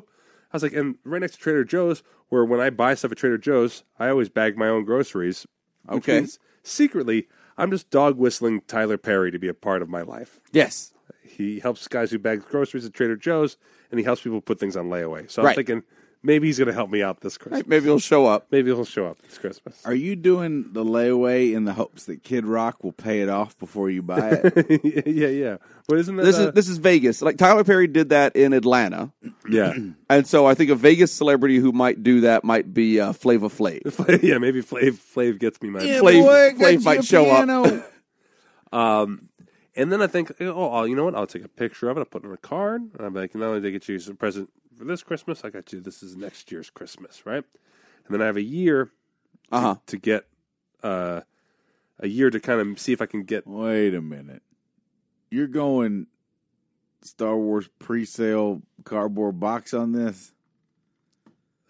Speaker 3: I was like, and right next to Trader Joe's, where when I buy stuff at Trader Joe's, I always bag my own groceries. which
Speaker 5: Okay.
Speaker 3: means secretly, I'm just dog whistling Tyler Perry to be a part of my life.
Speaker 5: Yes.
Speaker 3: He helps guys who bag groceries at Trader Joe's, and he helps people put things on layaway. So I'm
Speaker 5: Right.
Speaker 3: thinking maybe he's going to help me out this Christmas.
Speaker 5: Maybe he'll show up.
Speaker 3: Maybe he'll show up this Christmas.
Speaker 4: Are you doing the layaway in the hopes that Kid Rock will pay it off before you buy it? <laughs>
Speaker 3: yeah, <laughs> yeah, yeah. But isn't that
Speaker 5: This
Speaker 3: uh,
Speaker 5: is this is Vegas. Like Tyler Perry did that in Atlanta,
Speaker 3: yeah, <laughs>
Speaker 5: and so I think a Vegas celebrity who might do that might be uh, Flava Flav.
Speaker 3: yeah? Maybe Flav Flav gets me my
Speaker 5: <laughs> Flav- Flav might show up.
Speaker 4: <laughs> up.
Speaker 3: And then I think, oh, I'll, you know what? I'll take a picture of it. I'll put it in a card. And I'm like, not only did I get you a present for this Christmas, I got you this is next year's Christmas, right? And then I have a year
Speaker 5: Uh huh.
Speaker 3: to get uh, a year to kind of see if I can get.
Speaker 4: Wait a minute. You're going Star Wars pre-sale cardboard box on this?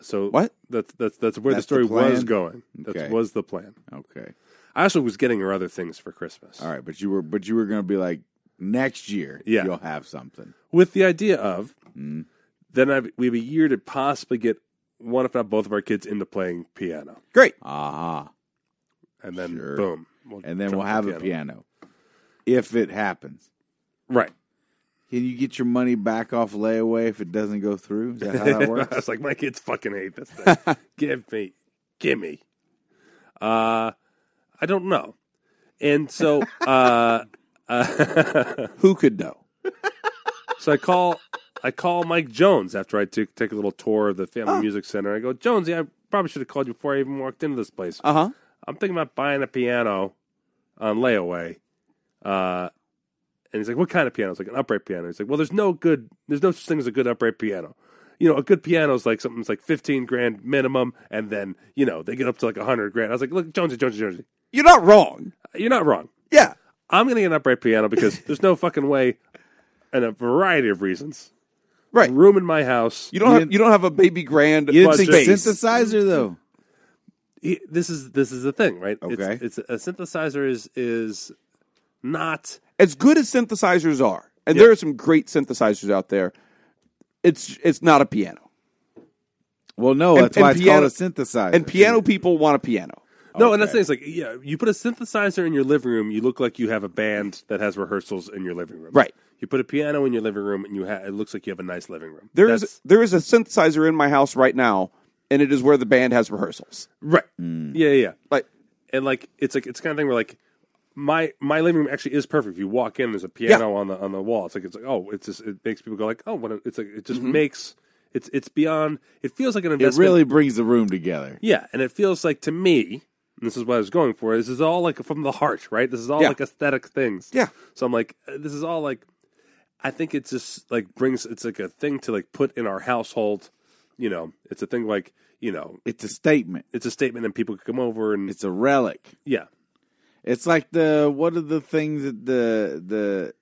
Speaker 3: So
Speaker 5: What?
Speaker 3: That's that's that's where
Speaker 4: That's
Speaker 3: the story
Speaker 4: the plan?
Speaker 3: was going. That
Speaker 4: Okay.
Speaker 3: was the plan.
Speaker 4: Okay.
Speaker 3: I also was getting her other things for Christmas.
Speaker 4: All right, but you were but you were going to be like next year
Speaker 3: Yeah.
Speaker 4: you'll have something.
Speaker 3: with the idea of
Speaker 4: Mm.
Speaker 3: then I've, we have a year to possibly get one, if not both, of our kids into playing piano,
Speaker 5: Great.
Speaker 4: Aha.
Speaker 3: and then
Speaker 4: Sure.
Speaker 3: boom, we'll
Speaker 4: And then
Speaker 3: jump
Speaker 4: we'll
Speaker 3: to
Speaker 4: have a piano. If it happens.
Speaker 3: Right.
Speaker 4: Can you get your money back off layaway if it doesn't go through? Is that <laughs> how
Speaker 3: <laughs>
Speaker 4: that
Speaker 3: I
Speaker 4: works?
Speaker 3: was like, my kids fucking hate this
Speaker 4: <laughs>
Speaker 3: thing. give me, give me. Uh, I don't know. And so, uh, uh,
Speaker 5: Who could know?
Speaker 3: so I call, I call Mike Jones after I took take a little tour of the Family Music Center. I go, Jonesy, I probably should have called you before I even walked into this place.
Speaker 5: Uh huh.
Speaker 3: I'm thinking about buying a piano on layaway. Uh, and he's like, what kind of piano? It's like an upright piano. He's like, well, there's no good, there's no such thing as a good upright piano. You know, a good piano is like something that's like 15 grand minimum. And then, you know, they get up to like 100 grand. I was like, look, Jonesy, Jonesy, Jonesy,
Speaker 5: You're not wrong.
Speaker 3: you're not wrong.
Speaker 5: Yeah.
Speaker 3: I'm going to get an upright piano because <laughs> there's no fucking way and a variety of reasons.
Speaker 5: Right.
Speaker 3: Room in my house.
Speaker 5: You don't have you don't have a baby grand
Speaker 4: You didn't
Speaker 5: space.
Speaker 4: say synthesizer though.
Speaker 3: he- this is this is the thing, right?
Speaker 4: Okay.
Speaker 3: It's, it's a synthesizer is is not
Speaker 5: as good as synthesizers are, and there are some great synthesizers out there. It's it's not a piano,
Speaker 4: Well, no,
Speaker 5: And-
Speaker 4: that's why
Speaker 5: and
Speaker 4: it's
Speaker 5: piano-
Speaker 4: called a synthesizer.
Speaker 5: and piano people want a piano.
Speaker 3: No, and that's the thing. It's like, yeah, you put a synthesizer in your living room, you look like you have a band that has rehearsals in your living room.
Speaker 5: Right.
Speaker 3: You put a piano in your living room, and you ha- it looks like you have a nice living room.
Speaker 5: There is
Speaker 3: That's-
Speaker 5: there is a synthesizer in my house right now, and it is where the band has rehearsals.
Speaker 3: right. Yeah, yeah, yeah.
Speaker 5: Like
Speaker 3: And like, it's like it's the kind of thing where like my my living room actually is perfect. If you walk in, there's a piano on the on the wall. It's like it's like oh, it's just it makes people go like oh, what? A, it's like it just makes it's it's beyond. It feels like an
Speaker 4: It
Speaker 3: investment.
Speaker 4: really brings the room together.
Speaker 3: Yeah, and it feels like to me, and this is what I was going for. This is all like from the heart, right? This is all
Speaker 5: Yeah.
Speaker 3: like aesthetic things.
Speaker 5: Yeah.
Speaker 3: So I'm like, uh, this is all like, I think it just like brings. It's like a thing to like put in our household. You know, it's a thing like you know,
Speaker 4: It's a statement.
Speaker 3: it's a statement, and people could come over and
Speaker 4: It's a relic.
Speaker 3: yeah,
Speaker 4: It's like the what are the things that the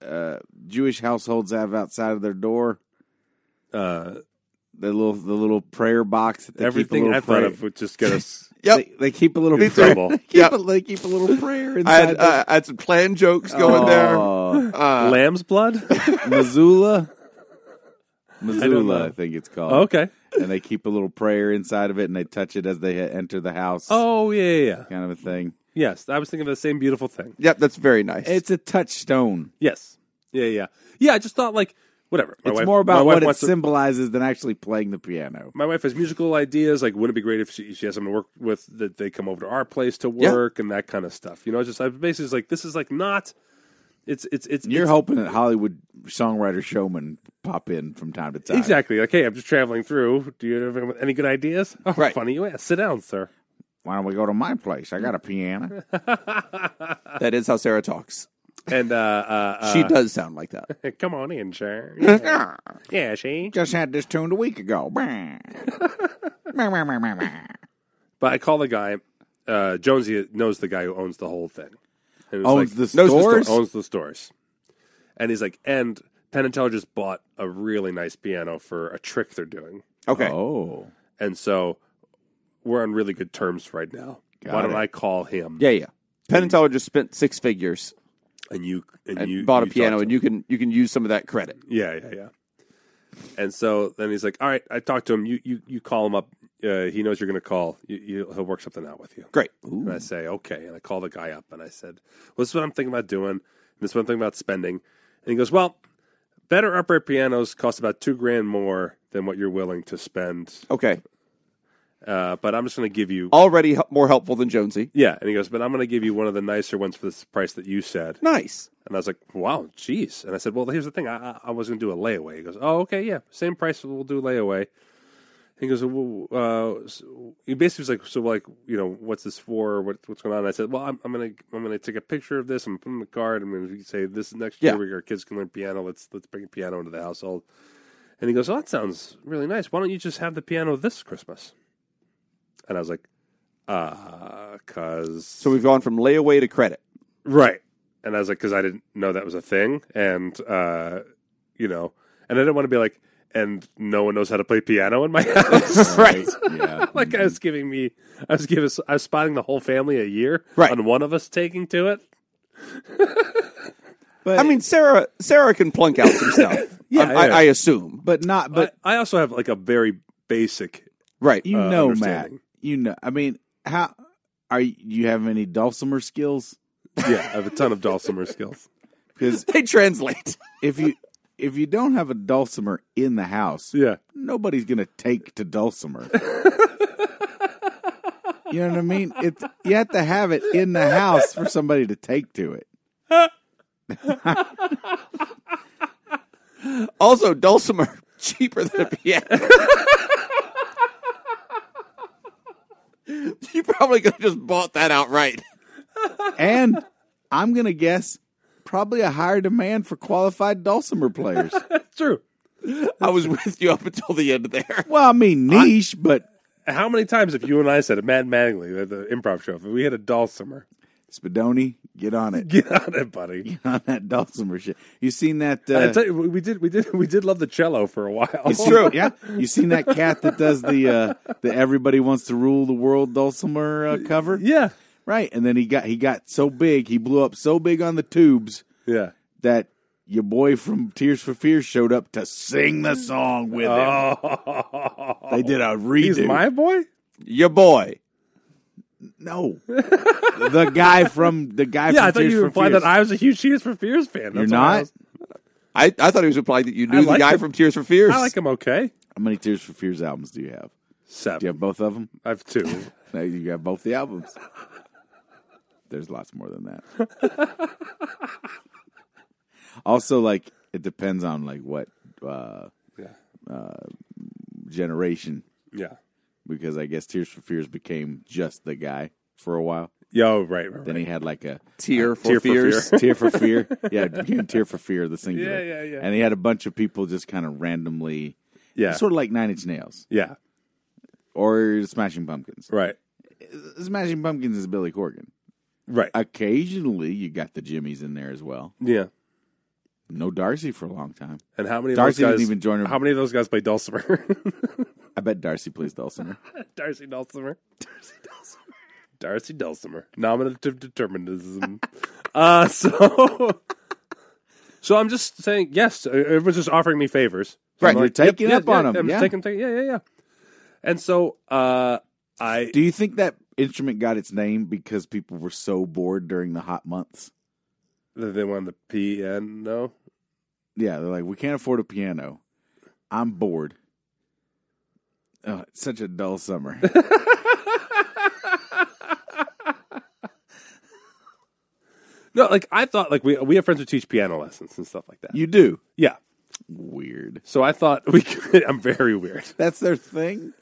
Speaker 4: the uh, Jewish households have outside of their door?
Speaker 3: Uh,
Speaker 4: The little the little prayer box. That they keep a
Speaker 3: everything
Speaker 4: little
Speaker 3: I thought
Speaker 4: prayer-
Speaker 3: of would just get us.
Speaker 5: Yep.
Speaker 4: They, they keep a little
Speaker 3: In
Speaker 4: prayer.
Speaker 3: trouble.
Speaker 4: <laughs> They keep,
Speaker 5: Yep.
Speaker 4: a, they keep a little prayer
Speaker 5: I
Speaker 4: inside.
Speaker 5: had, uh, I had some clan jokes going <laughs>
Speaker 4: Oh,
Speaker 5: there. Uh,
Speaker 3: Lamb's blood.
Speaker 4: Missoula.
Speaker 3: know.
Speaker 4: Missoula, I, think it's called.
Speaker 3: Oh, okay.
Speaker 4: And they keep a little prayer inside of it, and they touch it as they he- enter the house.
Speaker 3: Oh yeah, yeah, yeah.
Speaker 4: kind of a thing.
Speaker 3: Yes, I was thinking of the same beautiful thing.
Speaker 5: Yep, that's very nice.
Speaker 4: It's a touchstone.
Speaker 3: Yes. Yeah, yeah, yeah. I just thought like whatever. My
Speaker 4: it's
Speaker 3: wife-
Speaker 4: more
Speaker 3: my
Speaker 4: about
Speaker 3: wife
Speaker 4: what it
Speaker 3: wants to-
Speaker 4: symbolizes than actually playing the piano.
Speaker 3: my wife has musical ideas. Like, wouldn't it be great if she, she has someone to work with that they come over to our place to
Speaker 5: Yeah.
Speaker 3: work and that kind of stuff? You know, it's just I basically it's like this is like not. It's it's it's
Speaker 4: You're
Speaker 3: it's-
Speaker 4: hoping that Hollywood songwriter showmen pop in from time to time.
Speaker 3: exactly like hey, I'm just traveling through. Do you have any good ideas? Oh,
Speaker 5: Right.
Speaker 3: funny you ask. Sit down, sir.
Speaker 4: Why don't we go to my place? I got
Speaker 3: <laughs>
Speaker 4: a piano.
Speaker 5: <laughs> that is how Sarah talks.
Speaker 3: And uh, uh,
Speaker 5: she does sound like
Speaker 3: <laughs>
Speaker 5: that.
Speaker 3: uh come on in, sir. Yeah, yeah she.
Speaker 4: Just had this tuned a week ago. Bah. Bah, bah, bah, bah, bah.
Speaker 3: But I call the guy. Uh, Jonesy knows the guy who owns the whole thing. And it was
Speaker 4: Owns
Speaker 3: like-
Speaker 4: the
Speaker 5: knows the
Speaker 4: stores.
Speaker 3: owns the stores. And he's like, and Penn and Teller just bought a really nice piano for a trick they're doing.
Speaker 5: Okay.
Speaker 4: Oh,
Speaker 3: And so we're on really good terms right now. Why
Speaker 4: Got
Speaker 3: don't
Speaker 4: it.
Speaker 3: I call him?
Speaker 5: Yeah, yeah. Penn and Teller just spent six figures
Speaker 3: And you and,
Speaker 5: and
Speaker 3: you
Speaker 5: bought a
Speaker 3: you
Speaker 5: piano,
Speaker 3: talked
Speaker 5: and
Speaker 3: to
Speaker 5: you can you can use some of that credit.
Speaker 3: him. Yeah, yeah, yeah. And so then he's like, All right, I talked to him. You you you call him up. Uh, he knows you're gonna call. You, you he'll work something out with you.
Speaker 5: Great.
Speaker 3: And I say, okay. And I call the guy up and I said, well, this is what I'm thinking about doing. And this is what I'm thinking about spending. And he goes, well, better upright pianos cost about two grand more than what you're willing to spend.
Speaker 5: Okay.
Speaker 3: Uh, but I'm just going to give you.
Speaker 5: Already hel- more helpful than Jonesy.
Speaker 3: Yeah. And he goes, but I'm going to give you one of the nicer ones for this price that you said.
Speaker 5: Nice.
Speaker 3: And I was like, wow, geez. And I said, well, here's the thing. I, I, I was going to do a layaway. He goes, oh, okay, yeah. Same price. We'll do layaway. He goes, well, uh, so- he basically was like, so like, you know, what's this for? What, what's going on? And I said, well, I'm, I'm going to, I'm going to take a picture of this. I'm going to put it in the card. I'm going to say this is next
Speaker 5: Yeah.
Speaker 3: year where our kids can learn piano. Let's, let's bring piano into the household. And he goes, oh, that sounds really nice. Why don't you just have the piano this Christmas? And I was like, uh, cause
Speaker 5: So we've gone from layaway to credit.
Speaker 3: Right. And I was like, because I didn't know that was a thing. And, uh, you know, and I didn't want to be like, and no one knows how to play piano in my <laughs> house.
Speaker 5: Right.
Speaker 4: yeah.
Speaker 3: like I was giving me, I was giving, I was spotting the whole family a year
Speaker 5: Right.
Speaker 3: on one of us taking to it.
Speaker 4: <laughs> But
Speaker 5: I mean, Sarah Sarah can plunk out some stuff.
Speaker 3: <laughs> Yeah,
Speaker 5: I,
Speaker 3: yeah.
Speaker 5: I, I assume.
Speaker 4: but not.
Speaker 3: But
Speaker 4: But
Speaker 3: I, I also have like a very basic,
Speaker 5: Right.
Speaker 4: you
Speaker 3: uh,
Speaker 4: know, Matt.
Speaker 3: understanding.
Speaker 4: You know. I mean, how are you, you have any dulcimer skills?
Speaker 3: yeah, I have a ton of dulcimer skills.
Speaker 5: <laughs>
Speaker 4: Because
Speaker 5: They translate.
Speaker 4: if you if you don't have a dulcimer in the house,
Speaker 3: Yeah.
Speaker 4: nobody's gonna take to dulcimer. you know what I mean? It's you have to have it in the house for somebody to take to it.
Speaker 5: Also, dulcimer <laughs> cheaper than a
Speaker 3: <laughs>
Speaker 5: piano. <laughs> you probably could have just bought that outright.
Speaker 4: And I'm gonna guess probably a higher demand for qualified dulcimer players.
Speaker 3: That's true.
Speaker 5: I was with you up until the end there.
Speaker 4: Well, I mean niche, but
Speaker 3: How many times have you and I said at Mad Mattingly, the, the improv show, if we had a dulcimer?
Speaker 4: Spadoni, get on
Speaker 3: <laughs>
Speaker 4: it. <laughs>
Speaker 3: Get on it, buddy.
Speaker 4: on that dulcimer shit. You seen that? Uh,
Speaker 3: I tell you, we we did, we did, we did love the cello for a while.
Speaker 4: you seen- Yeah, you seen that cat that does the uh, the "Everybody Wants to Rule the World" dulcimer uh, cover?
Speaker 3: Yeah.
Speaker 4: Right, and then he got he got so big, he blew up so big on the tubes
Speaker 3: Yeah.
Speaker 4: that your boy from Tears for Fears showed up to sing the song with him.
Speaker 3: Oh,
Speaker 4: They did a <laughs> redo.
Speaker 3: he's my boy.
Speaker 5: Your boy.
Speaker 4: no, the guy from the guy.
Speaker 3: Yeah,
Speaker 4: from
Speaker 3: I thought
Speaker 4: Tears
Speaker 3: you
Speaker 4: for
Speaker 3: implied
Speaker 4: Fears.
Speaker 3: that I was a huge Tears for Fears fan. That's why
Speaker 4: You're
Speaker 3: I,
Speaker 4: not.
Speaker 3: was-
Speaker 5: I, I thought he was implying that you
Speaker 3: I
Speaker 5: knew the
Speaker 3: like
Speaker 5: guy
Speaker 3: him.
Speaker 5: from Tears for Fears.
Speaker 3: I like him okay.
Speaker 4: How many Tears for Fears albums do you have?
Speaker 3: Seven.
Speaker 4: Do you have both of them?
Speaker 3: I have
Speaker 4: <laughs>
Speaker 3: two.
Speaker 4: No, you got both the albums. There's lots more than that.
Speaker 3: <laughs>
Speaker 4: also, like it depends on like what uh,
Speaker 3: Yeah.
Speaker 4: generation,
Speaker 3: Yeah.
Speaker 4: because I guess Tears for Fears became just the guy for a while.
Speaker 3: Yo, right, right.
Speaker 4: Then
Speaker 3: right.
Speaker 4: he had like a
Speaker 5: Tear for
Speaker 3: Tear for
Speaker 5: Fears.
Speaker 3: Fear.
Speaker 4: Tear for Fear. Yeah, it became Tear for Fear, the singular.
Speaker 3: Yeah, yeah, yeah.
Speaker 4: And he had a bunch of people just kind of randomly,
Speaker 3: Yeah.
Speaker 4: sort of like Nine Inch Nails
Speaker 3: Yeah.
Speaker 4: or Smashing Pumpkins.
Speaker 3: Right.
Speaker 4: Smashing Pumpkins is Billy Corgan.
Speaker 3: Right.
Speaker 4: Occasionally, you got the Jimmies in there as well.
Speaker 3: yeah.
Speaker 4: No Darcy for a long time.
Speaker 3: And how many
Speaker 4: Darcy
Speaker 3: of
Speaker 4: didn't
Speaker 3: those guys
Speaker 4: even join her-
Speaker 3: How many of those guys play dulcimer? <laughs>
Speaker 4: I bet Darcy plays Dulcimer.
Speaker 3: Darcy Dulcimer. Darcy Dulcimer. Darcy Dulcimer. Nominative determinism. <laughs> uh, so, <laughs> so I'm just saying yes. uh, Everyone's just offering me favors. So
Speaker 4: Right,
Speaker 3: I'm
Speaker 4: you're taking up on 'em,
Speaker 3: I'm
Speaker 4: yeah.
Speaker 3: taking- taking- yeah, yeah, yeah. And so uh, I
Speaker 4: Do you think that instrument got its name because people were so bored during the hot months?
Speaker 3: they wanted the piano.
Speaker 4: Yeah, they're like, we can't afford a piano. I'm bored. Oh, it's such a dull summer.
Speaker 3: No, like I thought, like we we have friends who teach piano lessons and stuff like that.
Speaker 4: you do.
Speaker 3: yeah.
Speaker 4: Weird.
Speaker 3: So I thought we. Could, <laughs> I'm very weird.
Speaker 4: That's their thing.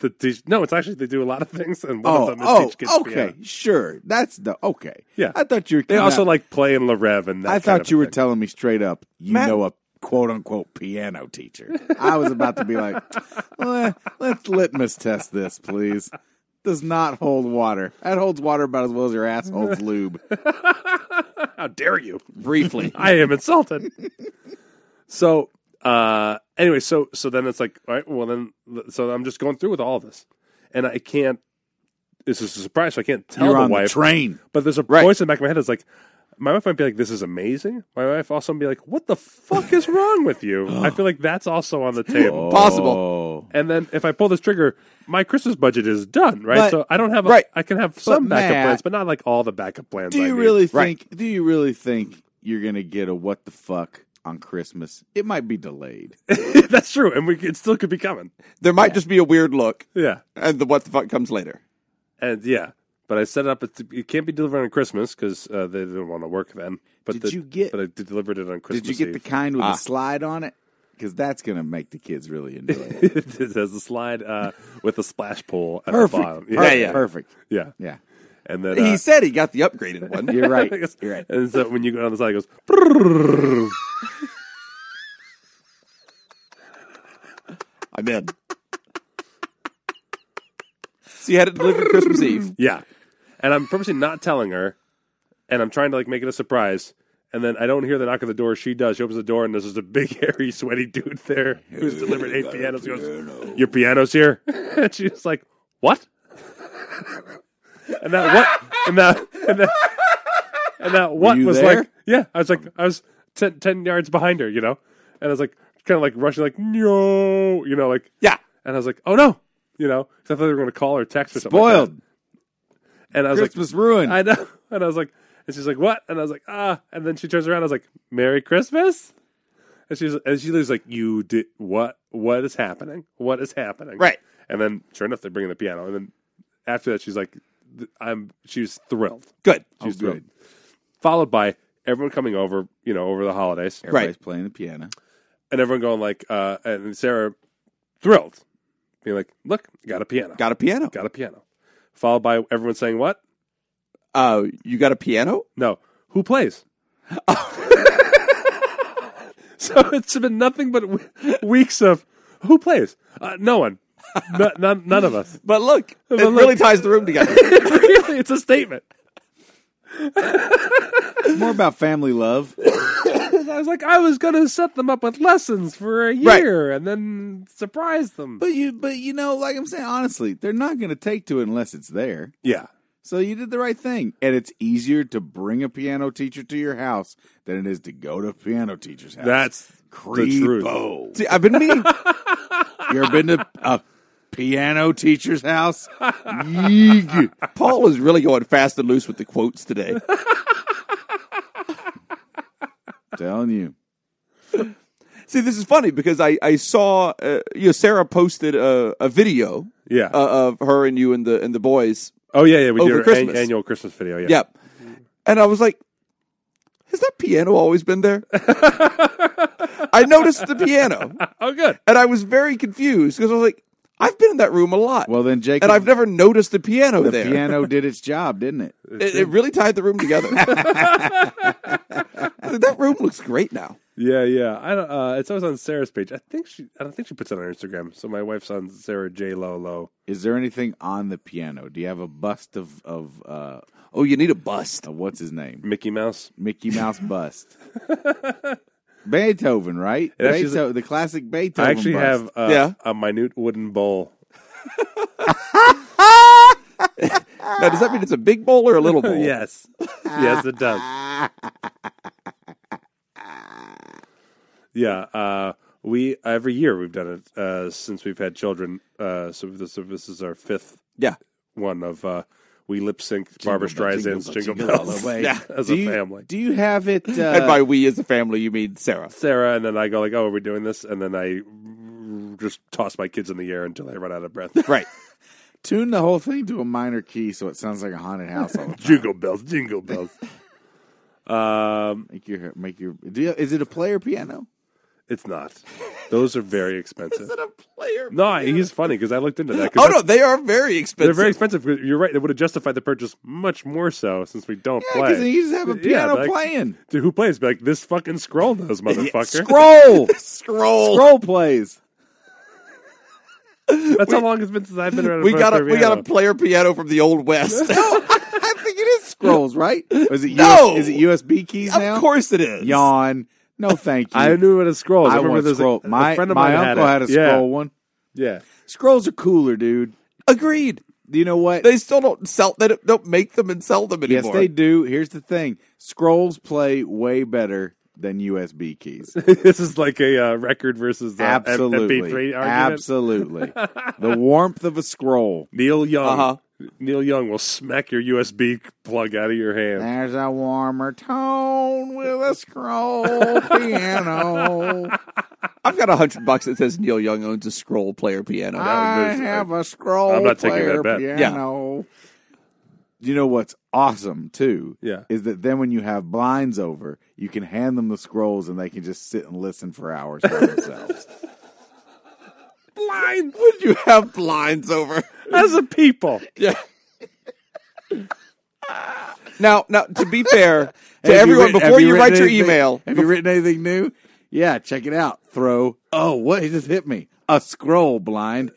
Speaker 3: The teach, no, it's actually they do a lot of things, and one of
Speaker 4: Oh,
Speaker 3: them is
Speaker 4: oh,
Speaker 3: teach kids
Speaker 4: okay,
Speaker 3: piano.
Speaker 4: sure. That's the okay.
Speaker 3: uh, Yeah.
Speaker 4: I thought you were.
Speaker 3: They also like play in La Rev and that
Speaker 4: I
Speaker 3: kind
Speaker 4: thought
Speaker 3: of
Speaker 4: you were
Speaker 3: thing.
Speaker 4: telling me straight up. You
Speaker 5: Matt-
Speaker 4: know a quote unquote piano teacher. I was about to be like, "Eh, let's litmus test this, please. Does not hold water. That holds water about as well as your ass holds lube.
Speaker 3: How dare you? <laughs>
Speaker 5: briefly.
Speaker 3: I am insulted. so uh anyway, so so then it's like, all right, well then so I'm just going through with all of this. And I can't this is a surprise, so I can't tell
Speaker 4: You're
Speaker 3: the
Speaker 4: on
Speaker 3: wife.
Speaker 4: the train.
Speaker 3: But there's a
Speaker 5: Right.
Speaker 3: voice in the back of my head that's like my wife might be like, This is amazing. My wife also be like, What the fuck is wrong with
Speaker 4: <gasps>
Speaker 3: you? I feel like that's also on the
Speaker 4: Oh.
Speaker 3: table.
Speaker 5: Possible.
Speaker 3: And then if I pull this trigger, my Christmas budget is done, right?
Speaker 4: But-
Speaker 3: so I don't have a,
Speaker 5: right.
Speaker 3: I can have some backup
Speaker 4: Matt-
Speaker 3: plans, but not like all the backup plans.
Speaker 4: Do
Speaker 3: I
Speaker 4: you
Speaker 3: need.
Speaker 4: really
Speaker 5: Right.
Speaker 4: think? Do you really think you're gonna get a what the fuck on Christmas? It might be delayed.
Speaker 3: <laughs> That's true, and we it still could be coming.
Speaker 5: There might just be a weird look,
Speaker 3: Yeah,
Speaker 5: and the what the fuck comes later.
Speaker 3: and yeah, but I set it up. At it can't be delivered on Christmas because uh, they didn't want to work then. But
Speaker 4: Did
Speaker 3: the-
Speaker 4: you get-
Speaker 3: But I d- delivered it on Christmas. Ah.
Speaker 4: Did you get the kind with the slide on it? Because that's gonna make the kids
Speaker 3: <laughs>
Speaker 4: really enjoy it.
Speaker 3: Eve. it has a slide
Speaker 4: <laughs>
Speaker 3: uh, with a splash pool at the bottom. Yeah,
Speaker 4: Perfect.
Speaker 5: yeah.
Speaker 4: Perfect.
Speaker 3: yeah,
Speaker 4: Yeah.
Speaker 3: And then
Speaker 5: He
Speaker 3: uh,
Speaker 5: said he got the upgraded <laughs> one.
Speaker 3: <laughs>
Speaker 4: You're right.
Speaker 3: I guess-
Speaker 4: You're right.
Speaker 3: And so when you go down the side, it goes. "Brrrr."
Speaker 5: I'm in. <laughs> So you had it delivered Christmas Eve.
Speaker 3: Yeah, and I'm purposely not telling her, and I'm trying to like make it a surprise. And then I don't hear the knock at the door. She does. She opens the door, and there's just a big, <laughs> hairy, sweaty dude there who's delivered eight pianos. He goes, "Your piano's here," <laughs> and she's like, "What?" and that what? And that and that, and that what
Speaker 4: you
Speaker 3: was
Speaker 4: there?
Speaker 3: like? Yeah, I was like, I was ten, 10 yards behind her, you know, and I was like, kind of like rushing, like no, you know, like
Speaker 5: Yeah.
Speaker 3: And I was like, oh no, you know, 'cause I thought they were going to call or text or something. like that.
Speaker 4: Boiled.
Speaker 3: And I was
Speaker 4: Christmas ruined.
Speaker 3: like, I know. <laughs> And I was like, and she's like, what? And I was like, ah. And then she turns around. I was like, Merry Christmas. And she's and she was like, you did what? What is happening? What is happening?
Speaker 5: Right.
Speaker 3: And then sure enough, they bring in the piano. And then after that, she's like, th- I'm. She was thrilled.
Speaker 5: Good.
Speaker 3: She was
Speaker 4: Oh, good.
Speaker 3: thrilled. Followed by everyone coming over, you know, over the holidays,
Speaker 4: Everybody's playing the piano.
Speaker 3: and everyone going like, uh, and Sarah thrilled, being like, look, got a piano,
Speaker 5: Got a piano.
Speaker 3: got a piano. Followed by everyone saying, what?
Speaker 5: Uh, you got a piano?
Speaker 3: No. Who plays? <laughs> so it's been nothing but w- weeks of who plays? Uh, no one. No, none, none of us. <laughs>
Speaker 5: But look, it
Speaker 3: look.
Speaker 5: really ties the room <laughs> together.
Speaker 3: really, it's a statement.
Speaker 4: It's more about family love.
Speaker 3: I was like, I was going to set them up with lessons for a year and then surprise them.
Speaker 4: but you but you know, like I'm saying, honestly, they're not gonna take to it unless it's there.
Speaker 3: yeah.
Speaker 4: So you did the right thing. And it's easier to bring a piano teacher to your house than it is to go to a piano teacher's house.
Speaker 3: That's the truth.
Speaker 4: creepo.
Speaker 5: See, I've been meaning.
Speaker 4: you ever been to a piano teacher's house?
Speaker 5: <laughs>
Speaker 4: Yeeg.
Speaker 5: Paul is really going fast and loose with the quotes today.
Speaker 4: Telling you.
Speaker 5: See, this is funny because I I saw uh, you know Sarah posted a, a video
Speaker 3: Yeah.
Speaker 5: uh, of her and you and the and the boys.
Speaker 3: oh, yeah, yeah. We
Speaker 5: over
Speaker 3: did our an-
Speaker 5: Christmas.
Speaker 3: annual Christmas video. Yeah.
Speaker 5: Yep. And I was like, has that piano always been there? I noticed the piano,
Speaker 3: Oh, good.
Speaker 5: and I was very confused because I was like, I've been in that room a lot.
Speaker 4: Well then Jacob
Speaker 5: and I've never noticed the piano
Speaker 4: the
Speaker 5: there.
Speaker 4: piano did its job, didn't it?
Speaker 5: <laughs> It, it really tied the room together. I was like, that room looks great now.
Speaker 3: Yeah, yeah. I don't. Uh, it's always on Sarah's page. I think she. I don't think she puts it on Instagram. So my wife's on Sarah J Lolo.
Speaker 4: Is there anything on the piano? Do you have a bust of of uh,
Speaker 5: Oh, you need a bust.
Speaker 4: of what's his name?
Speaker 3: Mickey Mouse.
Speaker 4: Mickey Mouse bust. Beethoven, right?
Speaker 3: It actually is-
Speaker 4: Beethoven, Oh, the classic Beethoven.
Speaker 3: I actually
Speaker 4: bust.
Speaker 3: have uh,
Speaker 5: Yeah.
Speaker 3: a minute wooden bowl.
Speaker 5: Now, does that mean it's a big bowl or a
Speaker 4: <laughs>
Speaker 5: little bowl?
Speaker 3: yes, yes, it does. <laughs> yeah, uh, we every year we've done it uh, since we've had children. Uh, so this so this is our fifth
Speaker 5: Yeah.
Speaker 3: one of uh, we lip sync Barbara
Speaker 6: Jingle bell,
Speaker 3: Streisand's
Speaker 6: jingle
Speaker 3: Jingle,
Speaker 6: bell, jingle all
Speaker 3: Bells
Speaker 6: the way.
Speaker 3: <laughs> as
Speaker 4: do
Speaker 3: a
Speaker 4: you,
Speaker 3: family.
Speaker 4: Do you
Speaker 3: <laughs>
Speaker 4: have it? Uh,
Speaker 5: and by we as a family, you mean Sarah.
Speaker 3: Sarah and then I go like, "Oh, are we doing this?" And then I just toss my kids in the air until I run out of breath. <laughs>
Speaker 4: <laughs>
Speaker 5: Right.
Speaker 4: tune the whole thing to a minor key so it sounds like a haunted house. All the time.
Speaker 3: jingle bells, jingle
Speaker 4: <laughs>
Speaker 3: bells. um,
Speaker 4: make your make your. Do you, is it a player piano?
Speaker 3: it's not. Those are very
Speaker 4: <laughs>
Speaker 3: expensive.
Speaker 5: a player?
Speaker 3: No, he's funny because I looked into that. 'cause
Speaker 5: Oh, no,
Speaker 3: that's-
Speaker 5: they are very
Speaker 3: They're
Speaker 5: expensive.
Speaker 3: very expensive. You're right. It would have justified the purchase much more so since we don't
Speaker 4: Yeah, because
Speaker 3: play.
Speaker 4: you just have a
Speaker 3: Yeah,
Speaker 4: piano
Speaker 3: but I-
Speaker 4: playing.
Speaker 3: Dude, who plays? Be like this fucking scroll
Speaker 4: <laughs>
Speaker 3: does, motherfucker.
Speaker 4: Scroll,
Speaker 5: Scroll.
Speaker 4: scroll plays.
Speaker 3: <laughs> That's how long it's been since I've been around.
Speaker 5: We got a we got a player piano from the old
Speaker 3: <laughs>
Speaker 5: west.
Speaker 4: I think it is scrolls, right? Or <laughs> is it
Speaker 5: No!
Speaker 4: US, is it USB keys now?
Speaker 5: of course it is.
Speaker 4: Yawn. No, thank you.
Speaker 3: I knew what a scroll. is.
Speaker 4: I
Speaker 3: remember
Speaker 4: want
Speaker 3: there's a-
Speaker 4: scroll.
Speaker 3: A,
Speaker 4: my
Speaker 3: friend of
Speaker 4: my
Speaker 3: mine
Speaker 4: uncle had,
Speaker 3: had,
Speaker 4: a
Speaker 3: it.
Speaker 4: scroll
Speaker 3: Yeah,
Speaker 4: one.
Speaker 3: Yeah.
Speaker 4: Scrolls are cooler, dude.
Speaker 5: Agreed.
Speaker 4: You know what?
Speaker 5: They still don't sell. They don't- don't make them and sell them
Speaker 4: yes,
Speaker 5: anymore.
Speaker 4: they do. Here's the thing: scrolls play way better than USB keys.
Speaker 3: <laughs> this is like a uh, record versus uh, M-
Speaker 4: Absolutely,
Speaker 3: MP3 argument.
Speaker 4: absolutely. the warmth of a scroll.
Speaker 3: Neil Young.
Speaker 5: Uh-huh.
Speaker 3: Neil Young will smack your USB plug out of your hand.
Speaker 4: There's a warmer tone with
Speaker 3: <laughs>
Speaker 4: a scroll piano.
Speaker 5: I've got a hundred bucks that says Neil Young owns a scroll player piano.
Speaker 4: I
Speaker 3: there's-
Speaker 4: have a scroll
Speaker 3: I'm not taking
Speaker 4: player
Speaker 3: that bet.
Speaker 5: Yeah.
Speaker 4: piano. You know what's awesome too?
Speaker 3: Yeah.
Speaker 4: Is that then when you have blinds over, you can hand them the scrolls and they can just sit and listen for hours by themselves.
Speaker 3: Blind
Speaker 5: Would you have blinds over? <laughs>
Speaker 3: as a people.
Speaker 4: <laughs>
Speaker 5: Yeah. now, now to be fair to
Speaker 4: Have
Speaker 5: everyone,
Speaker 4: written- have
Speaker 5: before you,
Speaker 4: written
Speaker 5: write your
Speaker 4: anything-
Speaker 5: email,
Speaker 4: Have you written anything new? Yeah, check it out. Throw. Oh, what? He just hit me. A scroll blind.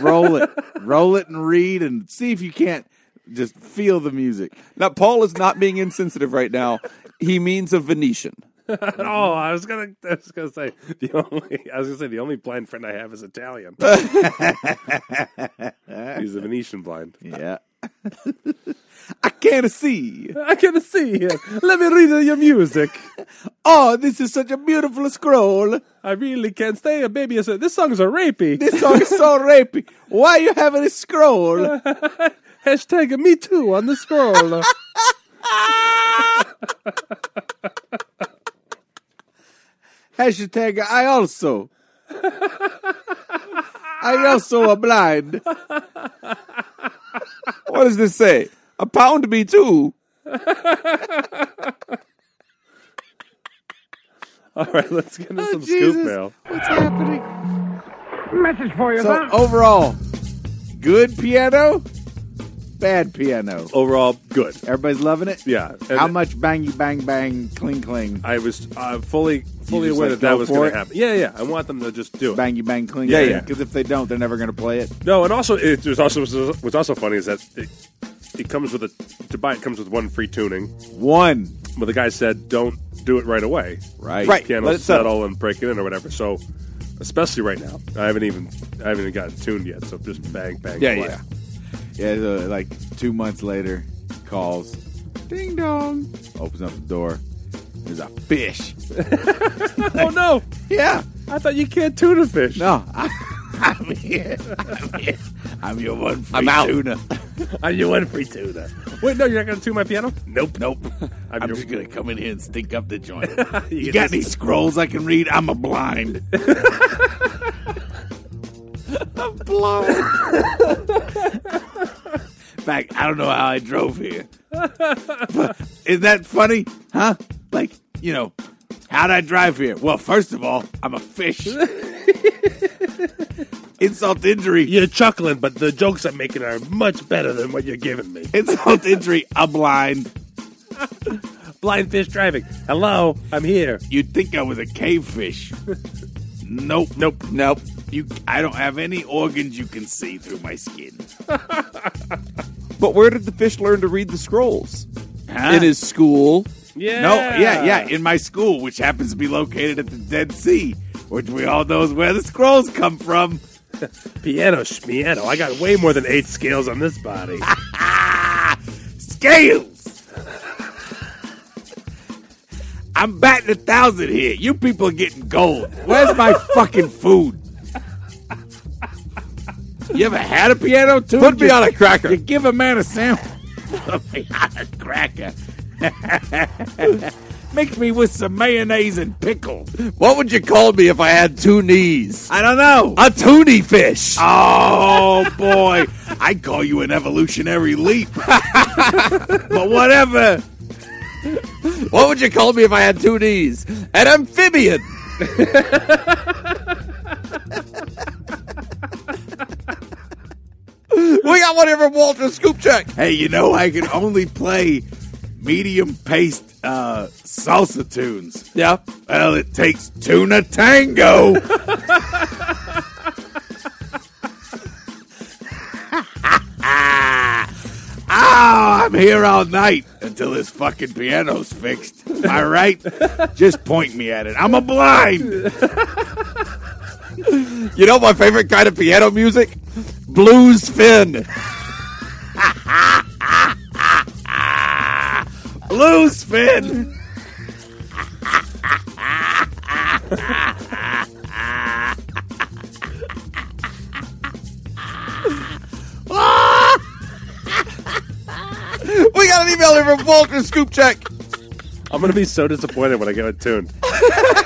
Speaker 4: Roll it. <laughs> Roll it and read and see if you can't just feel the music.
Speaker 5: now Paul is not being insensitive right now. He means a Venetian.
Speaker 3: Oh, I was gonna, I was gonna say the only, I was gonna say the only blind friend I have is
Speaker 4: <laughs>
Speaker 3: Italian. He's a Venetian blind.
Speaker 4: Yeah. I can't see.
Speaker 3: I can see you. Let me read your music.
Speaker 4: Oh, this is such a beautiful scroll.
Speaker 3: I really can't stay a baby. So this song's a rapey.
Speaker 4: This song is so rapey. Why you having a scroll?
Speaker 3: Hashtag me too on the scroll.
Speaker 4: Hashtag I also. I also are blind.
Speaker 5: What does this say? A pound me too.
Speaker 3: All right, <laughs> let's get into some
Speaker 4: Oh, Jesus.
Speaker 3: scoop mail.
Speaker 4: What's happening? Message for you. So overall, good piano, bad piano.
Speaker 3: Overall, good.
Speaker 4: Everybody's loving it.
Speaker 3: Yeah.
Speaker 4: How
Speaker 3: And
Speaker 4: much bangy bang bang cling cling
Speaker 3: I was uh, fully, fully
Speaker 4: just,
Speaker 3: aware
Speaker 4: like,
Speaker 3: that
Speaker 4: go
Speaker 3: that was
Speaker 4: for
Speaker 3: going
Speaker 4: it?
Speaker 3: to happen. Yeah, yeah. I want them to just do it.
Speaker 4: bangy bang cling?
Speaker 5: Yeah, yeah.
Speaker 4: Because if they don't, they're never going to play it.
Speaker 3: No, and also it was also what's also funny is that it, it comes with a to buy it comes with one free tuning.
Speaker 4: One.
Speaker 3: But the guy said, "Don't do it right away.
Speaker 4: Right.
Speaker 5: Right.
Speaker 3: Piano
Speaker 5: let it settle.
Speaker 3: settle. and break it in or whatever." So, especially right now, I haven't even I haven't even gotten tuned yet. So just bang bang.
Speaker 5: Yeah,
Speaker 3: play.
Speaker 5: yeah.
Speaker 4: Yeah. So like two months later, calls. Ding dong. Opens up the door. There's a fish.
Speaker 3: <laughs> Oh no!
Speaker 4: Yeah.
Speaker 3: I thought you can't tune a fish.
Speaker 4: No. I, I'm here. I'm here. I'm your one free
Speaker 5: I'm out.
Speaker 4: tuna.
Speaker 3: I'm your one free tuner. Wait, no, you're not going to tune my piano.
Speaker 6: Nope, nope.
Speaker 3: I'm,
Speaker 6: I'm
Speaker 3: your-
Speaker 6: just gonna come in here and stink up the joint.
Speaker 4: <laughs> You got any scrolls I can read? I'm a blind.
Speaker 5: I'm blown.
Speaker 4: In fact, I don't know how I drove here. But isn't that funny? Huh? Like, you know, how'd I drive here? Well, first of all, I'm a fish. Insult to injury.
Speaker 3: You're chuckling, but the jokes I'm making are much better than what you're giving me.
Speaker 4: Insult to injury. I'm blind.
Speaker 3: Blind fish driving. Hello, I'm here.
Speaker 6: You'd think I was a cave fish. nope. Nope.
Speaker 5: Nope.
Speaker 6: You, I don't have any organs you can see through my skin.
Speaker 5: But where did the fish learn to read the scrolls?
Speaker 6: Huh?
Speaker 5: In his school.
Speaker 3: Yeah.
Speaker 6: No, yeah, yeah, in my school, which happens to be located at the Dead Sea, which we all know is where the scrolls come from.
Speaker 3: Piano, piano. I got way more than eight scales on this body.
Speaker 6: Scales! I'm batting a thousand here. You people are getting gold. Where's my fucking food? You ever had a piano too?
Speaker 5: Put me on a cracker.
Speaker 6: You give a man a sandwich. <laughs> Put me on a cracker. <laughs> Mix me with some mayonnaise and pickles.
Speaker 5: What would you call me if I had two knees?
Speaker 6: I don't know.
Speaker 5: A toony fish.
Speaker 6: Oh boy, I call you an evolutionary
Speaker 4: <laughs>
Speaker 6: leap. but whatever.
Speaker 5: What would you call me if I had two knees? An amphibian. we got one here from Walter Scoopcheck.
Speaker 6: Hey, you know I can only play medium paced uh, salsa tunes.
Speaker 5: Yeah.
Speaker 6: Well, it takes tuna tango. <laughs> Ah, I'm here all night until this fucking piano's fixed. Am I right? Just point me at it. I'm a blind.
Speaker 5: You know my favorite kind of piano music? Blues fin.
Speaker 6: Lose, Finn.
Speaker 5: We got an email here from Walter Scoopcheck.
Speaker 3: I'm gonna be so disappointed when I get it tuned.
Speaker 6: <laughs>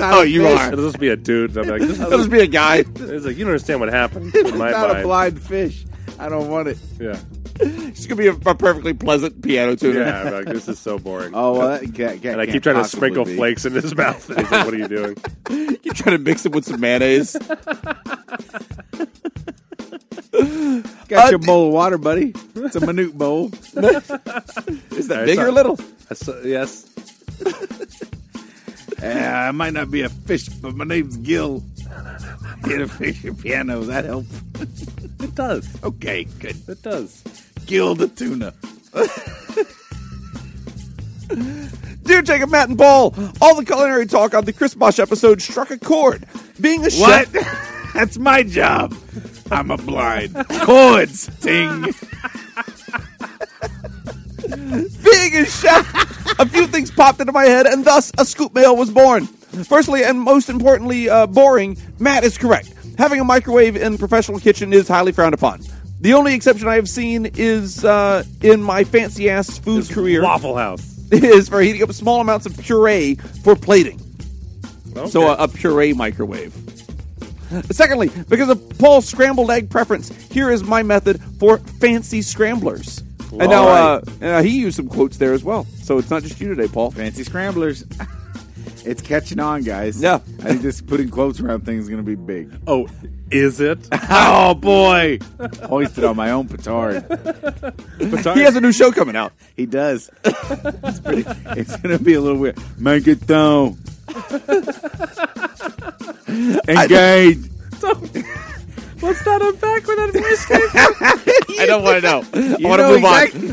Speaker 5: Oh, you are.
Speaker 3: It'll just be a dude. and I'm like, this is-
Speaker 5: That'll just be a guy.
Speaker 3: it's like you don't understand what happened
Speaker 4: It's
Speaker 3: in my
Speaker 4: not a
Speaker 3: mind.
Speaker 4: blind fish. I don't want it.
Speaker 3: yeah,
Speaker 5: It's gonna be a, a perfectly pleasant piano tuner.
Speaker 3: yeah.
Speaker 5: <laughs>
Speaker 3: I'm like, this is so boring.
Speaker 4: Oh, well, that can't,
Speaker 3: and I keep trying to sprinkle flakes in his mouth. And he's like, what are you doing?
Speaker 5: You try to mix it with some mayonnaise.
Speaker 4: Got
Speaker 5: Uh,
Speaker 4: your bowl of water, buddy. It's a minute bowl.
Speaker 5: Is that
Speaker 3: Alright,
Speaker 5: big or
Speaker 3: sorry.
Speaker 5: little?
Speaker 3: That's, uh, yes.
Speaker 6: Yeah, I might not be a fish, but my name's Gil. Hit a fish and piano. That help?
Speaker 3: It does.
Speaker 6: Okay, good.
Speaker 3: It does.
Speaker 6: Gil the tuna.
Speaker 5: Dear Jacob, Matt, and Paul, all the culinary talk on the Chris Bosch episode struck a chord. Being a
Speaker 6: What? <laughs>
Speaker 5: chef,
Speaker 6: That's my job. I'm a blind. Chords. Ting.
Speaker 5: being a chef, a few things popped into my head, and thus a scoop mail was born. Firstly, and most importantly, uh, boring. Matt is correct. Having a microwave in professional kitchen is highly frowned upon. The only exception I have seen is uh, in my fancy ass food career
Speaker 3: Waffle House.
Speaker 5: <laughs> is for heating up small amounts of puree for plating.
Speaker 3: Okay.
Speaker 5: So uh, a, a puree microwave. Secondly, because of Paul's scrambled egg preference, here is my method for fancy scramblers. And now uh, uh, he used some quotes there as well. So it's not just you today, Paul.
Speaker 4: Fancy scramblers. It's catching on, guys.
Speaker 5: Yeah.
Speaker 4: I think this putting quotes around thing is going to be big.
Speaker 3: oh, is it?
Speaker 6: Oh boy.
Speaker 4: Hoisted on my own petard.
Speaker 5: He has a new show coming out.
Speaker 4: He does. It's, pretty, it's going to be a little weird. Make it down. Engage.
Speaker 3: Let's not unpack with that voice.
Speaker 5: I don't want to <laughs> know. I want to
Speaker 4: know
Speaker 5: move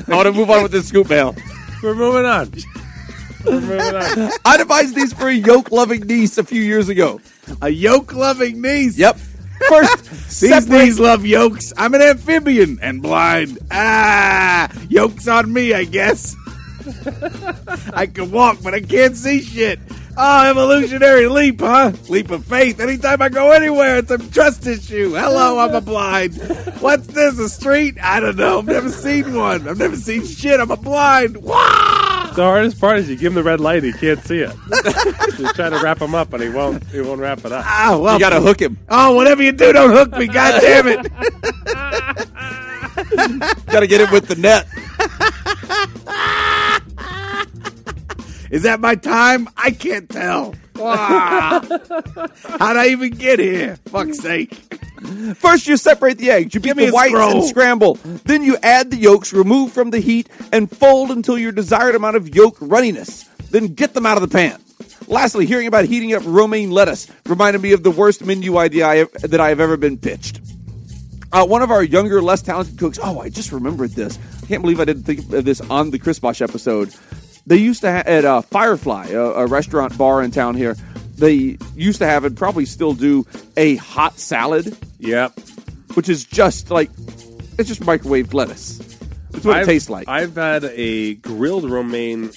Speaker 5: on. I want to move on with this scoop <laughs> mail.
Speaker 3: We're moving on. We're moving on.
Speaker 5: I devised these for a yolk loving niece a few years ago.
Speaker 6: A yolk loving niece.
Speaker 5: Yep. <laughs> First,
Speaker 6: These
Speaker 5: separate.
Speaker 6: knees love yolks. I'm an amphibian and blind. Ah, yolks on me, I guess. <laughs> I can walk, but I can't see shit. Oh, evolutionary leap, huh? Leap of faith. Anytime I go anywhere, it's a trust issue. Hello, I'm a blind. What's this? A street? I don't know. I've never seen one. I've never seen shit. I'm a blind. Wah!
Speaker 3: The hardest part is you give him the red light, he can't see it. <laughs> Just try to wrap him up, and he won't. He won't wrap it up.
Speaker 6: Ah, well.
Speaker 5: You got to hook him.
Speaker 6: oh, whatever you do, don't hook me. God damn it.
Speaker 5: Got to get him with the net.
Speaker 6: Is that my time? I can't tell. Ah. How'd I even get here? Fuck's sake.
Speaker 5: First, you separate the eggs. You beat
Speaker 7: me
Speaker 5: the
Speaker 7: a
Speaker 5: whites
Speaker 7: scroll.
Speaker 5: and scramble. Then you add the yolks, remove from the heat, and fold until your desired amount of yolk runniness. Then get them out of the pan. Lastly, hearing about heating up romaine lettuce reminded me of the worst menu idea I have, that I have ever been pitched. Uh, one of our younger, less talented cooks. Oh, I just remembered this. I can't believe I didn't think of this on the Chris Bosch episode. They used to ha- at uh, Firefly, a, a restaurant bar in town here. They used to have and probably still do a hot salad,
Speaker 3: Yep.
Speaker 5: which is just like it's just microwaved lettuce. That's what
Speaker 3: I've-
Speaker 5: it tastes like.
Speaker 3: I've had a grilled romaine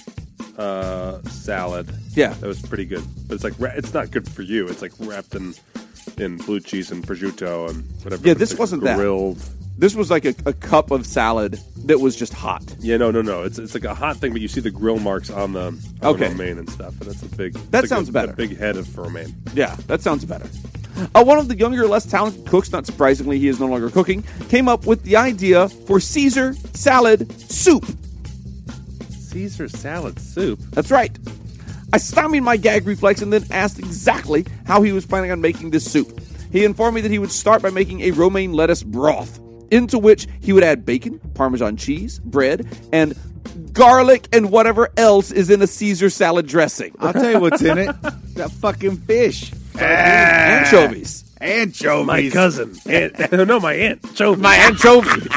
Speaker 3: uh, salad.
Speaker 5: Yeah.
Speaker 3: that was pretty good. But it's like wra- it's not good for you. It's like wrapped in in blue cheese and prosciutto and whatever.
Speaker 5: Yeah,
Speaker 3: It's
Speaker 5: this
Speaker 3: like
Speaker 5: wasn't that.
Speaker 3: grilled.
Speaker 5: this was like a, a cup of salad that was just hot.
Speaker 3: Yeah, no, no, no. It's it's like a hot thing, but you see the grill marks on the on the
Speaker 5: Okay.
Speaker 3: romaine and stuff, and that's a big.
Speaker 5: That
Speaker 3: it's a
Speaker 5: sounds
Speaker 3: good-
Speaker 5: better.
Speaker 3: A big head of romaine.
Speaker 5: Yeah, that sounds better. Uh, one of the younger, less talented cooks, not surprisingly, he is no longer cooking, came up with the idea for Caesar salad soup.
Speaker 3: Caesar salad soup.
Speaker 5: That's right. I stymied my gag reflex and then asked exactly how he was planning on making this soup. He informed me that he would start by making a romaine lettuce broth, into which he would add bacon, parmesan cheese, bread, and garlic and whatever else is in a Caesar salad dressing.
Speaker 6: I'll tell you what's
Speaker 4: <laughs>
Speaker 6: in it. That fucking fish.
Speaker 3: Ah.
Speaker 5: Anchovies.
Speaker 3: <laughs>
Speaker 6: Anchovies.
Speaker 3: cousin. Aunt, no, my aunt. Chovy. My
Speaker 6: anchovy.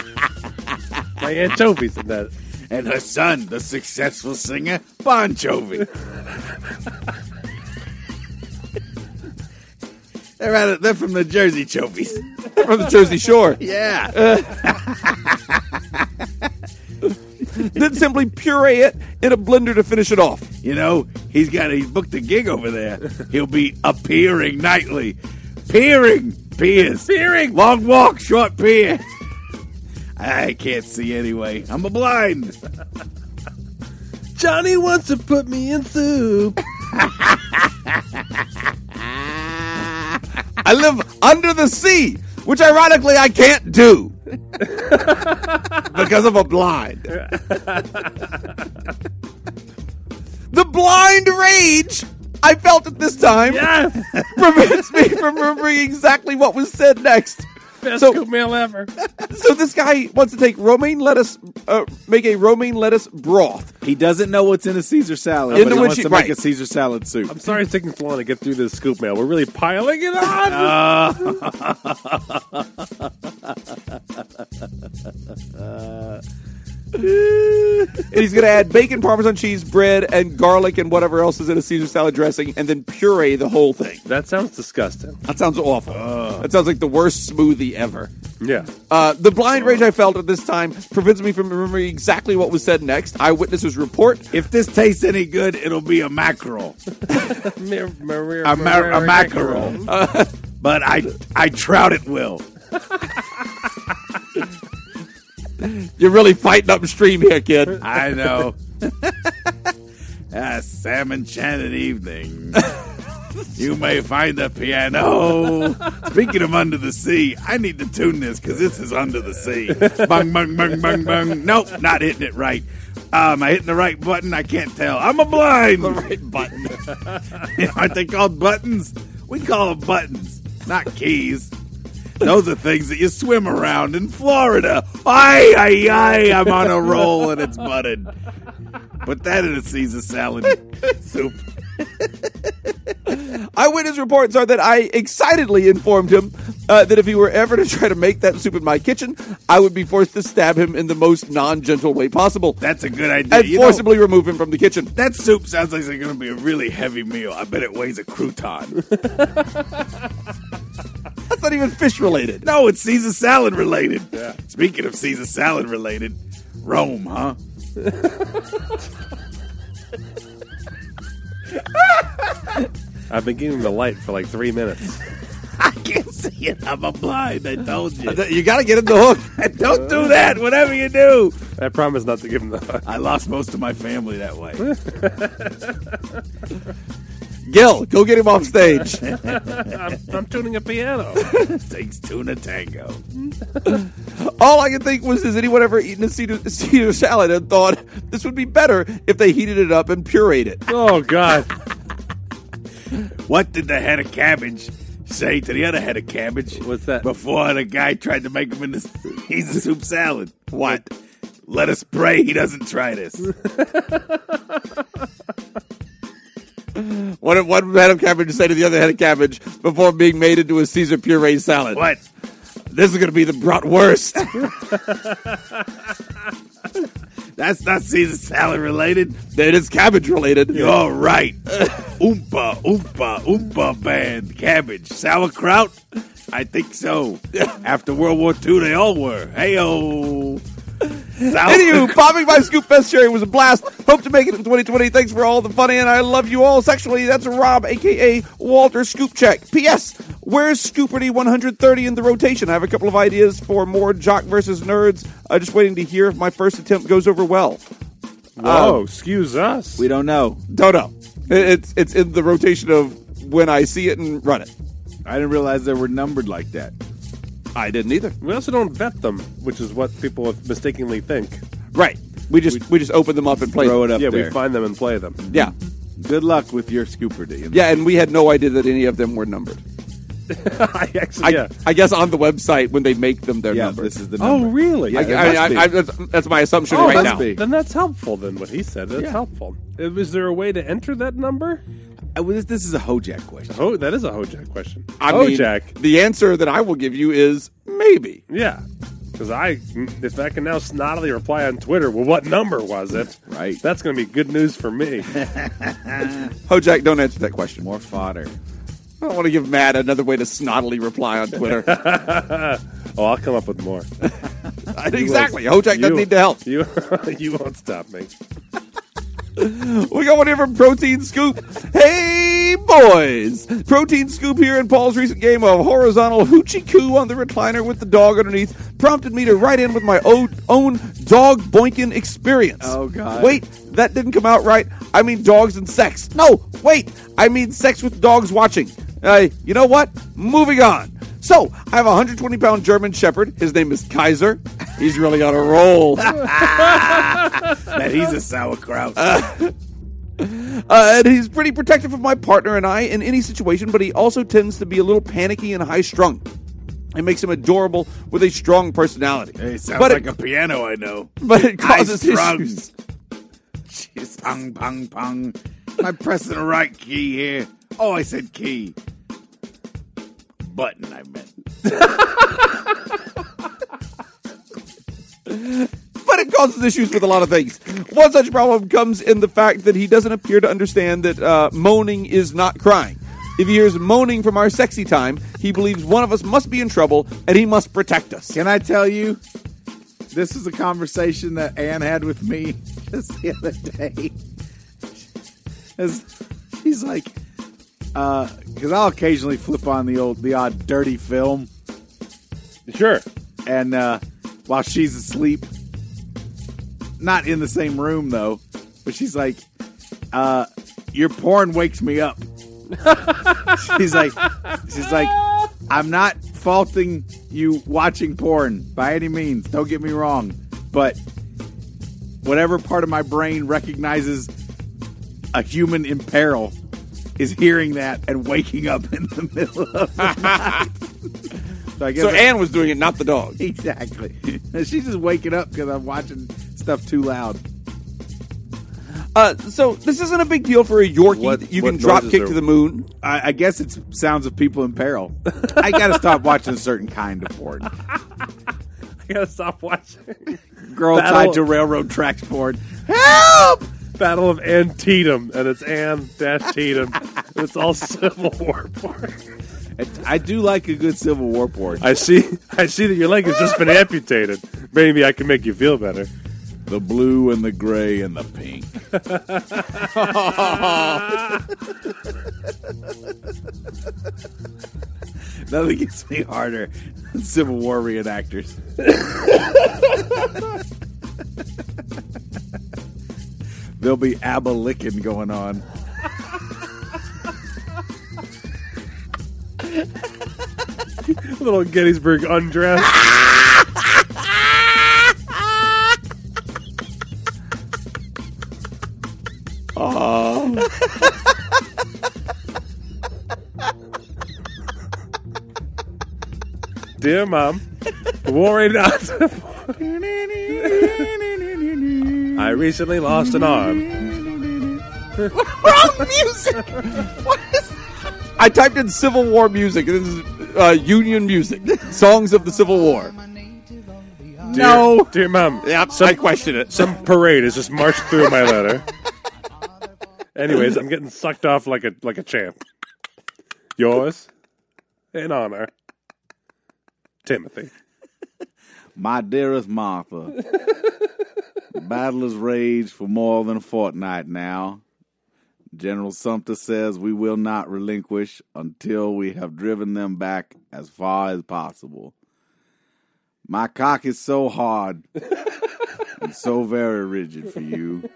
Speaker 3: <laughs> my anchovies in that.
Speaker 6: and her son, the successful singer, Bon Jovi. they're, out of, they're from the Jersey Chovies.
Speaker 5: From the Jersey Shore.
Speaker 6: Yeah.
Speaker 5: then simply puree it in a blender to finish it off.
Speaker 6: You know, he's got he's booked a gig over there. He'll be appearing nightly. Peering peers.
Speaker 3: Peering.
Speaker 6: Long walk, short pier. I can't see anyway. I'm a blind.
Speaker 3: Johnny wants to put me in soup.
Speaker 5: I live under the sea, which ironically I can't do <laughs> because of a blind. <laughs> the blind rage I felt at this time
Speaker 3: Yes.
Speaker 5: prevents me from remembering exactly what was said next.
Speaker 3: Best
Speaker 5: So-
Speaker 3: cooked meal ever.
Speaker 5: So this guy wants to take romaine lettuce, uh, make a romaine lettuce broth.
Speaker 6: He doesn't know what's in a Caesar salad.
Speaker 5: Into
Speaker 6: but he
Speaker 5: which
Speaker 6: wants
Speaker 5: he-
Speaker 6: to
Speaker 5: right.
Speaker 6: make a Caesar salad soup.
Speaker 3: I'm sorry it's taking so long to get through this scoop mail. We're really piling it on.
Speaker 5: And he's going to add bacon, parmesan cheese, bread, and garlic, and whatever else is in a Caesar salad dressing, and then puree the whole thing.
Speaker 3: that sounds disgusting.
Speaker 5: That sounds awful. that sounds like the worst smoothie ever.
Speaker 3: Yeah.
Speaker 5: Uh, the blind rage I felt at this time prevents me from remembering exactly what was said next. Eyewitnesses report.
Speaker 6: If this tastes any good, it'll be a mackerel.
Speaker 3: Mir- mir-
Speaker 6: A, ma- a
Speaker 3: mir-
Speaker 6: mackerel.
Speaker 3: Uh,
Speaker 6: but I I trout it will.
Speaker 5: You're really fighting upstream here, kid. <laughs>
Speaker 6: I know. ah, salmon
Speaker 5: <laughs>
Speaker 6: chanted evening. You may find the piano. Speaking of under the sea, I need to tune this because this is under the sea. Bung, bung, bung, bung, bung. Nope, not hitting it right. Uh, am I hitting the right button? I can't tell. I'm a blind.
Speaker 5: right button.
Speaker 6: <laughs> Aren't they called buttons? We call them buttons, not keys. Those are things that you swim around in Florida. Ay, ay, ay, I'm on a roll and it's butted. Put that in a Caesar salad soup.
Speaker 5: Eyewitness reports are that I excitedly informed him uh, that if he were ever to try to make that soup in my kitchen, I would be forced to stab him in the most non-gentle way possible
Speaker 6: That's a good idea.
Speaker 5: and
Speaker 6: You know,
Speaker 5: forcibly remove him from the kitchen.
Speaker 6: that soup sounds like it's going to be a really heavy meal. I bet it weighs a crouton.
Speaker 5: That's not even fish related.
Speaker 6: no, it's Caesar salad related. Speaking of Caesar salad related, Rome, huh?
Speaker 3: I've been getting the light for like three minutes.
Speaker 6: I can't see it. I'm a blind. I told you.
Speaker 5: You got to get him the hook.
Speaker 6: Don't do that. Whatever you do.
Speaker 3: I promise not to give him the.
Speaker 6: I lost most of my family that way.
Speaker 5: <laughs> Gil, go get him off
Speaker 6: <laughs>
Speaker 5: stage.
Speaker 3: I'm tuning a piano.
Speaker 6: Takes tuna tango.
Speaker 5: All I could think was, has anyone ever eaten a Caesar, Caesar salad and thought this would be better if they heated it
Speaker 3: <laughs>
Speaker 5: up and pureed it?
Speaker 3: Oh God!
Speaker 6: What did the head of cabbage Satan, the other had a cabbage.
Speaker 3: What's that?
Speaker 6: Before the guy tried to make him into <laughs> he's a soup salad. What? Let us pray he doesn't try this.
Speaker 5: What did one head of cabbage say to the other head of cabbage before being made into a Caesar puree salad?
Speaker 6: What?
Speaker 5: This is going to be the bratwurst.
Speaker 6: <laughs>
Speaker 5: <laughs>
Speaker 6: That's not Caesar salad related.
Speaker 5: it is cabbage related.
Speaker 6: You're right. oompa, oompa, oompa band. Cabbage. Sauerkraut? I think so. After World War II, they all were. Heyo. Sauer-
Speaker 5: Anywho, popping by Scoop Fest Cherry was a blast. Hope to make it in 2020. Thanks for all the funny, and I love you all sexually. That's Rob, aka Walter Scoopcheck. P.S. Where's Scooperty 130 in the rotation? I have a couple of ideas for more Jock versus Nerds. Uh, just waiting to hear if my first attempt goes over well.
Speaker 3: Whoa, excuse us.
Speaker 4: We don't know.
Speaker 5: Don't know. It- It's it's in the rotation of when I see it and run it.
Speaker 4: I didn't realize they were numbered like that.
Speaker 5: I didn't either.
Speaker 3: We also don't vet them, which is what people mistakenly think.
Speaker 5: Right. We just we, just open them up and play.
Speaker 4: Throw it
Speaker 5: them.
Speaker 4: up
Speaker 3: yeah,
Speaker 4: there.
Speaker 3: we find them and play <laughs> them.
Speaker 5: Yeah.
Speaker 4: Good luck with your scooper D.
Speaker 5: Yeah, and we had no idea that any of them were numbered.
Speaker 3: I actually,
Speaker 5: I,
Speaker 3: yeah.
Speaker 5: I guess on the website when they make them, they're numbered.
Speaker 4: this is the
Speaker 3: Oh,
Speaker 4: number.
Speaker 3: really?
Speaker 5: I,
Speaker 4: Yeah. it
Speaker 5: I,
Speaker 4: must be.
Speaker 5: I, I, that's, that's my assumption
Speaker 3: Oh,
Speaker 5: right
Speaker 3: that's-
Speaker 5: now.
Speaker 4: be.
Speaker 3: Then that's helpful. Then what he said, that's helpful. Uh, Is there a way to enter that number?
Speaker 4: I- Uh, well, this, this is a Hojack question.
Speaker 3: Oh, that is a Hojack question.
Speaker 5: I
Speaker 4: Oh,
Speaker 5: mean,
Speaker 3: Hojack,
Speaker 5: The answer that I will give you is maybe.
Speaker 3: yeah. Because I, if I can now snottily reply on Twitter, well, what number was it?
Speaker 4: Right.
Speaker 3: That's going to be good news for <laughs> me.
Speaker 5: Hojack, don't answer that question.
Speaker 4: More fodder.
Speaker 5: I don't want to give Matt another way to snottily reply
Speaker 4: <laughs>
Speaker 5: on Twitter.
Speaker 3: oh, I'll come up with <laughs> more.
Speaker 5: exactly. Hojack
Speaker 3: You-
Speaker 5: doesn't need to help.
Speaker 3: You, you won't <laughs> stop me.
Speaker 5: <laughs> We got one here from Protein Scoop. Hey, boys! Protein Scoop here in Paul's recent game of horizontal hoochie coo on the recliner with the dog underneath prompted me to write in with my own, own dog boinking experience.
Speaker 4: Oh, God.
Speaker 5: Wait, that didn't come out right. I mean dogs and sex. No, wait, I mean sex with dogs watching. Uh, you know what? Moving on. So, I have a 120 pound German Shepherd. His name is Kaiser. He's really on a
Speaker 4: <laughs>
Speaker 5: roll.
Speaker 6: Man, he's a sauerkraut.
Speaker 5: Uh, and he's pretty protective of my partner and I in any situation, but he also tends to be a little panicky and high strung. It makes him adorable with a strong personality.
Speaker 6: it sounds
Speaker 5: but,
Speaker 6: like
Speaker 5: it,
Speaker 6: a piano I know.
Speaker 5: but it causes
Speaker 6: High-strung.
Speaker 5: issues.
Speaker 6: Jeez, pong, pong, pong. Am I pressing the right key here? Oh, I said key. Button, I meant.
Speaker 5: But it causes issues with a lot of things. One such problem comes in the fact that he doesn't appear to understand that uh, moaning is not crying. If he hears moaning from our sexy time, he believes one of us must be in trouble and he must protect us.
Speaker 4: Can I tell you? This is a conversation that Anne had with me <laughs> just the other day. As she's like, because I'll occasionally flip on the old, the odd dirty film,
Speaker 3: Sure.
Speaker 4: and uh, while she's asleep, not in the same room though, but she's like, uh, "Your porn wakes me up." she's like, she's like, "I'm not faulting you watching porn by any means. Don't get me wrong, but whatever part of my brain recognizes a human in peril." Is hearing that and waking up in the middle of the night. I guess
Speaker 5: So
Speaker 4: I-
Speaker 5: Anne was doing it, not the dog.
Speaker 4: <laughs> Exactly. She's just waking up because I'm watching stuff too loud.
Speaker 5: Uh, so this isn't a big deal for a Yorkie.
Speaker 3: What-
Speaker 5: that you
Speaker 3: what
Speaker 5: can drop
Speaker 3: noises
Speaker 5: kick
Speaker 3: are-
Speaker 5: to the moon.
Speaker 4: I, I guess it's sounds of people in peril. <laughs> I gotta stop watching a certain kind of porn.
Speaker 3: <laughs> I gotta stop watching.
Speaker 4: Girl
Speaker 3: Battle-
Speaker 4: tied to railroad tracks porn. Help!
Speaker 3: <laughs> Battle of Antietam, and it's Ann dash Tatum. <laughs> it's all Civil War porn.
Speaker 4: I, I do like a good Civil War porn.
Speaker 3: I see. I see that your leg has just been amputated. Maybe I can make you feel better.
Speaker 4: The blue and the gray and the pink. Nothing gets me harder <laughs> than Civil War reenactors. There'll be ABBA licking going on.
Speaker 3: Little Gettysburg undress. Dear Mom, worried not. <laughs> I recently lost an arm.
Speaker 6: Wrong
Speaker 5: <laughs>
Speaker 6: music. What is?
Speaker 5: I typed in Civil War music. This is uh, Union music, songs of the Civil War.
Speaker 3: Dear,
Speaker 6: No.
Speaker 3: Dear Mom,
Speaker 6: Yep, I question it.
Speaker 3: some parade has just marched through my letter. Anyways, I'm getting sucked off like a like a champ. Yours, in honor, Timothy.
Speaker 4: My dearest Martha, the battle has raged for more than a fortnight now. General Sumter says we will not relinquish until we have driven them back as far as possible. My cock is so hard and so very rigid for you.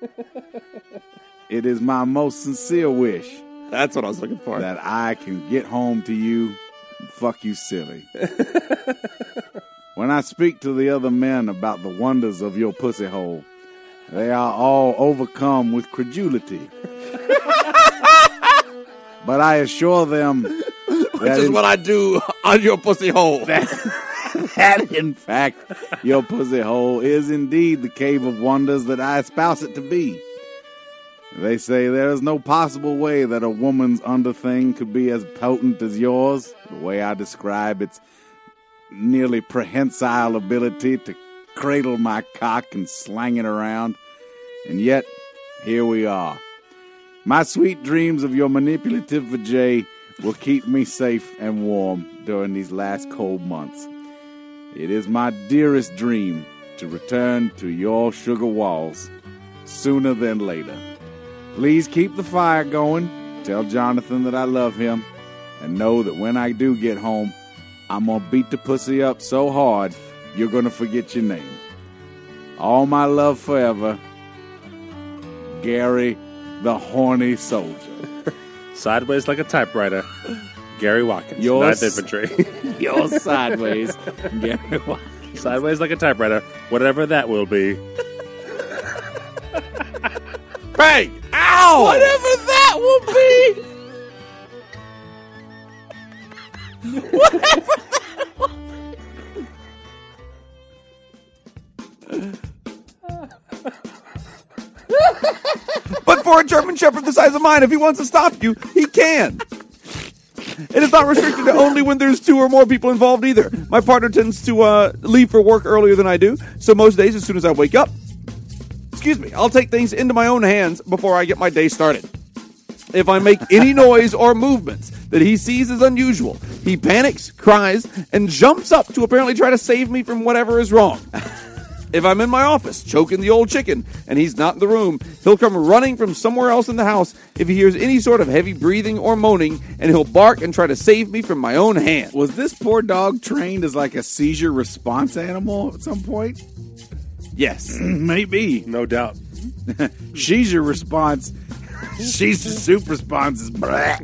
Speaker 4: It is my most sincere wish
Speaker 5: That's what I was looking for.
Speaker 4: that I can get home to you and fuck you silly. when I speak to the other men about the wonders of your pussy hole, they are all overcome with credulity. but I assure them that
Speaker 5: This is
Speaker 4: in,
Speaker 5: what I do on your pussy hole.
Speaker 4: that in fact your pussy hole is indeed the cave of wonders that I espouse it to be. They say there is no possible way that a woman's underthing could be as potent as yours. The way I describe its nearly prehensile ability to cradle my cock and slang it around. And yet, here we are. My sweet dreams of your manipulative vajay will keep me safe and warm during these last cold months. It is my dearest dream to return to your sugar walls sooner than later. Please keep the fire going. Tell Jonathan that I love him. And know that when I do get home, I'm going to beat the pussy up so hard, you're going to forget your name. All my love forever, Gary the Horny Soldier.
Speaker 3: Sideways like a typewriter, Gary Watkins,
Speaker 4: Yours.
Speaker 3: Ninth Infantry. <laughs>
Speaker 4: You're sideways, Gary.
Speaker 3: Sideways like a typewriter, whatever that will be.
Speaker 5: Bang! Ow!
Speaker 6: Whatever that will be.
Speaker 5: But for a German Shepherd the size of mine, if he wants to stop you, he can. It is not restricted to only when there's two or more people involved either. My partner tends to uh, leave for work earlier than I do, so most days, as soon as I wake up, excuse me, I'll take things into my own hands before I get my day started. If I make any noise or movements that he sees as unusual, he panics, cries, and jumps up to apparently try to save me from whatever is wrong. If I'm in my office choking the old chicken and he's not in the room, he'll come running from somewhere else in the house if he hears any sort of heavy breathing or moaning, and he'll bark and try to save me from my own hand.
Speaker 4: Was this poor dog trained as like a seizure response animal at some point? <clears throat>
Speaker 5: Yes.
Speaker 4: Maybe.
Speaker 3: No doubt.
Speaker 4: She's your response. <laughs> She's the soup response is bleh.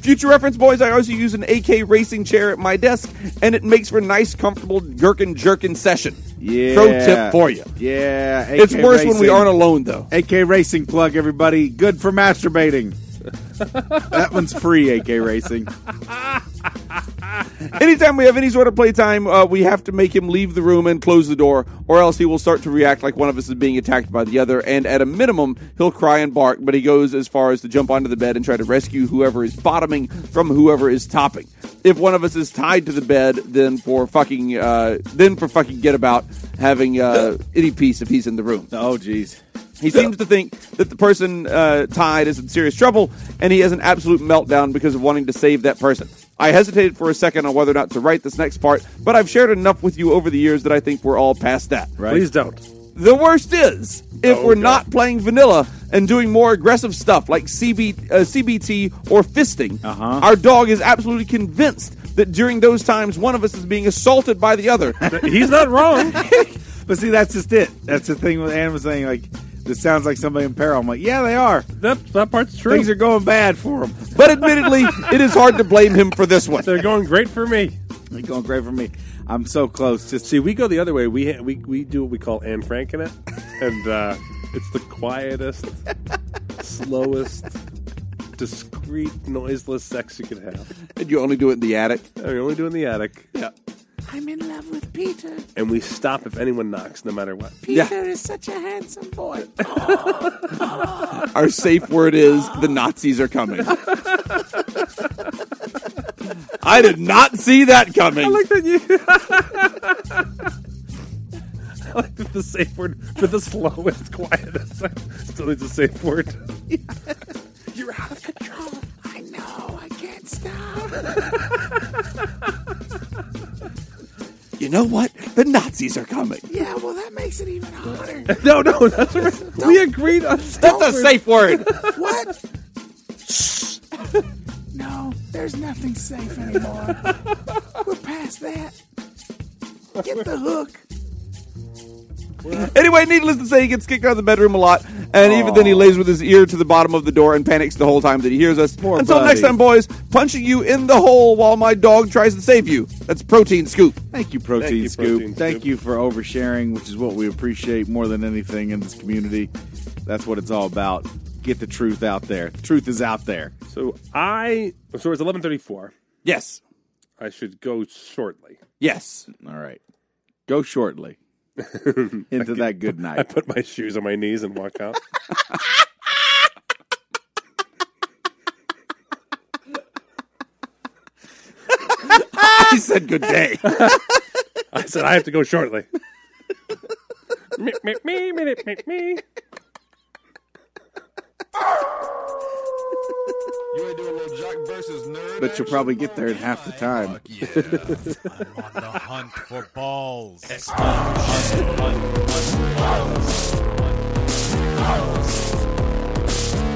Speaker 5: Future reference, boys, I also use an AK racing chair at my desk, and it makes for nice, comfortable gherkin jerkin session.
Speaker 4: Yeah.
Speaker 5: Pro tip for you.
Speaker 4: Yeah. AK
Speaker 5: It's worse when we
Speaker 4: racing.
Speaker 5: aren't alone, though.
Speaker 4: AK racing plug, everybody. Good
Speaker 5: <laughs>
Speaker 4: for masturbating. that one's free, AK racing.
Speaker 5: Anytime we have any sort of playtime, uh, we have to make him leave the room and close the door, or else he will start to react like one of us is being attacked by the other. And at a minimum, he'll cry and bark, but he goes as far as to jump onto the bed and try to rescue whoever is bottoming from whoever is topping. If one of us is tied to the bed, then for fucking, uh, then for fucking get about having uh, any peace if he's in the room.
Speaker 4: Oh, jeez.
Speaker 5: He seems to think that the person uh, tied is in serious trouble, and he has an absolute meltdown because of wanting to save that person. I hesitated for a second on whether or not to write this next part, but I've shared enough with you over the years that I think we're all past that.
Speaker 4: Right.
Speaker 3: Please don't.
Speaker 5: The worst is if
Speaker 3: Oh,
Speaker 5: we're
Speaker 3: God.
Speaker 5: not playing vanilla and doing more aggressive stuff like CB, uh, CBT or fisting.
Speaker 4: Uh-huh.
Speaker 5: Our dog is absolutely convinced that during those times one of us is being assaulted by the <laughs> other.
Speaker 3: He's not wrong.
Speaker 4: <laughs> But see, that's just it. That's the thing with Adam was saying, like, this sounds like somebody in peril. I'm like, yeah, they are.
Speaker 3: That, that part's true.
Speaker 4: Things are going bad for them.
Speaker 5: but admittedly, it is hard to blame him for this one.
Speaker 3: They're going great for me.
Speaker 4: They're going great for me. I'm so close. Just
Speaker 3: See, we go the other way. We ha- we we do what we call Anne Frank in it, and uh, it's the quietest, slowest, discreet, noiseless sex you could have.
Speaker 5: And you only do it in the attic.
Speaker 3: And we only do it in the attic. Yeah.
Speaker 6: I'm in love with Peter.
Speaker 3: And we stop if anyone knocks, no matter what. <laughs>
Speaker 6: Peter is such a handsome boy.
Speaker 5: Our safe word is the Nazis are coming. I did not see that coming.
Speaker 3: like that you. I like that the safe word for the slowest, quietest. <laughs> Still needs a safe word.
Speaker 6: You're out of control. I know. I can't stop.
Speaker 5: You know what? The Nazis are coming.
Speaker 6: Yeah, well, that makes it even harder.
Speaker 3: No, no, that's right. we agreed on.
Speaker 5: That's a safe word.
Speaker 6: What? Shh. No, there's nothing safe anymore. We're past that. Get the hook.
Speaker 5: Anyway, needless to say, he gets kicked out of the bedroom a lot, and even then, he lays with his ear to the bottom of the door and panics the whole time that he hears us.
Speaker 4: Poor
Speaker 5: Until
Speaker 4: buddy.
Speaker 5: next time, boys, punching you in the hole while my dog tries to save you. That's protein scoop.
Speaker 4: Thank you, Protein
Speaker 3: Thank you,
Speaker 4: Scoop.
Speaker 3: Protein
Speaker 4: Thank
Speaker 3: Scoop.
Speaker 4: you for oversharing, which is what we appreciate more than anything in this community. That's what it's all about. Get the truth out there. The truth is out there.
Speaker 3: So I. So it's eleven thirty-four.
Speaker 5: Yes,
Speaker 3: I should go shortly.
Speaker 5: yes.
Speaker 4: All right. Go shortly into that good
Speaker 3: I
Speaker 4: night.
Speaker 3: put my shoes on my knees and walk out.
Speaker 5: He said good day.
Speaker 3: I said I have to go shortly. me, me, me, me, me, me.
Speaker 8: You ain't doing no Jock versus nerd.
Speaker 4: But you'll probably get there in half the time.
Speaker 8: Yeah, I'm on the hunt for balls. Hunt, hunt, hunt, balls. Balls.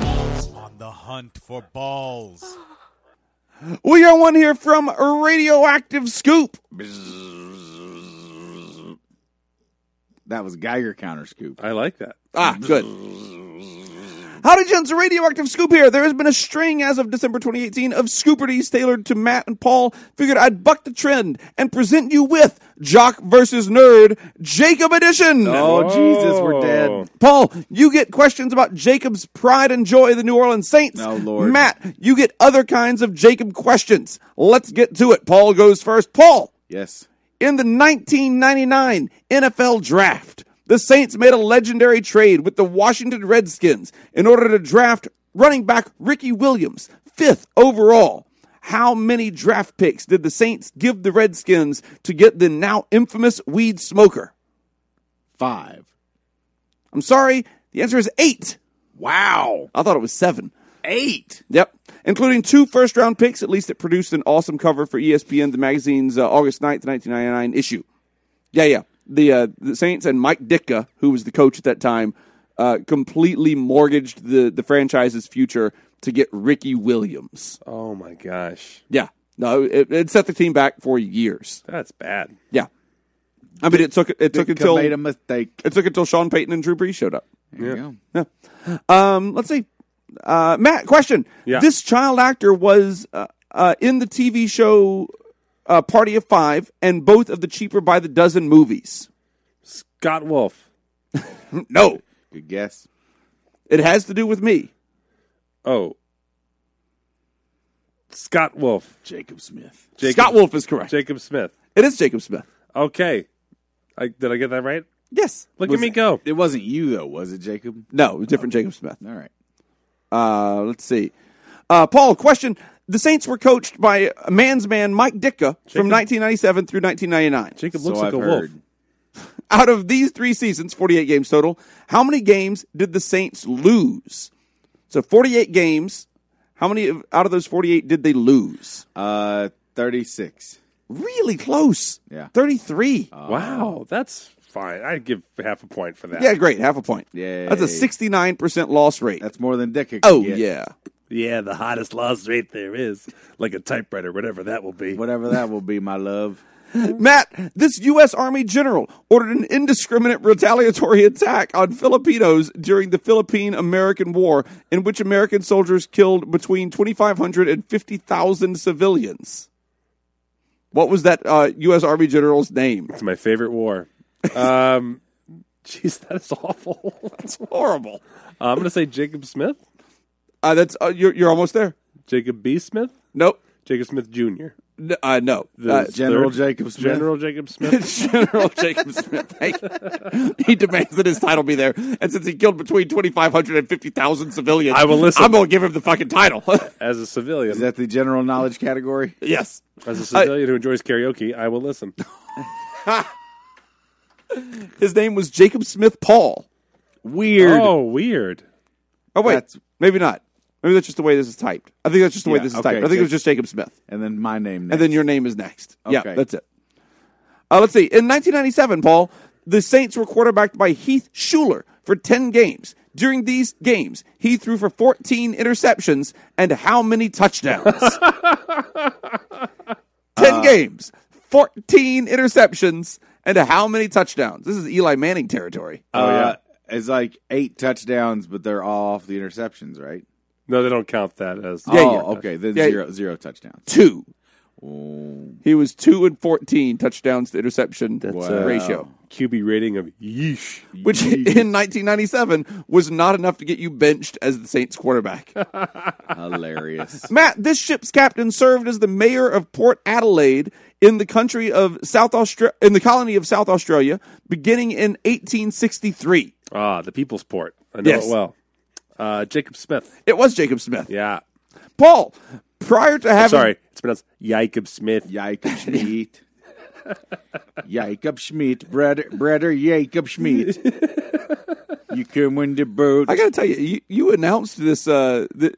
Speaker 8: Balls. On the hunt for balls.
Speaker 5: we are one here from Radioactive Scoop.
Speaker 4: That was Geiger counter scoop.
Speaker 3: I like that.
Speaker 5: Ah, good. Howdy, gents. Radioactive Scoop here. There has been a string as of December 2018 of scooperties tailored to Matt and Paul. Figured I'd buck the trend and present you with Jock versus Nerd Jacob Edition.
Speaker 4: Oh, Jesus, we're
Speaker 5: Oh.
Speaker 4: dead.
Speaker 5: Paul, you get questions about Jacob's pride and joy of the New Orleans Saints.
Speaker 4: Oh, Lord.
Speaker 5: Matt, you get other kinds of Jacob questions. Let's get to it. Paul goes first. Paul,
Speaker 4: Yes.
Speaker 5: in the 1999 NFL draft, the Saints made a legendary trade with the Washington Redskins in order to draft running back Ricky Williams, fifth overall. How many draft picks did the Saints give the Redskins to get the now infamous weed smoker?
Speaker 4: Five.
Speaker 5: I'm sorry, the answer is eight.
Speaker 4: Wow.
Speaker 5: I thought it was seven.
Speaker 4: Eight.
Speaker 5: Yep. Including two first round picks, at least it produced an awesome cover for E ESPN, the magazine's uh, August 9th, 1999 issue. Yeah, yeah. The, uh, the Saints and Mike Ditka, who was the coach at that time, uh, completely mortgaged the, the franchise's future to get Ricky Williams.
Speaker 3: Oh my gosh,
Speaker 5: Yeah. No, it, it set the team back for years.
Speaker 3: that's bad.
Speaker 5: Yeah. I mean, it took it took
Speaker 4: Ditka
Speaker 5: until
Speaker 4: made a mistake.
Speaker 5: it took until Sean Payton and Drew Brees showed up.
Speaker 4: There you go.
Speaker 5: Um, let's see. Uh, Matt, question.
Speaker 3: Yeah.
Speaker 5: This child actor was uh, uh, in the TV show uh, Party of Five and both of the Cheaper by the Dozen movies.
Speaker 3: Scott Wolf.
Speaker 5: No,
Speaker 4: Good guess.
Speaker 5: it has to do with me.
Speaker 3: Oh, Scott Wolf.
Speaker 4: Jacob Smith.
Speaker 3: Jacob,
Speaker 5: Scott Wolf is correct.
Speaker 3: Jacob Smith.
Speaker 5: It is Jacob Smith.
Speaker 3: Okay, I, did I get that right?
Speaker 5: Yes.
Speaker 3: Look
Speaker 4: Was
Speaker 3: at me go.
Speaker 4: It wasn't you, though, was it, Jacob?
Speaker 5: No, a different Jacob Smith.
Speaker 4: All right.
Speaker 5: Uh, let's see. Uh, Paul, question. The Saints were coached by a man's man, Mike Ditka, from 1997 through 1999.
Speaker 3: Jacob
Speaker 4: So
Speaker 3: looks like
Speaker 4: I've
Speaker 3: a
Speaker 4: heard.
Speaker 3: wolf.
Speaker 5: out of these three seasons, 48 games total, how many games did the Saints lose? So 48 games. How many of, out of those 48 did they lose?
Speaker 4: Uh, 36.
Speaker 5: Really close.
Speaker 4: Yeah. Uh,
Speaker 5: 33.
Speaker 3: Wow, that's fine. I'd give half a point for that.
Speaker 5: yeah, great. Half a point.
Speaker 4: Yay.
Speaker 5: That's a 69% loss rate.
Speaker 4: That's more than Dick.
Speaker 5: oh, yeah.
Speaker 3: yeah, the hottest loss rate there is, like a typewriter, whatever that will be.
Speaker 4: Whatever that will be, my love.
Speaker 5: Matt, this U.S. Army general ordered an indiscriminate retaliatory attack on Filipinos during the Philippine American War, in which American soldiers killed between 2,500 and 50,000 civilians. What was that uh, U.S. Army general's name?
Speaker 3: It's my favorite war. Um, <laughs> jeez, that is awful. <laughs> Uh,
Speaker 5: It's horrible.
Speaker 3: I'm gonna say Jacob Smith.
Speaker 5: Uh, that's uh, you're you're almost there.
Speaker 3: Jacob B. Smith?
Speaker 5: Nope.
Speaker 3: Jacob Smith Jr.
Speaker 5: N- uh, no.
Speaker 3: The
Speaker 5: Uh,
Speaker 4: General
Speaker 3: third-
Speaker 4: Jacob Smith.
Speaker 3: General Jacob
Speaker 4: <laughs>
Speaker 3: Smith.
Speaker 5: <laughs> General Jacob Smith. Thank you. He demands that his title be there, and since he killed between twenty five hundred and fifty thousand civilians,
Speaker 3: I will listen.
Speaker 5: I'm going to give him the fucking title. <laughs>
Speaker 3: As a civilian.
Speaker 4: Is that the general knowledge category?
Speaker 5: yes.
Speaker 3: as a civilian who enjoys karaoke, I will listen.
Speaker 5: His name was Jacob Smith Paul.
Speaker 4: Weird.
Speaker 3: Oh, weird.
Speaker 5: Oh wait,
Speaker 4: That's-
Speaker 5: maybe not. Maybe that's just the way this is typed. I think that's just the way
Speaker 4: Yeah,
Speaker 5: this is
Speaker 4: okay,
Speaker 5: typed. I think it was
Speaker 4: good.
Speaker 5: just Jacob Smith.
Speaker 4: And then my name. Next.
Speaker 5: and then your name is next. Yeah,
Speaker 4: Okay.
Speaker 5: that's it. Uh, let's see. In 1997, Paul, the Saints were quarterbacked by Heath Schuler for 10 games. During these games, he threw for 14 interceptions and how many
Speaker 4: <laughs>
Speaker 5: touchdowns?
Speaker 4: Uh.
Speaker 5: 10 games, 14 interceptions, and how many touchdowns? This is Eli Manning territory.
Speaker 4: Oh yeah. it's like eight touchdowns, but they're all off the interceptions, right?
Speaker 3: No, they don't count that as. uh,
Speaker 5: Yeah,
Speaker 4: oh,
Speaker 5: yeah.
Speaker 4: okay. Then
Speaker 5: Yeah.
Speaker 4: zero zero touchdowns.
Speaker 5: Two. He was 2 and 14 touchdowns to interception
Speaker 4: uh,
Speaker 5: ratio.
Speaker 3: QB rating of yeesh.
Speaker 5: which in 1997 was not enough to get you benched as the Saints
Speaker 3: <laughs>
Speaker 5: quarterback.
Speaker 4: Hilarious. <laughs>
Speaker 5: Matt, this ship's captain served as the mayor of Port Adelaide in the country of South Australia, in the colony of South Australia, beginning in 1863.
Speaker 3: Ah, the People's Port. I know
Speaker 5: Yes.
Speaker 3: it well. Uh, Jacob Smith.
Speaker 5: It was Jacob Smith.
Speaker 3: Yeah.
Speaker 5: Paul, prior to having
Speaker 3: Sorry, it's pronounced Jacob Smith.
Speaker 4: Jacob Schmidt. Jacob Schmidt, brother, brother Jacob <laughs> Schmidt. You come in the boat.
Speaker 5: I got to tell you, you, you announced this. Uh, the,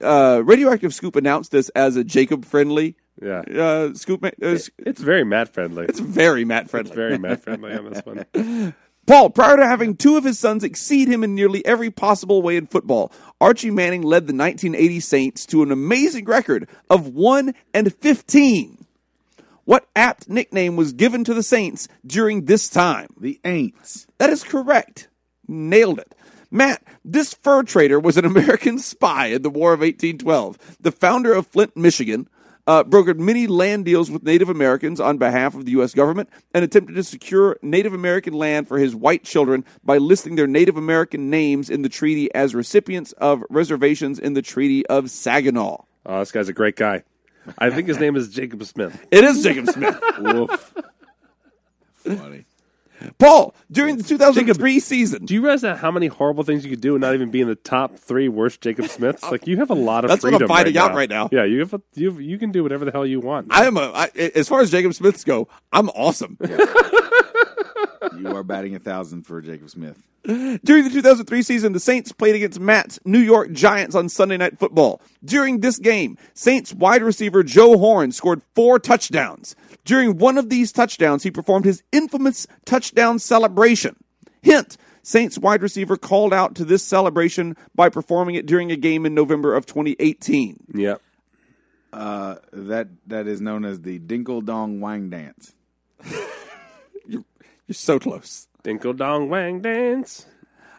Speaker 5: uh, Radioactive Scoop announced this as a Jacob friendly
Speaker 3: Yeah.
Speaker 5: uh, scoop. Ma- uh, sc-
Speaker 3: It's very Matt friendly.
Speaker 5: it's very Matt friendly.
Speaker 3: It's very Matt friendly on this one.
Speaker 5: Paul, prior to having two of his sons exceed him in nearly every possible way in football, Archie Manning led the 1980 Saints to an amazing record of 1 and 15. What apt nickname was given to the Saints during this time?
Speaker 4: the Aints.
Speaker 5: That is correct. Nailed it. Matt, this fur trader was an American <laughs> spy in the War of 1812. The founder of Flint, Michigan, uh, brokered many land deals with Native Americans on behalf of the U.S. government and attempted to secure Native American land for his white children by listing their Native American names in the treaty as recipients of reservations in the Treaty of Saginaw.
Speaker 3: Oh, this guy's a great guy. I think his name is Jacob Smith.
Speaker 5: It is Jacob Smith.
Speaker 4: Woof. Funny.
Speaker 5: <laughs> Paul, during the 2003 season.
Speaker 3: Do you realize that how many horrible things you could do and not even be in the top three worst Jacob Smiths? Like you have a lot of
Speaker 5: That's what I'm
Speaker 3: freedom
Speaker 5: finding
Speaker 3: right
Speaker 5: out
Speaker 3: now.
Speaker 5: right now.
Speaker 3: Yeah, you have a, you you can do whatever the hell you want.
Speaker 5: I am a, I, as far as Jacob Smiths go, I'm awesome.
Speaker 4: You are batting a thousand for Jacob Smith.
Speaker 5: During the 2003 season, the Saints played against Matt's New York Giants on Sunday Night Football. During this game, Saints wide receiver Joe Horn scored four touchdowns. During one of these touchdowns, he performed his infamous touchdown celebration. Hint Saints wide receiver called out to this celebration by performing it during a game in November of 2018.
Speaker 3: yeah.
Speaker 4: That that is known as the Dinkle Dong Wang Dance.
Speaker 5: You're so close.
Speaker 3: Dinkle dong wang dance.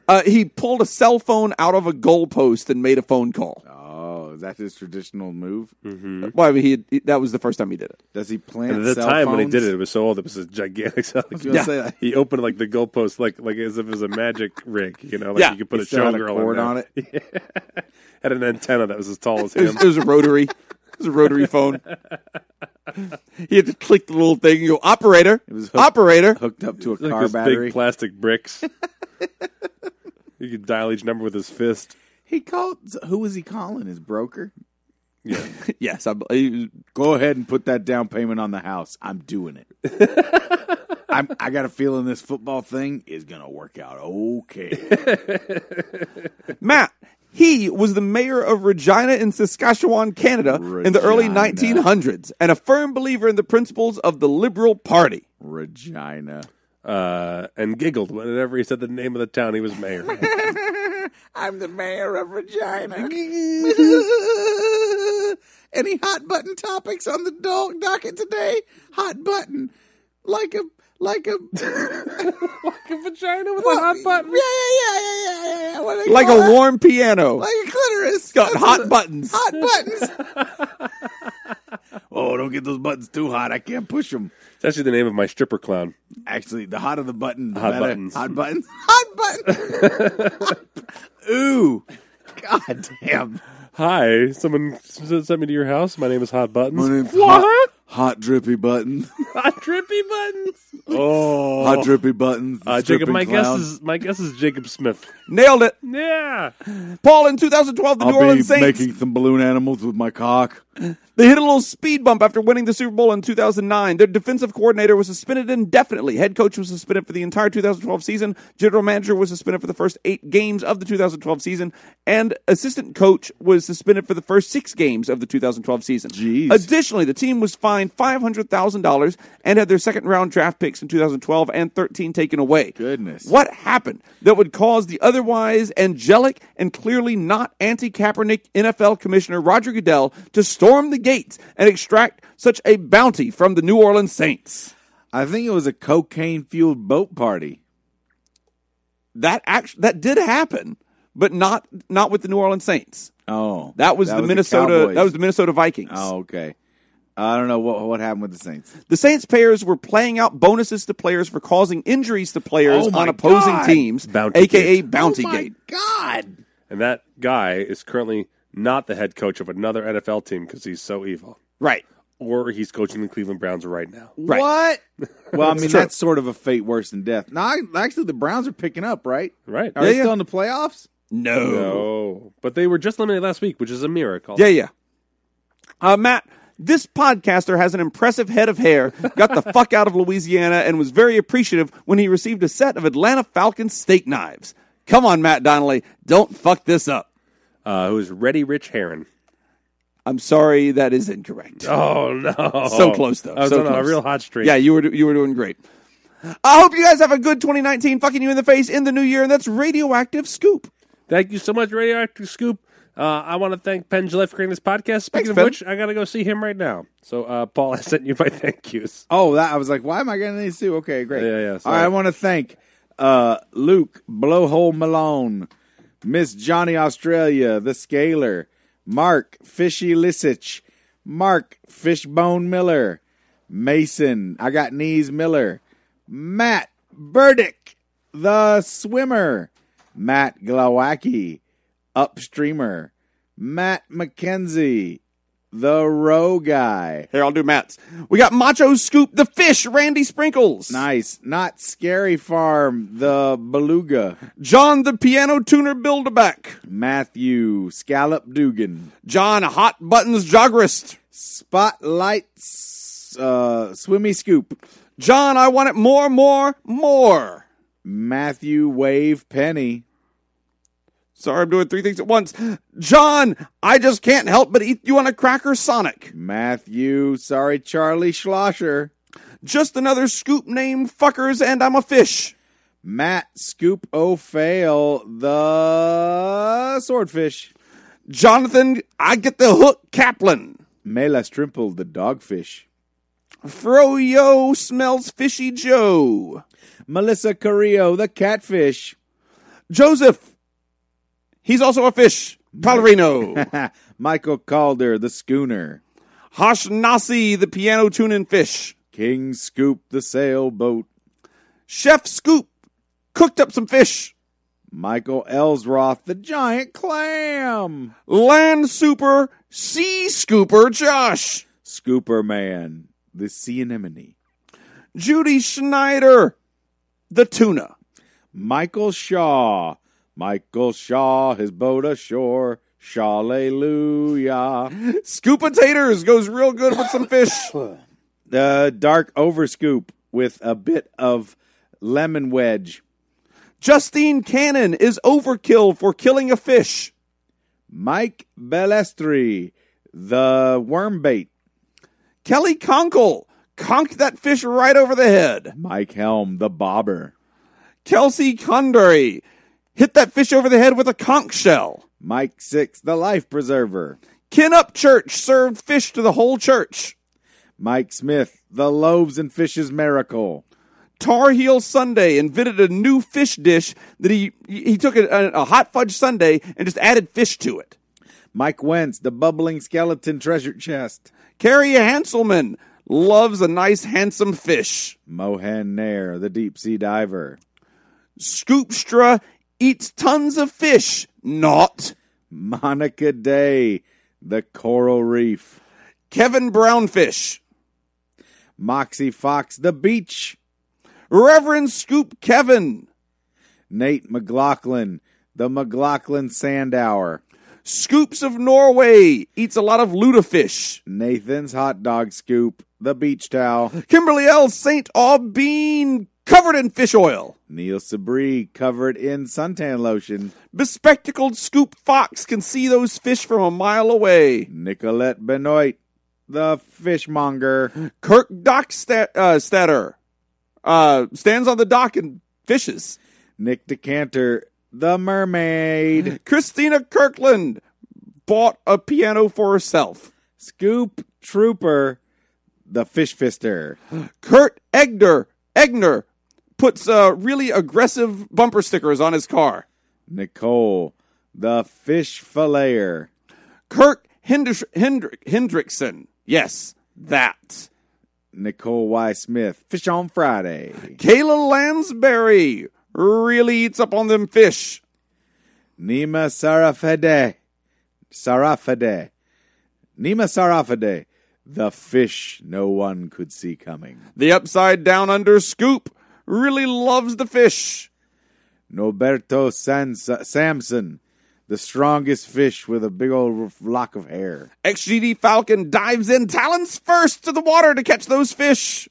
Speaker 5: Uh, he pulled a cell phone out of a goalpost and made a phone call.
Speaker 4: Oh, is that his traditional move?
Speaker 5: Well, I mean, he, had- he- that was the first time he did it.
Speaker 4: Does he plant
Speaker 3: And Hmm. at the
Speaker 4: cell
Speaker 3: time when he
Speaker 4: phones?
Speaker 3: did it, it was so old. It was a gigantic. <laughs> Cell.
Speaker 4: gonna say that.
Speaker 3: He opened like the goalpost, like like as if it was a magic rig. You know, like
Speaker 5: Yeah.
Speaker 3: you could put
Speaker 4: He
Speaker 3: a
Speaker 4: still had a
Speaker 3: showgirl in
Speaker 4: cord
Speaker 3: there.
Speaker 4: on it.
Speaker 3: Had an antenna that was as tall
Speaker 4: <laughs>
Speaker 3: as
Speaker 5: It was,
Speaker 3: him.
Speaker 5: it was a rotary. It was a rotary phone. He had to click the little thing and go, operator,
Speaker 4: was hooked-
Speaker 5: operator.
Speaker 4: Hooked up to a
Speaker 3: like
Speaker 4: car
Speaker 3: those
Speaker 4: battery.
Speaker 3: big plastic bricks. <laughs> you could dial each number with his fist.
Speaker 4: he called. Who was he calling? His broker.
Speaker 5: Yes, I, he was-
Speaker 4: Go ahead and put that down payment on the house. I'm doing it. <laughs> I'm, I got a feeling this football thing is gonna work out <laughs> okay.
Speaker 5: Matt. He was the mayor of Regina in Saskatchewan, Canada, in the early
Speaker 4: Regina.
Speaker 5: 1900s, and a firm believer in the principles of the Liberal Party.
Speaker 4: Regina.
Speaker 3: uh, and giggled whenever he said the name of the town he was mayor. <laughs>
Speaker 4: I'm the mayor of Regina. <laughs> Any hot button topics on the dog docket today? Hot button, like a like <laughs> a
Speaker 3: vagina with
Speaker 4: Yeah, yeah, yeah, yeah, yeah, yeah. What do they
Speaker 5: Like
Speaker 4: call
Speaker 5: a
Speaker 4: that?
Speaker 5: warm piano.
Speaker 4: like a clitoris.
Speaker 5: got
Speaker 4: That's
Speaker 5: hot
Speaker 4: what-
Speaker 5: buttons.
Speaker 4: Hot <laughs> buttons.
Speaker 5: <laughs>
Speaker 4: oh, don't get those buttons too hot. I can't push them.
Speaker 3: It's actually the name of my stripper clown.
Speaker 4: Actually, the hotter the button, the
Speaker 3: Hot
Speaker 5: <laughs>
Speaker 4: better.
Speaker 3: buttons.
Speaker 4: Hot buttons. Hot button. <laughs> Ooh.
Speaker 6: God damn.
Speaker 3: Hi, someone s- sent me to your house. My name is Hot Buttons.
Speaker 6: My name's
Speaker 3: what?
Speaker 6: Hot, hot drippy button.
Speaker 3: Hot Drippy Buttons. Oh,
Speaker 6: Hot drippy button.
Speaker 3: uh, Jacob.
Speaker 6: Stripping
Speaker 3: My guess
Speaker 6: clown.
Speaker 3: is my guess is Jacob Smith.
Speaker 5: Nailed it.
Speaker 3: Yeah,
Speaker 5: Paul, in 2012, the New
Speaker 6: I'll be
Speaker 5: Orleans Saints,
Speaker 6: making some balloon animals with my cock.
Speaker 5: they hit a little speed bump after winning the Super Bowl in 2009. Their defensive coordinator was suspended indefinitely. Head coach was suspended for the entire 2012 season. General manager was suspended for the first eight games of the 2012 season. And assistant coach was suspended for the first six games of the 2012 season.
Speaker 6: Jeez.
Speaker 5: Additionally, the team was fined $500,000 and had their second round draft picks in 2012 and 13 taken away.
Speaker 6: Goodness.
Speaker 5: What happened that would cause the otherwise angelic and clearly not anti Kaepernick NFL commissioner Roger Goodell to storm the gates and extract such a bounty from the New Orleans Saints?
Speaker 6: I think it was a cocaine fueled boat party.
Speaker 5: That act- that did happen, but not not with the New Orleans Saints.
Speaker 6: Oh,
Speaker 5: That was the Minnesota
Speaker 6: Cowboys.
Speaker 5: that was the Minnesota Vikings.
Speaker 6: Oh, okay. I don't know what what happened with the Saints.
Speaker 5: The Saints players were playing out bonuses to players for causing injuries to players
Speaker 6: Oh my
Speaker 5: on opposing
Speaker 6: God.
Speaker 5: teams,
Speaker 3: Bounty
Speaker 5: aka
Speaker 3: gate.
Speaker 5: Bounty
Speaker 6: oh my
Speaker 5: Gate.
Speaker 6: God!
Speaker 3: and that guy is currently not the head coach of another NFL team because he's so evil,
Speaker 5: Right.
Speaker 3: or he's coaching the Cleveland Browns right now.
Speaker 5: Right.
Speaker 6: What? <laughs> Well, I mean
Speaker 5: true.
Speaker 6: that's sort of a fate worse than death. No, I, actually, the Browns are picking up, right?
Speaker 3: Right?
Speaker 6: Are they
Speaker 5: yeah.
Speaker 6: still in the playoffs?
Speaker 5: No.
Speaker 3: No, but they were just eliminated last week, which is a miracle.
Speaker 5: Yeah, yeah. Uh, Matt, this podcaster has an impressive head of hair, got the fuck out of Louisiana, and was very appreciative when he received a set of Atlanta Falcons steak knives. Come on, Matt Donnelly, don't fuck this up.
Speaker 3: Uh, who is Reddy Rich Heron?
Speaker 5: I'm sorry, that is incorrect.
Speaker 3: Oh no,
Speaker 5: So close though.
Speaker 3: I was
Speaker 5: so
Speaker 3: on a
Speaker 5: close.
Speaker 3: real hot streak.
Speaker 5: Yeah, you were you were doing great. I hope you guys have a good 2019, fucking you in the face in the new year, and that's radioactive scoop.
Speaker 3: Thank you so much, Radioactive Scoop. Uh, I want to thank Penn Gillette for creating this podcast. Speaking
Speaker 5: Thanks,
Speaker 3: of
Speaker 5: Penn.
Speaker 3: which, I got to go see him right now. So, uh, Paul, <laughs> I sent you my thank yous.
Speaker 6: Oh, that I was like, why am I getting these two? Okay, great.
Speaker 3: Yeah, yeah,
Speaker 6: All
Speaker 3: sorry.
Speaker 6: right, I want to thank uh, Luke Blowhole Malone, Miss Johnny Australia, the Scaler, Mark Fishy Lisich, Mark Fishbone Miller, Mason. I got knees Miller, Matt Burdick, the swimmer, Matt Glowacki, upstreamer, Matt McKenzie, the row guy.
Speaker 5: Here, I'll do Matt's. We got Macho Scoop, the fish, Randy Sprinkles.
Speaker 6: Nice. Not Scary Farm, the Beluga,
Speaker 5: John the piano tuner Bilderback.
Speaker 6: Matthew, Scallop Dugan,
Speaker 5: John Hot Buttons Joggerist.
Speaker 6: Spotlight, S- uh, Swimmy Scoop,
Speaker 5: John, I want it more, more, more.
Speaker 6: Matthew Wave Penny,
Speaker 5: Sorry, I'm doing three things at once. John, I just can't help but eat you on a cracker Sonic.
Speaker 6: Matthew, sorry, Charlie Schlosser,
Speaker 5: Just another scoop named fuckers, and I'm a fish.
Speaker 6: Matt Scoop O'Fail, the Swordfish,
Speaker 5: Jonathan, I get the hook Kaplan.
Speaker 6: Mela Strimple, the Dogfish,
Speaker 5: Froyo smells fishy Joe.
Speaker 6: Melissa Carrillo, the Catfish,
Speaker 5: Joseph, he's also a fish.
Speaker 6: <laughs>
Speaker 5: Palerino.
Speaker 6: Michael Calder, the Schooner,
Speaker 5: Hosh Nasi, the piano tuning fish.
Speaker 6: King Scoop, the Sailboat,
Speaker 5: Chef Scoop cooked up some fish.
Speaker 6: Michael Ellsroth, the giant clam,
Speaker 5: Land Super Sea Scooper Josh,
Speaker 6: Scooper Man, the sea anemone,
Speaker 5: Judy Schneider, the tuna,
Speaker 6: Michael Shaw, Michael Shaw, his boat ashore, Hallelujah,
Speaker 5: Scoopa Taters goes real good with some fish.
Speaker 6: the dark overscoop with a bit of lemon wedge,
Speaker 5: Justine Cannon is overkill for killing a fish.
Speaker 6: Mike Belestri, the worm bait,
Speaker 5: Kelly Conkle conked that fish right over the head.
Speaker 6: Mike Helm, the bobber,
Speaker 5: Kelsey Condry hit that fish over the head with a conch shell.
Speaker 6: Mike Six, the life preserver,
Speaker 5: Ken Up Church served fish to the whole church.
Speaker 6: Mike Smith, the loaves and fishes miracle.
Speaker 5: Tar Heel Sunday invented a new fish dish that he he took a, a, a hot fudge sundae and just added fish to it.
Speaker 6: Mike Wentz, the bubbling skeleton treasure chest.
Speaker 5: Carrie Hanselman loves a nice handsome fish.
Speaker 6: Mohan Nair, the deep sea diver.
Speaker 5: Scoopstra eats tons of fish. Not
Speaker 4: Monica Day, The Coral Reef.
Speaker 5: Kevin Brownfish,
Speaker 4: Moxie Fox, The Beach.
Speaker 5: Reverend Scoop Kevin,
Speaker 4: Nate McLaughlin, The McLaughlin Sand Hour.
Speaker 5: Scoops of Norway, eats a lot of lutefish.
Speaker 4: Nathan's Hot Dog Scoop, The Beach Towel.
Speaker 5: Kimberly L. St. Aubin, covered in fish oil.
Speaker 4: Neil Sabri, covered in suntan lotion.
Speaker 5: Bespectacled Scoop Fox can see those fish from a mile away.
Speaker 4: Nicolette Benoit, The Fishmonger.
Speaker 5: Kirk Dockstatter uh, Statter, uh, stands on the dock and fishes.
Speaker 4: Nick Decanter, The Mermaid.
Speaker 5: Christina Kirkland bought a piano for herself.
Speaker 4: Scoop Trooper, The Fish Fister.
Speaker 5: Kurt Egner Egner puts uh, really aggressive bumper stickers on his car.
Speaker 4: Nicole, The Fish Filleter.
Speaker 5: Kirk Hendrick, Hendrick, Hendrickson, yes, that.
Speaker 4: Nicole Y. Smith, Fish on Friday.
Speaker 5: Kayla Lansbury really eats up on them fish.
Speaker 4: Nima Sarafade. Sarafade. Nima Sarafade. The fish no one could see coming.
Speaker 5: The upside down under scoop really loves the fish.
Speaker 4: Norberto Sans- Samson. The strongest fish with a big old lock of hair.
Speaker 5: XGD Falcon dives in talons first to the water to catch those fish.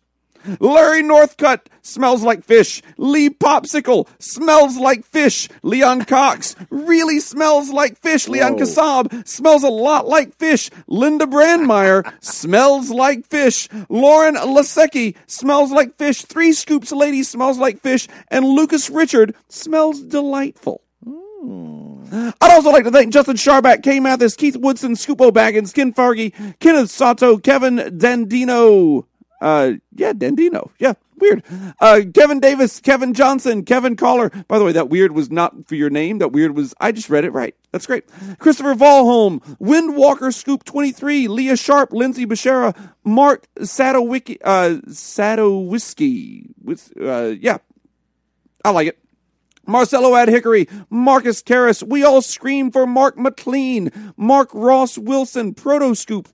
Speaker 5: Larry Northcutt smells like fish. Lee Popsicle smells like fish. Leon Cox really smells like fish. Leon Kasab smells a lot like fish. Linda Brandmeier smells like fish. Lauren Lasecki smells like fish. Three Scoops Lady smells like fish. And Lucas Richard smells delightful. I'd also like to thank Justin Sharback, K Mathis, Keith Woodson, Scoop Baggins, Ken Fargy, Kenneth Sato, Kevin Dandino. Uh, yeah, Dandino. Yeah, weird. Uh, Kevin Davis, Kevin Johnson, Kevin Caller. By the way, that weird was not for your name. That weird was, I just read it right. That's great. Christopher Volholm, Windwalker Scoop 23, Leah Sharp, Lindsay Bashara, Mark Sadowicki, uh, Sadowiski. With, uh, yeah, I like it. Marcelo Ad Hickory, Marcus Karras, we all scream for Mark McLean, Mark Ross Wilson, Proto Scoop,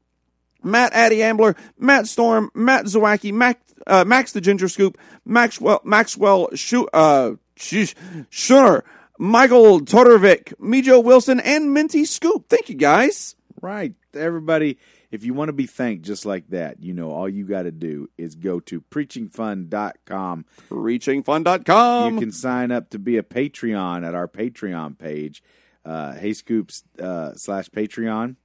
Speaker 5: Matt Addy Ambler, Matt Storm, Matt Zawacki, Mac, uh, Max the Ginger Scoop, Maxwell Maxwell Schu- uh, sheesh, Schooner, Michael Todorovic, Mijo Wilson, and Minty Scoop. Thank you guys.
Speaker 4: Right. Everybody, if you want to be thanked just like that, you know, all you got to do is go to preachingfun.com.
Speaker 5: Reachingfun.com.
Speaker 4: you can sign up to be a Patreon at our Patreon page, uh, Hey Scoops uh, slash Patreon.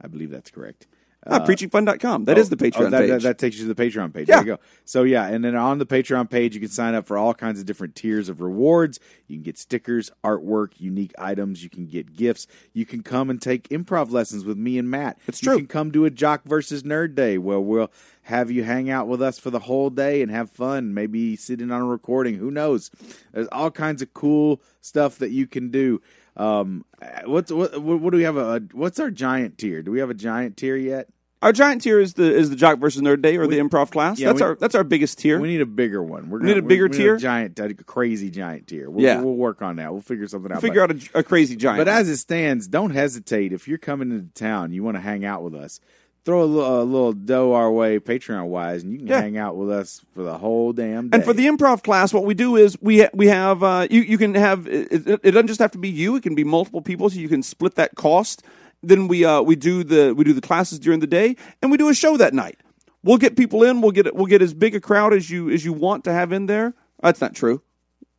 Speaker 4: I believe that's correct.
Speaker 5: ah, preachingfun.com. That is the Patreon
Speaker 4: uh, Oh, that,
Speaker 5: page.
Speaker 4: That, that takes you to the Patreon page.
Speaker 5: Yeah.
Speaker 4: There you go. So yeah, and then on the Patreon page, you can sign up for all kinds of different tiers of rewards. You can get stickers, artwork, unique items. You can get gifts. You can come and take improv lessons with me and Matt. It's
Speaker 5: true.
Speaker 4: You can come to a Jock versus Nerd Day where we'll have you hang out with us for the whole day and have fun. Maybe sit in on a recording. Who knows? There's all kinds of cool stuff that you can do. Um, what's what? What do we have? A what's our giant tier? Do we have a giant tier yet?
Speaker 5: Our giant tier is the is the jock versus nerd day or the improv class.
Speaker 4: yeah,
Speaker 5: that's
Speaker 4: we-
Speaker 5: our that's our biggest tier.
Speaker 4: We need a bigger one. We're
Speaker 5: We need
Speaker 4: gonna-
Speaker 5: a bigger
Speaker 4: we
Speaker 5: tier?
Speaker 4: a giant, a crazy giant tier. We'll,
Speaker 5: Yeah.
Speaker 4: we'll work on that. We'll figure something out.
Speaker 5: Figure
Speaker 4: but,
Speaker 5: out a, a crazy giant.
Speaker 4: but as it stands, don't hesitate. If you're coming into town, you want to hang out with us. Throw a little, a little dough our way, Patreon wise, and you can
Speaker 5: Yeah.
Speaker 4: hang out with us for the whole damn day.
Speaker 5: and for the improv class, what we do is we ha- we have uh, you you can have it, it- it doesn't just have to be you; it can be multiple people, so you can split that cost. Then we uh, we do the we do the classes during the day, and we do a show that night. We'll get people in. We'll get we'll get as big a crowd as you as you want to have in there. That's not true.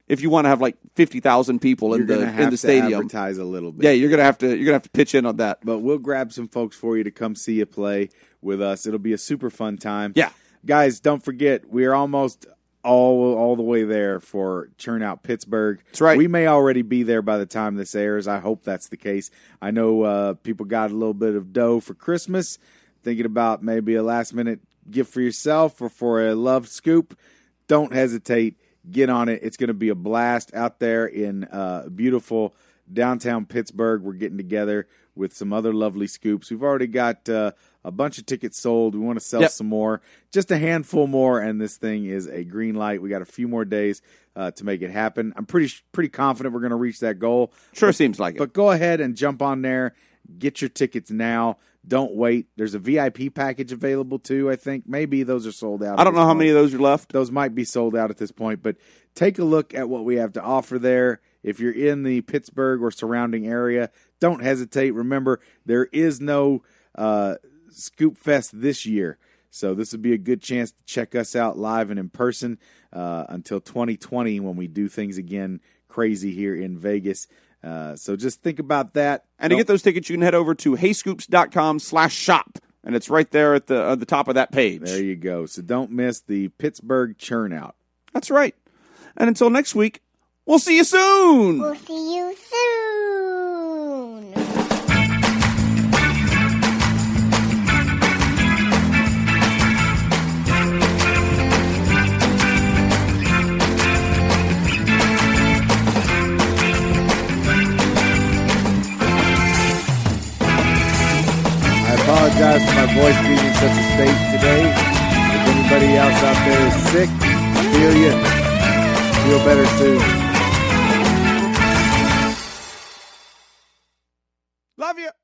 Speaker 5: If you want to have like fifty thousand people
Speaker 4: you're
Speaker 5: in the
Speaker 4: gonna have
Speaker 5: in the
Speaker 4: to
Speaker 5: stadium,
Speaker 4: advertise a little bit.
Speaker 5: yeah, you're gonna have to you're gonna have to pitch in on that.
Speaker 4: but we'll grab some folks for you to come see you play with us. It'll be a super fun time.
Speaker 5: Yeah.
Speaker 4: guys, don't forget we're almost all all the way there for Churnout Pittsburgh. That's
Speaker 5: right.
Speaker 4: We may already be there by the time this airs. I hope that's the case. I know uh, people got a little bit of dough for Christmas, thinking about maybe a last minute gift for yourself or for a love scoop. Don't hesitate. Get on it. It's going to be a blast out there in uh, beautiful downtown Pittsburgh. We're getting together with some other lovely scoops. We've already got uh, A bunch of tickets sold. We want to sell
Speaker 5: Yep.
Speaker 4: some more, just a handful more, and this thing is a green light. We got a few more days uh, to make it happen. I'm pretty pretty confident we're going to reach that goal.
Speaker 5: Sure seems like it.
Speaker 4: But go ahead and jump on there. Get your tickets now. Don't wait. There's a VIP package available too. I think maybe those are sold out.
Speaker 5: I don't know how many of those are left.
Speaker 4: Those might be sold out at this point, but take a look at what we have to offer there. If you're in the Pittsburgh or surrounding area, don't hesitate. Remember, there is no uh, Scoop Fest this year. So this would be a good chance to check us out live and in person uh, until 2020 when we do things again crazy here in Vegas. Uh, so just think about that.
Speaker 5: And to get those tickets, you can head over to hayscoops.com slash shop. And it's right there at the at the top of that page.
Speaker 4: There you go. So don't miss the Pittsburgh churnout.
Speaker 5: That's right. And until next week, we'll see you soon.
Speaker 9: We'll see you soon.
Speaker 4: I apologize for my voice being in such a state today. If anybody else out there is sick, I feel you. Feel better soon.
Speaker 5: Love you.